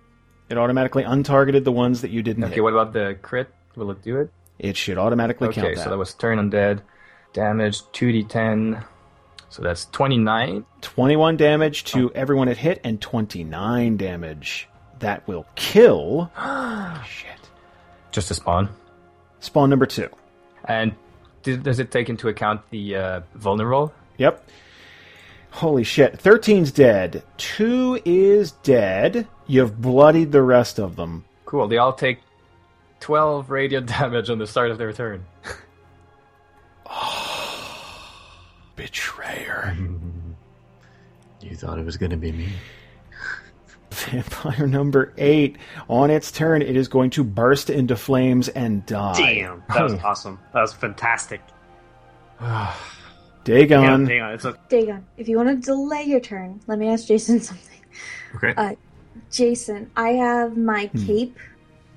S3: It automatically untargeted the ones that you didn't hit.
S7: Okay. What about the crit? Will it do it?
S3: It should automatically
S7: Okay,
S3: count that.
S7: so that was turn undead, damage 2d10. So that's 29.
S3: 21 damage to
S7: Oh.
S3: everyone it hit and 29 damage. That will kill
S7: Shit. Just a spawn.
S3: spawn number 2.
S7: And d- does it take into account the uh, vulnerable?
S3: Yep. Holy shit. 13's dead. 2 is dead. You've bloodied the rest of them.
S7: Cool. They all take 12 radiant damage on the start of their turn.
S3: Betrayer.
S7: Mm-hmm.
S1: You thought it was going to be me.
S3: Vampire number 8 on its turn it is going to burst into flames and die.
S6: Damn, that
S7: Hmm.
S6: was awesome. That was fantastic. Hang on,
S3: Dagon.
S6: hang on. It's okay.
S8: Dagon, if you want to delay your turn, let me ask Jason something.
S1: Okay.
S8: Uh, Jason, I have my cape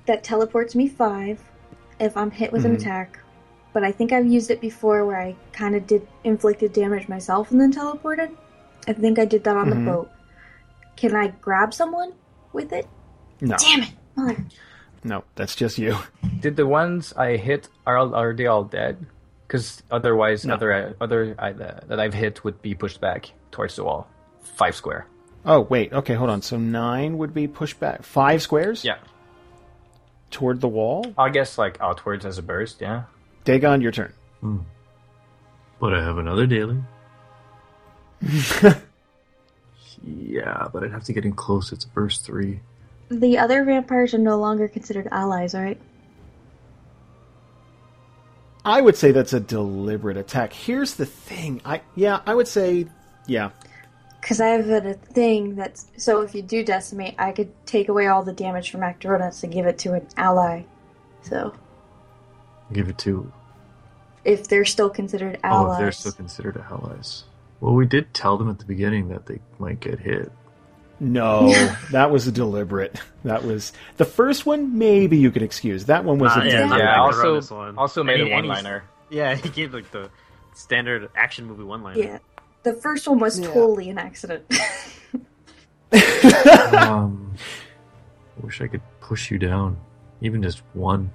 S8: that teleports me five if I'm hit with an attack, but I think I've used it before where I kind of did inflicted damage myself and then teleported. I think I did that on the boat. Can I grab someone with it?
S3: No.
S8: Damn it! Mother.
S3: No, that's just you.
S7: Did the ones I hit, are, all- are they all dead? Because otherwise, other, other I, that I've hit would be pushed back towards the wall. Five square.
S3: Oh, wait. Okay, hold on. So 9 would be pushed back 5 squares?
S7: Yeah.
S3: toward the wall.
S7: I guess like outwards as a burst, yeah.
S3: Dagon, your turn.
S1: But I have another daily. yeah, but I'd have to get in close. It's verse three.
S8: The other vampires are no longer considered allies, right?
S3: I would say that's a deliberate attack. Here's the thing. I yeah, I would say yeah.
S8: Because I have a thing that's so if you do decimate, I could take away all the damage from Actoronus and give it to an ally. So
S1: Give it to.
S8: if they're still considered
S1: Oh,
S8: allies,
S1: if they're still considered allies. Well, we did tell them at the beginning that they might get hit.
S3: No, that was a deliberate. That was the first one. Maybe you could excuse that one was.
S6: Nah,
S3: a
S6: Ah, Uh, yeah,
S3: deliberate.
S7: Yeah,
S6: I
S7: also-
S6: wrote this one.
S7: also made
S6: Any-
S7: a
S6: any-
S7: one-liner.
S6: Yeah, he gave like the standard action movie one liner.
S8: yeah, the first one was totally an accident.
S1: Um, I wish I could push you down, even just one.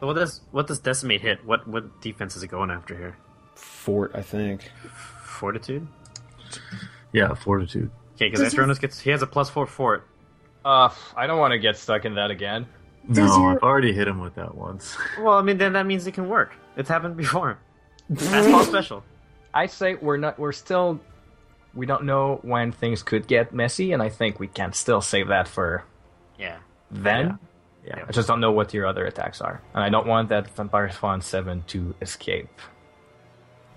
S6: So what does what does decimate hit? What what defense is it going after here?
S3: fort. I think.
S6: Fortitude.
S1: Yeah, fortitude.
S6: Okay, because
S8: Does your-
S6: Ectoronus gets he has a plus four fort.
S7: Uh, I don't want to get stuck in that again.
S8: Does
S1: no,
S8: your-
S1: I've already hit him with that once.
S6: Well, I mean, then that means it can work. It's happened before. That's all special.
S7: I say we're not. We're still. We don't know when things could get messy, and I think we can still save that for
S6: Yeah.
S7: then.
S1: Yeah. Yeah.
S7: I just don't know what your other attacks are, and I don't want that Vampire Spawn Seven to escape.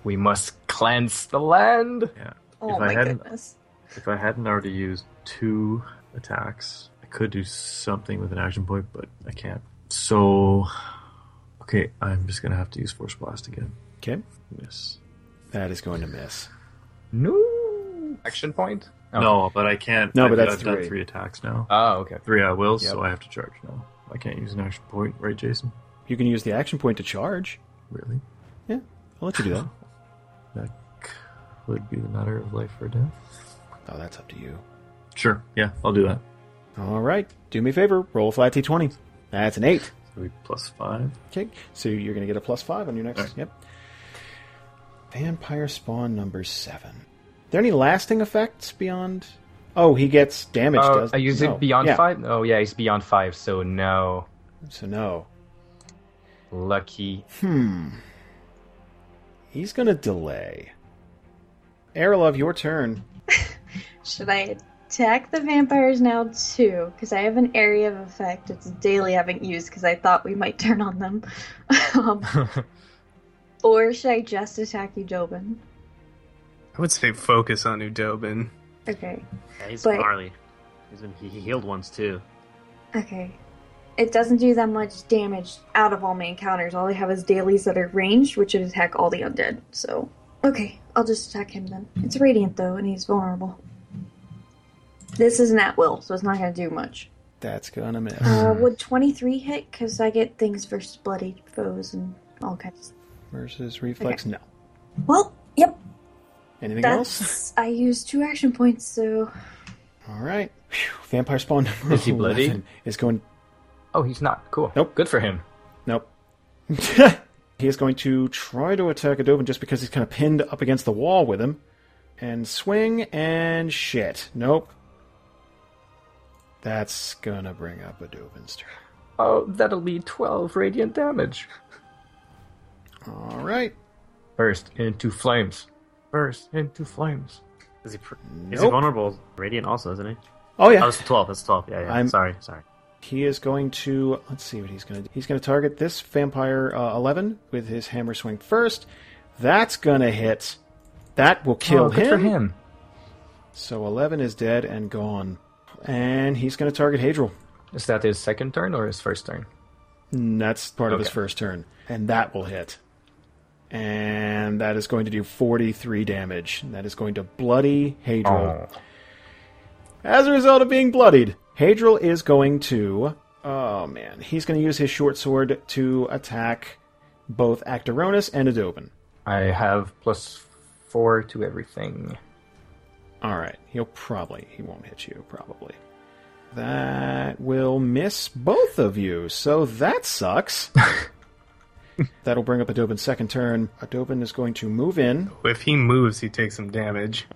S7: We must cleanse the land.
S1: If
S8: oh
S1: I
S8: my
S1: hadn't-
S8: goodness!
S1: If I hadn't already used two attacks, I could do something with an action point, but I can't. So, okay, I'm just gonna have to use force blast again.
S3: Okay,
S1: Miss.
S3: that is going to miss.
S7: No action point. Oh.
S1: No, but I can't.
S3: No,
S1: I've,
S3: but that's
S1: I've done
S3: three. Uh,
S1: three attacks now.
S7: Oh, okay.
S1: three I wills,
S7: Yep.
S1: so I have to charge now. I can't use an action point, right, Jason?
S3: You can use the action point to charge.
S1: Really?
S3: Yeah, I'll let you do that.
S1: That could be the matter of life or death.
S3: oh, that's up to you.
S1: Sure. Yeah, I'll do that.
S3: All right, do me a favor. Roll a flat t20. That's an eight.
S1: So we plus five.
S3: Okay, so you're going to get a plus five on your next.
S1: Alright.
S3: Yep. Vampire spawn number seven. Are there any lasting effects beyond? Oh, he gets damage.
S7: Oh,
S3: does
S7: I use
S3: no.
S7: it beyond
S3: Yeah.
S7: five. Oh yeah, he's beyond five. So no,
S3: So no,
S7: lucky.
S3: he's going to delay. Aerolove, your turn.
S8: Should I attack the vampires now too? Because I have an area of effect. It's daily I haven't used because I thought we might turn on them. um, or should I just attack Udobin?
S4: I would say focus on Udobin.
S8: Okay.
S6: Yeah, he's
S8: But-
S6: gnarly. He's been, he he healed once too.
S8: Okay. It doesn't do that much damage out of all my encounters. All I have is dailies that are ranged, which would attack all the undead. So, okay, I'll just attack him then. It's radiant though, and he's vulnerable. This isn't at will, so it's not going to do much.
S3: That's going to miss.
S8: Uh, would 23 hit? Because I get things versus bloody foes and all kinds.
S3: Versus reflex, no.
S8: Well, yep,
S3: Anything else?
S8: that's. I used two action points, so.
S3: All right. Phew. Vampire spawn number
S6: Is he bloody?
S3: 11 Is going.
S7: Oh, he's not. Cool.
S3: Nope.
S7: Good for him.
S3: Nope. he is going to try to attack Adobin just because he's kind of pinned up against the wall with him. And swing and shit. Nope. That's gonna bring up Adobin's turn.
S7: Oh, that'll be twelve radiant damage.
S3: All right.
S7: Burst into flames. Burst into flames.
S6: Is he? Pr- Is he
S3: Nope.
S6: vulnerable? Radiant also, isn't he?
S3: Oh
S6: Oh,
S3: yeah.
S6: that's twelve. That's twelve. Yeah, yeah.
S3: I'm-
S6: Sorry, sorry.
S3: He is going to. Let's see what he's gonna do. He's gonna target this vampire uh, eleven with his hammer swing first. That's gonna hit. That will kill
S7: oh, good for him.
S3: So 11 is dead and gone. And he's going to target Hadriel.
S7: Is that his second turn or his first turn?
S3: And that's part of his
S7: Okay.
S3: first turn. And that will hit. And that is going to do 43 damage. And That is going to bloody Hadriel. As a result of being bloodied, Hadriel is going to. Oh, man. He's going to use his short sword to attack both Actaronis and Adobin.
S7: I have plus four to everything.
S3: All right. He'll probably he won't hit you probably. That will miss both of you. So that sucks. That'll bring up Adobin's second turn. Adobin is going to move in.
S4: If he moves, he takes some damage.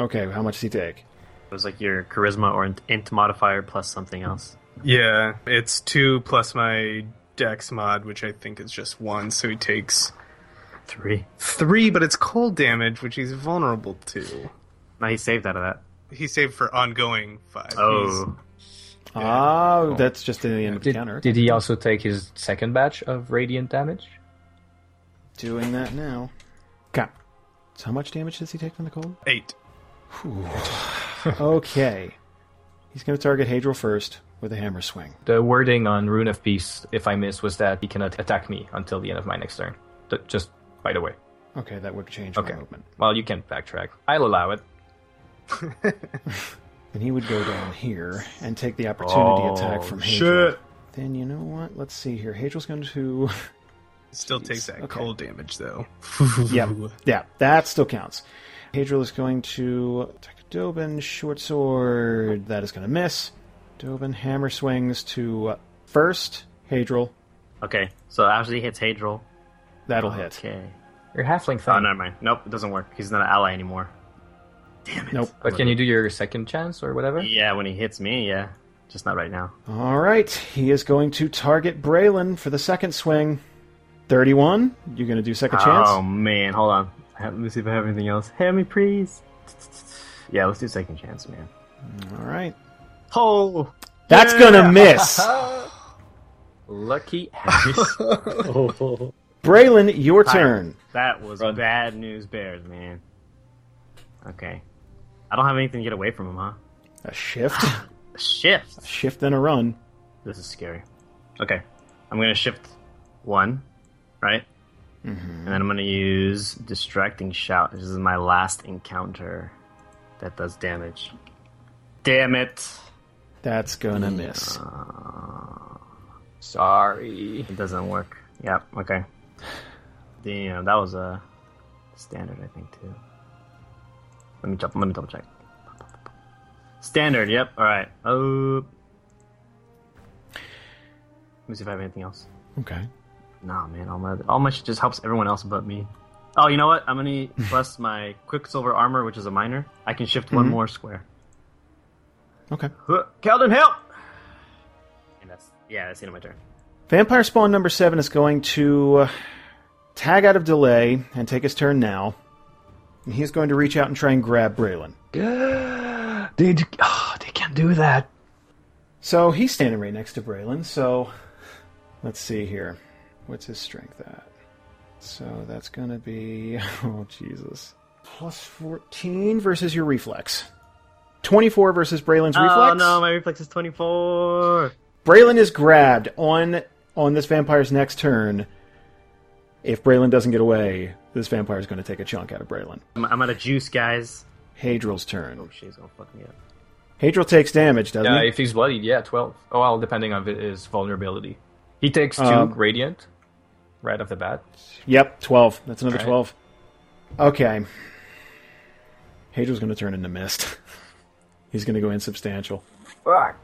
S3: Okay, how much does he take?
S6: It was like your charisma or int, int modifier plus something else.
S4: Yeah, it's two plus my dex mod, which I think is just one, so he takes
S6: Three.
S4: three, but it's cold damage, which he's vulnerable to.
S6: No, he saved out of that.
S4: He saved for ongoing five. He's-
S6: Oh,
S3: Ah, that's just in the end of the
S7: Did,
S3: counter.
S7: did he also take his second batch of radiant damage?
S3: Doing that now. Okay. So how much damage does he take from the cold?
S4: eight.
S3: okay. He's going to target Hadriel first with a hammer swing.
S7: The wording on Rune of Peace, if I miss, was that he cannot attack me until the end of my next turn. Th- just by the way.
S3: Okay, that would change
S7: Okay.
S3: my movement.
S7: Well, you can backtrack. I'll allow it.
S3: And he would go down here and take the opportunity attack from Hadriel. Then you know what? Let's see here. Hadriel's going to.
S4: Still takes that
S3: okay.
S4: cold damage though.
S3: yeah, yeah, that still counts. Hadriel is going to attack Dobin, short sword. That is going to miss. Dobin hammer swings to uh, first Hadriel.
S6: Oh, okay. So actually hits Hadril.
S3: That'll
S4: Ah,
S3: hit.
S6: Okay.
S7: Your halfling thing.
S6: Oh, never mind. Nope, it doesn't work. He's not an ally anymore.
S3: Nope.
S7: But can you do your second chance or whatever?
S6: Yeah, when he hits me, yeah. Just not right now.
S3: All right, he is going to target Braylon for the second swing. Thirty-one. You're going to do second
S6: Oh
S3: chance.
S6: man, hold on. I have- Let me see if I have anything else. Hand me, please. Yeah, let's do second chance, man.
S3: All right,
S6: Oh,
S3: that's going to miss.
S7: Lucky ass.
S3: Braylon, your turn.
S6: that was bad news, Bears, man. Okay, I don't have anything to get away from him, huh?
S3: A shift,
S6: Shift.
S3: shift, then a run.
S6: This is scary. Okay, I'm gonna shift one, right? And then I'm gonna use distracting shout. This is my last encounter that does damage. Damn it!
S3: That's going to miss.
S7: Sorry.
S6: It doesn't work. Yep. Okay. Damn, that was a standard, I think too. Let me jump. Let me double check. Standard. Yep. All right. Oh, Let me see if I have anything else.
S1: Okay.
S6: Nah, man, all my all my shit just helps everyone else but me. Oh, you know what? I'm gonna plus my Quicksilver armor, which is a minor. I can shift one more square.
S1: Mm-hmm. Okay.
S6: Huh, Keldon, help! And that's yeah, that's the end of my turn.
S1: Vampire Spawn number seven is going to uh, tag out of delay and take his turn now. And he's going to reach out and try and grab Braylon.
S7: Dude, oh, they can't do that.
S1: So he's standing right next to Braylon. So let's see here. What's his strength at? So that's going to be. Oh, Jesus. Plus 14 versus your reflex. 24 versus Braylon's
S6: Oh
S1: reflex.
S6: no, my reflex is 24.
S1: Braylon is grabbed on on this vampire's next turn. If Braylon doesn't get away, this vampire is going to take a chunk out of Braylon.
S6: I'm, I'm out of juice, guys.
S1: Hadril's turn.
S6: She's gonna fuck me up.
S1: Hadril takes damage, doesn't
S7: Yeah,
S1: he?
S7: if he's bloodied, yeah, twelve. Oh well, depending on his vulnerability. He takes two
S1: Um,
S7: radiant right off the bat.
S1: Yep, 12. That's another
S7: Right.
S1: 12. Okay. Hadril's going to turn into mist. He's going to go insubstantial.
S7: Fuck.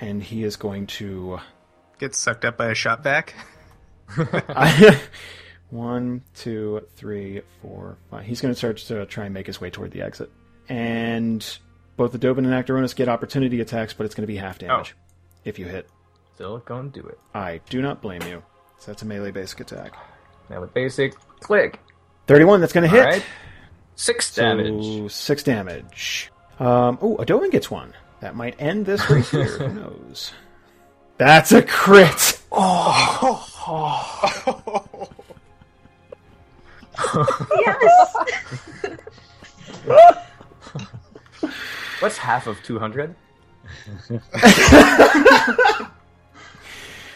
S1: And he is going to.
S4: Gets sucked up by a shot back.
S1: One, two, three, four, five. He's going to start to try and make his way toward the exit. And both the Dobin and Actaronis get opportunity attacks, but it's going to be half damage if you hit.
S7: Still gonna do it.
S1: I do not blame you. So that's a melee basic attack.
S7: Now with basic, click.
S1: 31, that's going to hit.
S7: All right, six damage.
S1: So six damage. Um, oh, Adovan gets one. That might end this right here. Who knows? That's a crit.
S8: Yes.
S7: What's half of two hundred?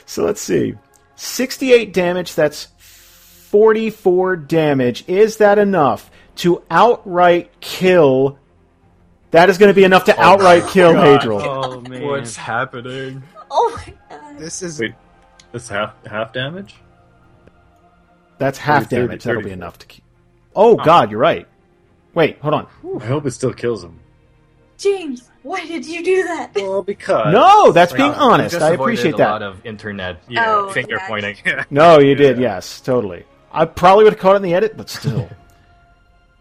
S1: So let's see. 68 damage. That's 44 damage. Is that enough to outright kill? That is going to be enough to
S7: Oh
S1: outright kill Hadril.
S6: Oh man.
S7: happening?
S8: oh my god.
S4: This is
S5: Wait. That's half half damage.
S1: That's half
S5: 30, 30,
S1: damage. That'll be
S5: 30.
S1: enough to kill. Oh, God, you're right. Wait, hold on.
S5: I hope it still kills him.
S8: James, why did you do that?
S5: Well, because
S1: No, that's being
S5: Wow.
S1: honest.
S7: Just
S1: I
S7: avoided
S1: appreciate
S7: a
S1: that.
S7: lot of internet
S5: Yeah.
S8: Oh,
S7: finger
S8: yeah.
S7: pointing.
S1: No, you did. Yes, totally. I probably would have caught it in the edit, but still,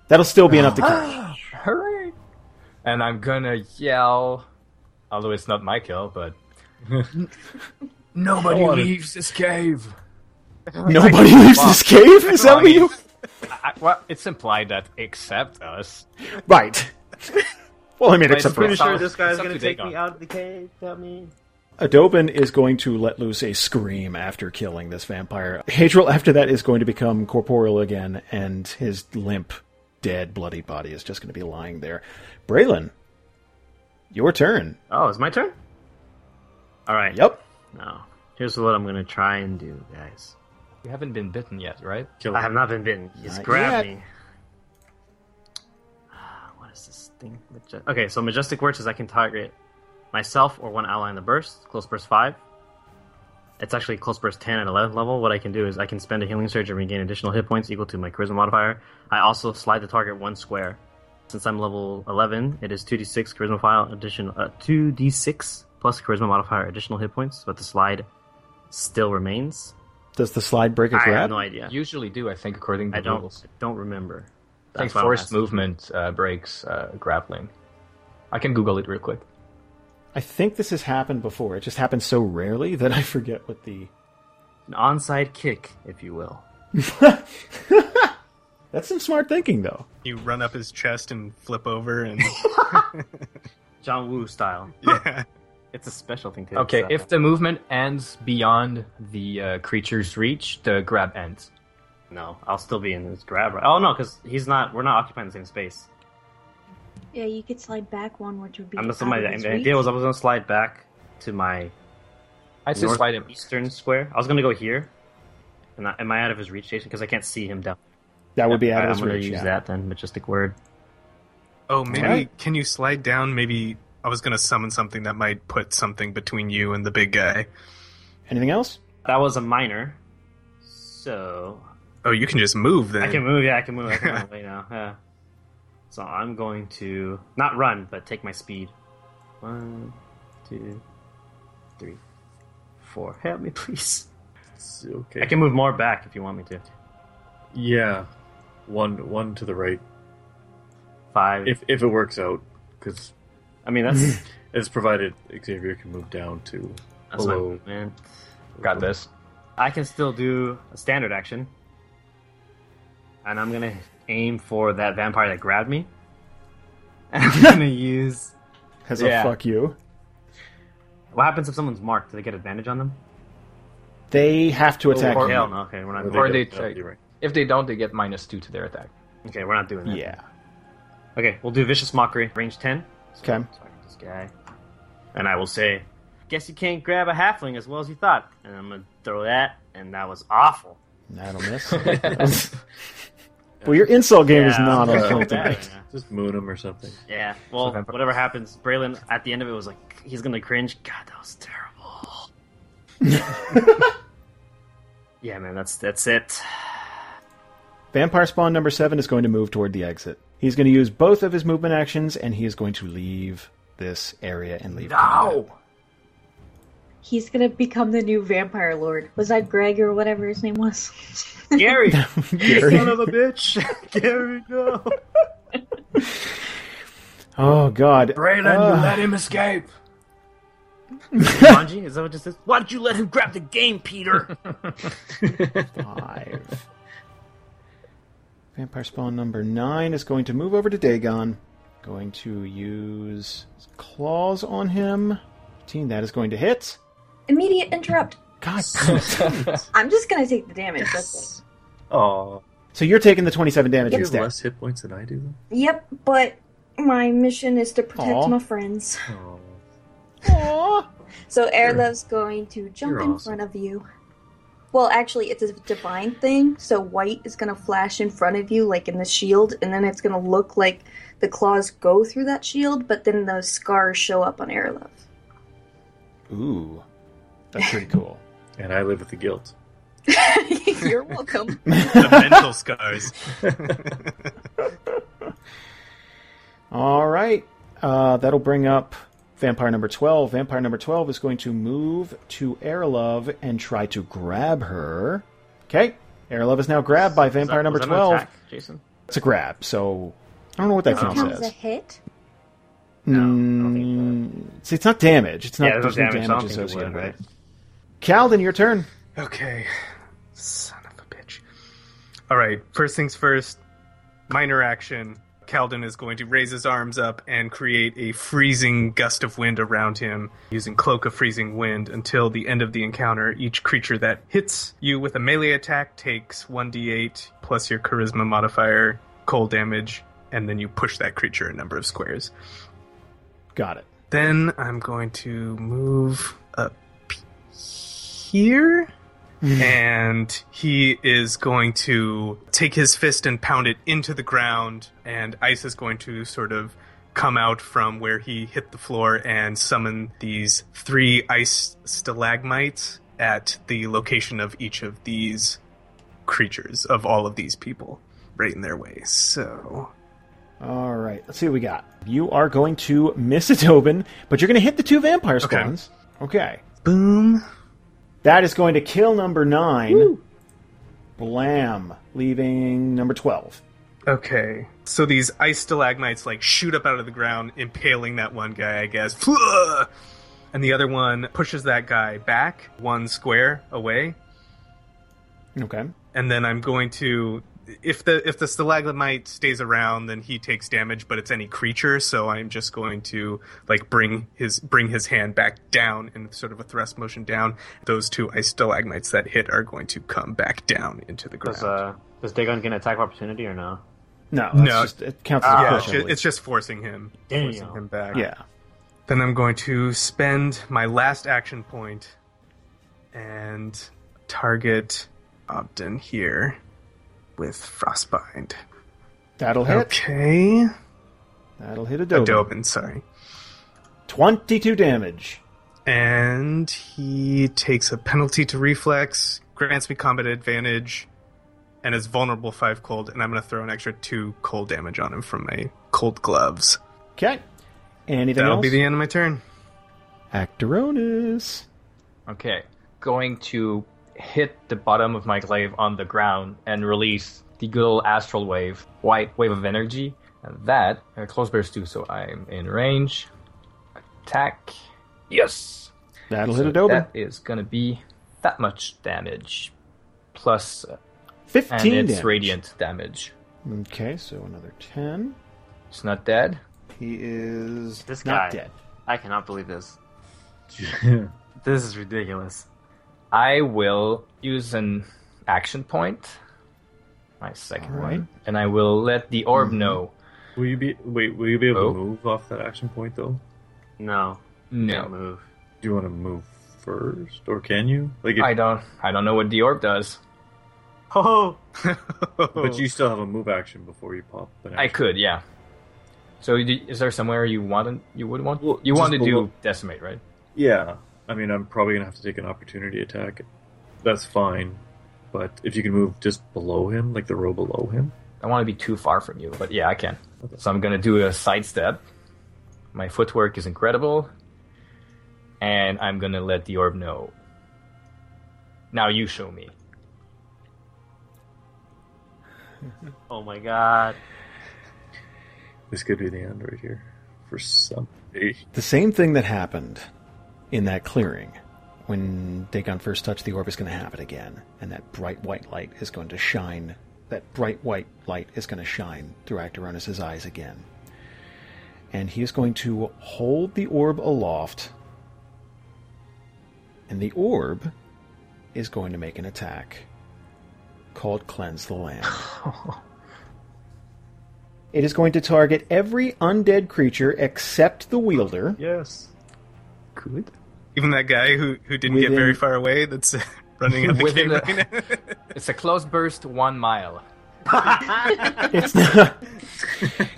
S1: that'll still be enough to kill.
S7: Hooray! And I'm gonna yell, although it's not my kill, but nobody leaves this cave.
S1: Nobody leaves this cave. Is that what you?
S7: I, well, it's implied that except us.
S1: Right. Well, I mean,
S7: But
S1: except
S7: it's pretty
S1: for
S7: sure-
S6: Sure, this guy's
S7: It's up
S6: gonna
S7: to Dagon.
S6: take me out of the cave. Help me.
S1: Adobin is going to let loose a scream after killing this vampire. Hadril, after that, is going to become corporeal again, and his limp, dead, bloody body is just going to be lying there. Braylon, your turn.
S6: Oh, it's my turn. All right.
S1: Yep.
S6: No. Here's what I'm gonna try and do, guys.
S7: You haven't been bitten yet, right?
S5: kill
S6: I
S5: him.
S6: have not been bitten. He's
S1: Not
S6: grabbed
S1: yet.
S6: me. Ah, What is this thing? Maj- Okay, so Majestic Words is I can target myself or one ally in the burst, close burst 5. It's actually close burst 10 and 11 level. What I can do is I can spend a healing surge and regain additional hit points equal to my charisma modifier. I also slide the target one square. Since I'm level 11, it is 2d6 charisma file addition, uh, 2d6 plus charisma modifier additional hit points, but the slide still remains.
S1: Does the slide break a
S6: I have
S1: grab?
S6: no idea.
S7: Usually do, I think, according to
S6: I
S7: the
S6: don't
S7: rules.
S6: don't remember.
S7: I think
S6: why I'm
S7: forced
S6: asking.
S7: movement uh, breaks uh, grappling. I can Google it real quick.
S1: I think this has happened before. It just happens so rarely that I forget what the
S6: An onside kick, if you will.
S1: That's some smart thinking, though.
S4: you run up his chest and flip over and
S6: John Woo style.
S4: yeah.
S6: It's uh, a special thing to
S7: Okay,
S6: accept.
S7: if the movement ends beyond the uh, creature's reach, the grab ends.
S6: no, I'll still be in this grab. Right? Oh no, because he's not. We're not occupying the same space.
S8: Yeah, you could slide back one, which would be.
S6: I'm just.
S8: out
S6: My,
S8: of
S6: the
S8: his
S6: idea
S8: reach.
S6: was I was gonna slide back to my
S7: I just slide him.
S6: eastern square. I was gonna go here. And I, am I out of his reach, Jason? Because I can't see him down.
S1: That would be out
S6: Alright,
S1: of his
S6: I'm gonna
S1: reach.
S6: use
S1: yeah.
S6: that then. Majestic word.
S4: Oh, maybe
S1: Alright.
S4: can you slide down? Maybe I was gonna summon something that might put something between you and the big guy.
S1: Anything else?
S6: That was a minor. So
S4: Oh, you can just move then.
S6: I can move. Yeah, I can move. I can run away now. Yeah. So I'm going to not run, but take my speed. One, two, three, four. Help me, please.
S5: It's okay.
S6: I can move more back if you want me to.
S5: Yeah, one one to the right.
S6: Five.
S5: If if it works out, because
S6: I mean, that's
S5: it's provided Xavier can move down to
S6: that's my
S5: below.
S6: movement.
S7: Got this.
S6: I can still do a standard action, and I'm gonna aim for that vampire that grabbed me. And I'm gonna use.
S1: As
S6: Yeah.
S1: a fuck you.
S6: What happens if someone's marked? Do they get advantage on them?
S1: They have to attack
S6: Or
S1: you.
S6: hell no. Okay, we're not.
S5: Or
S6: Doing
S5: they
S7: Or
S6: that.
S7: they
S5: get- no,
S7: check.
S5: you're right.
S7: If they don't, they get minus two to their attack.
S6: Okay, we're not doing that.
S1: Yeah.
S6: Okay, we'll do vicious mockery, range ten.
S1: Okay.
S6: So I can this guy, and I will say, "Guess you can't grab a halfling as well as you thought." And I'm gonna throw that, and that was awful.
S1: That'll miss. well, your insult game is
S6: Yeah,
S1: not
S6: I'm
S1: on
S6: gonna
S1: point
S6: do that,
S1: tonight.
S6: yeah.
S5: Just moon him or something.
S6: Yeah. Well,
S7: vampire-
S6: whatever happens, Braylon at the end of it was like, he's gonna cringe. God, that was terrible. yeah, man, that's that's it.
S1: Vampire Spawn number seven is going to move toward the exit. He's going to use both of his movement actions, and he is going to leave this area and leave.
S6: Ah.
S1: combat.
S8: He's gonna become the new vampire lord. Was that Greg or whatever his name was?
S6: Gary, son
S1: Gary.
S6: of a bitch. Gary, no.
S1: Oh God, Uh,
S7: him escape.
S6: Manji, is that what this is? Why did you let him grab the game, Peter?
S1: five. Vampire Spawn number nine is going to move over to Dagon. Going to use his claws on him. 15, that is going to hit.
S8: Immediate interrupt.
S1: God.
S8: I'm just gonna take the damage. That's
S5: Oh,
S1: so you're taking the 27 damage
S5: you have
S1: instead.
S5: less hit points than I do.
S8: it. Yep, but my mission is to protect
S1: Aw.
S8: my friends.
S5: though? Oh,
S1: Aw.
S8: So Erlev's going to jump
S5: you're
S8: in
S5: awesome.
S8: front of you. Well, actually, it's a divine thing, so white is going to flash in front of you, like in the shield, and then it's going to look like the claws go through that shield, but then those scars show up on Erlev.
S1: Ooh. That's pretty cool.
S5: and I live with the guilt.
S8: You're welcome.
S4: the mental scars.
S1: All right. Uh, that'll bring up vampire number 12. Vampire number 12 is going to move to Airlove and try to grab her. Okay. Airlove is now grabbed by
S6: Was
S1: vampire
S6: that-
S1: number
S6: was that an
S1: 12.
S6: attack, Jason.
S1: It's a grab, so I don't know what that thing
S8: Comes a
S1: says.
S8: hit.
S6: No, I don't think
S1: Mm, See, it's not damage. It's not
S6: Yeah,
S1: there's
S6: there's
S1: no
S6: no
S1: damage,
S6: damage. I don't think it
S1: associated
S6: would,
S1: with it. Calden, your turn.
S4: Okay. Son of a bitch. All right, first things first. Minor action. Calden is going to raise his arms up and create a freezing gust of wind around him using Cloak of Freezing Wind until the end of the encounter. Each creature that hits you with a melee attack takes 1d8 plus your charisma modifier, cold damage, and then you push that creature a number of squares.
S1: Got it.
S4: Then I'm going to move up here. and he is going to take his fist and pound it into the ground. And Ice is going to sort of come out from where he hit the floor and summon these three ice stalagmites at the location of each of these creatures, of all of these people, right in their way. So.
S1: All right, let's see what we got. You are going to miss a Tobin, but you're going to hit the two vampire spawns. Okay.
S4: Boom.
S1: That is going to kill number nine. Blam, leaving number 12.
S4: Okay. So these ice stalagmites like shoot up out of the ground, impaling that one guy, I guess. And the other one pushes that guy back one square away.
S1: Okay.
S4: And then I'm going to if the if the stalagmite stays around, then he takes damage, but it's any creature, so I'm just going to like bring his bring his hand back down in sort of a thrust motion down. Those two ice stalagmites that hit are going to come back down into the ground.
S6: Does uh, does Dagon get an attack of opportunity or no?
S1: No, that's
S4: No.
S1: Just, it counts as a
S4: yeah,
S1: push.
S4: it's
S1: I
S4: just,
S1: believe.
S4: it's just forcing him,
S6: Ah. Damn.
S4: forcing him back.
S1: yeah.
S4: Then I'm going to spend my last action point and target Obden here with Frostbind.
S1: That'll hit.
S4: Okay.
S1: That'll hit a dope.
S4: Adobin, sorry.
S1: 22 damage.
S4: And he takes a penalty to reflex, grants me combat advantage, and is vulnerable 5 cold, and I'm going to throw an extra 2 cold damage on him from my cold gloves.
S1: Okay. Anything
S4: That'll
S1: else?
S4: be the end of my turn.
S1: Actaronis.
S7: Okay. going to hit the bottom of my glaive on the ground and release the good old astral wave, white wave of energy. And that, uh, close bears too, so I'm in range. Attack. Yes!
S1: That'll
S7: So
S1: hit it open.
S7: That is going to be that much damage. Plus, uh, and
S1: 15
S7: it's
S1: damage.
S7: radiant damage.
S1: Okay, so another 10.
S7: It's not dead.
S1: He is
S6: This
S1: not
S6: guy.
S1: dead.
S6: I cannot believe this. this is ridiculous.
S7: I will use an action point, my second
S1: All right. Mm-hmm.
S7: one, and I will let the orb know.
S5: Will you be wait? Will you be able
S7: Oh.
S5: to move off that action point though?
S6: No. Can't
S7: No,
S6: move.
S5: Do you want to move first, or can you? Like, if,
S7: I don't. I don't know what the orb does.
S6: Oh!
S5: but you still have a move action before you pop. An
S7: I
S5: action.
S7: could, yeah. So, d- is there somewhere you want? You would want?
S5: Well,
S7: you want to
S5: just
S7: do
S5: below-
S7: decimate, right?
S5: Yeah, I mean, I'm probably gonna have to take an opportunity attack. That's fine, but if you can move just below him, like the row below him,
S7: I want to be too far from you, but yeah, I can. So I'm gonna do a sidestep. My footwork is incredible, and I'm gonna let the orb know. Now you show me.
S6: Oh my god.
S5: this could be the end right here for somebody.
S1: The same thing that happened in that clearing when Dagon first touched the orb is going to happen again, and that bright white light is going to shine. That bright white light is going to shine through Actaronis' eyes again. And he is going to hold the orb aloft, and the orb is going to make an attack called Cleanse the Land. It is going to target every undead creature except the wielder.
S5: Yes.
S7: Good.
S4: Even that guy who, who didn't
S1: Within-
S4: get very far away that's uh, running up the
S7: Within
S4: cave
S7: the-
S4: right now.
S7: It's a close burst, one mile.
S1: It's not.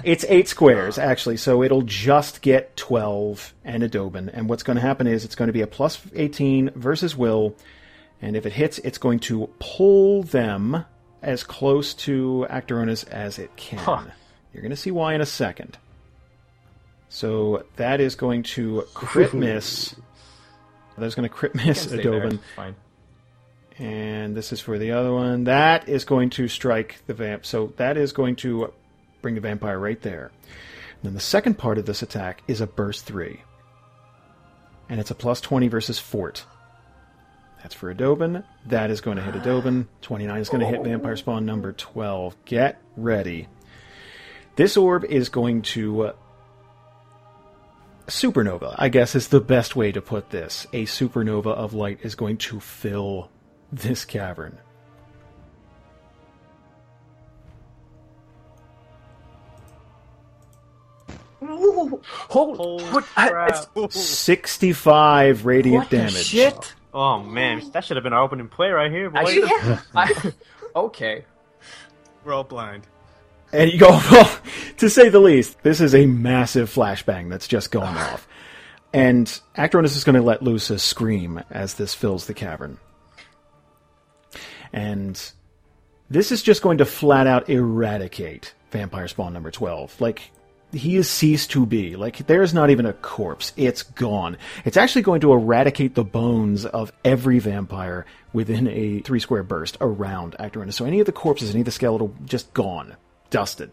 S1: it's eight squares actually, so it'll just get twelve and a Dobin. And what's going to happen is it's going to be a plus eighteen versus will, and if it hits, it's going to pull them as close to Actaronis as it can. You're going to see why in a second. So that is going to crit miss. That is going to crit miss
S7: Can stay there,
S1: Adobin.
S7: it's Fine.
S1: And this is for the other one. That is going to strike the vamp. So that is going to bring the vampire right there. And then the second part of this attack is a burst three. And it's a plus 20 versus fort. That's for Adobin. That is going to hit Adobin. 29 is going to hit vampire spawn number 12. Get ready. This orb is going to. uh, Supernova, I guess, is the best way to put this. A supernova of light is going to fill this cavern.
S6: Holy crap.
S4: It's-
S1: 65 radiant damage.
S6: Oh man, that should have been our opening play right here, boy.
S7: Actually, I, okay.
S4: We're all blind.
S1: And you go, well, to say the least, this is a massive flashbang that's just going off. And Actronus is going to let loose a scream as this fills the cavern. And this is just going to flat out eradicate Vampire Spawn number 12. Like, he has ceased to be. Like, there's not even a corpse. It's gone. It's actually going to eradicate the bones of every vampire within a three square burst around Actorinus. So any of the corpses, any of the skeletal, just gone, dusted.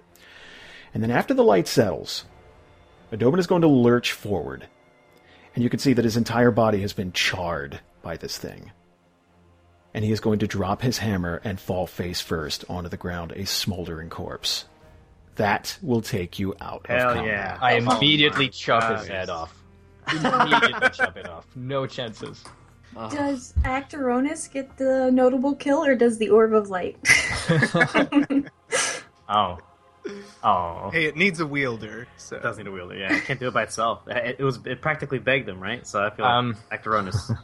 S1: And then after the light settles, Adobin is going to lurch forward. And you can see that his entire body has been charred by this thing. And he is going to drop his hammer and fall face first onto the ground, a smoldering corpse. That will take you out of
S6: Hell
S1: combat.
S6: yeah.
S7: I immediately chop
S6: gosh.
S7: his head off. Immediately chop it off. No chances.
S8: Does Actaronis get the notable kill or does the Orb of Light?
S7: Oh. Oh.
S4: Hey, it needs a wielder. So
S6: It does need a wielder, yeah. It can't do it by itself. It, it was it practically begged them, right? So I feel like
S7: Um.
S6: Actaronis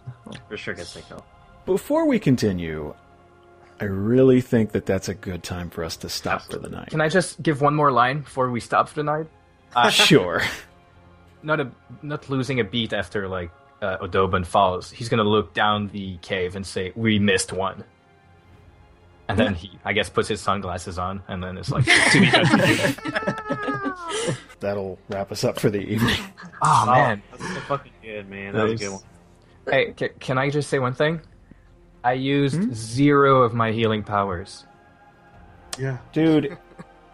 S6: for sure gets the kill.
S1: Before we continue, I really think that that's a good time for us to stop for the night.
S7: Can I just give one more line before we stop for the night?
S1: sure.
S7: Not a, not losing a beat after like uh, Odoban falls. He's gonna look down the cave and say, "We missed one." And then he, I guess, puts his sunglasses on, and then it's like, "To be continued."
S1: That'll wrap us up for the evening.
S7: "Oh man,
S6: That's so fucking good, man. That was a good one.
S7: Hey, c- can I just say one thing? I used
S1: Hmm?
S7: zero of my healing powers.
S9: Yeah.
S1: dude.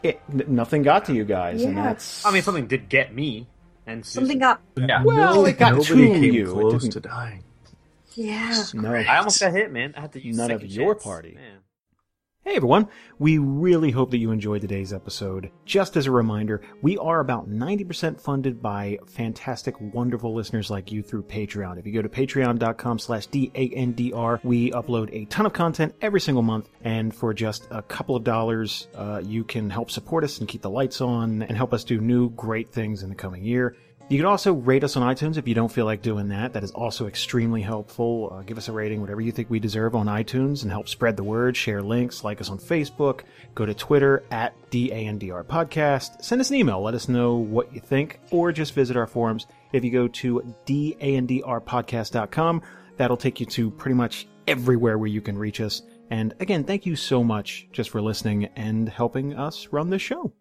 S1: It, n- nothing got to you guys, and
S8: Yeah.
S1: that's.
S4: I mean, something did get me, and Susan.
S8: Something got.
S7: Yeah.
S1: Well,
S5: No-
S1: it got
S5: nobody
S1: to
S5: came
S1: you. It
S5: close
S1: didn't-
S5: to dying.
S8: Yeah.
S1: No.
S4: I almost got hit, man. I had to use
S1: None of
S4: second
S1: your
S4: chance.
S1: party.
S4: Man.
S1: Hey everyone, we really hope that you enjoyed today's episode. Just as a reminder, we are about 90% funded by fantastic, wonderful listeners like you through Patreon. If you go to patreon.com slash D-A-N-D-R, we upload a ton of content every single month, and for just a couple of dollars, uh, you can help support us and keep the lights on and help us do new great things in the coming year. You can also rate us on iTunes if you don't feel like doing that. That is also extremely helpful. Uh, give us a rating, whatever you think we deserve on iTunes, and help spread the word. Share links, like us on Facebook, go to Twitter at DANDR Podcast. Send us an email, let us know what you think, or just visit our forums. If you go to DANDRpodcast.com, that'll take you to pretty much everywhere where you can reach us. And again, thank you so much just for listening and helping us run this show.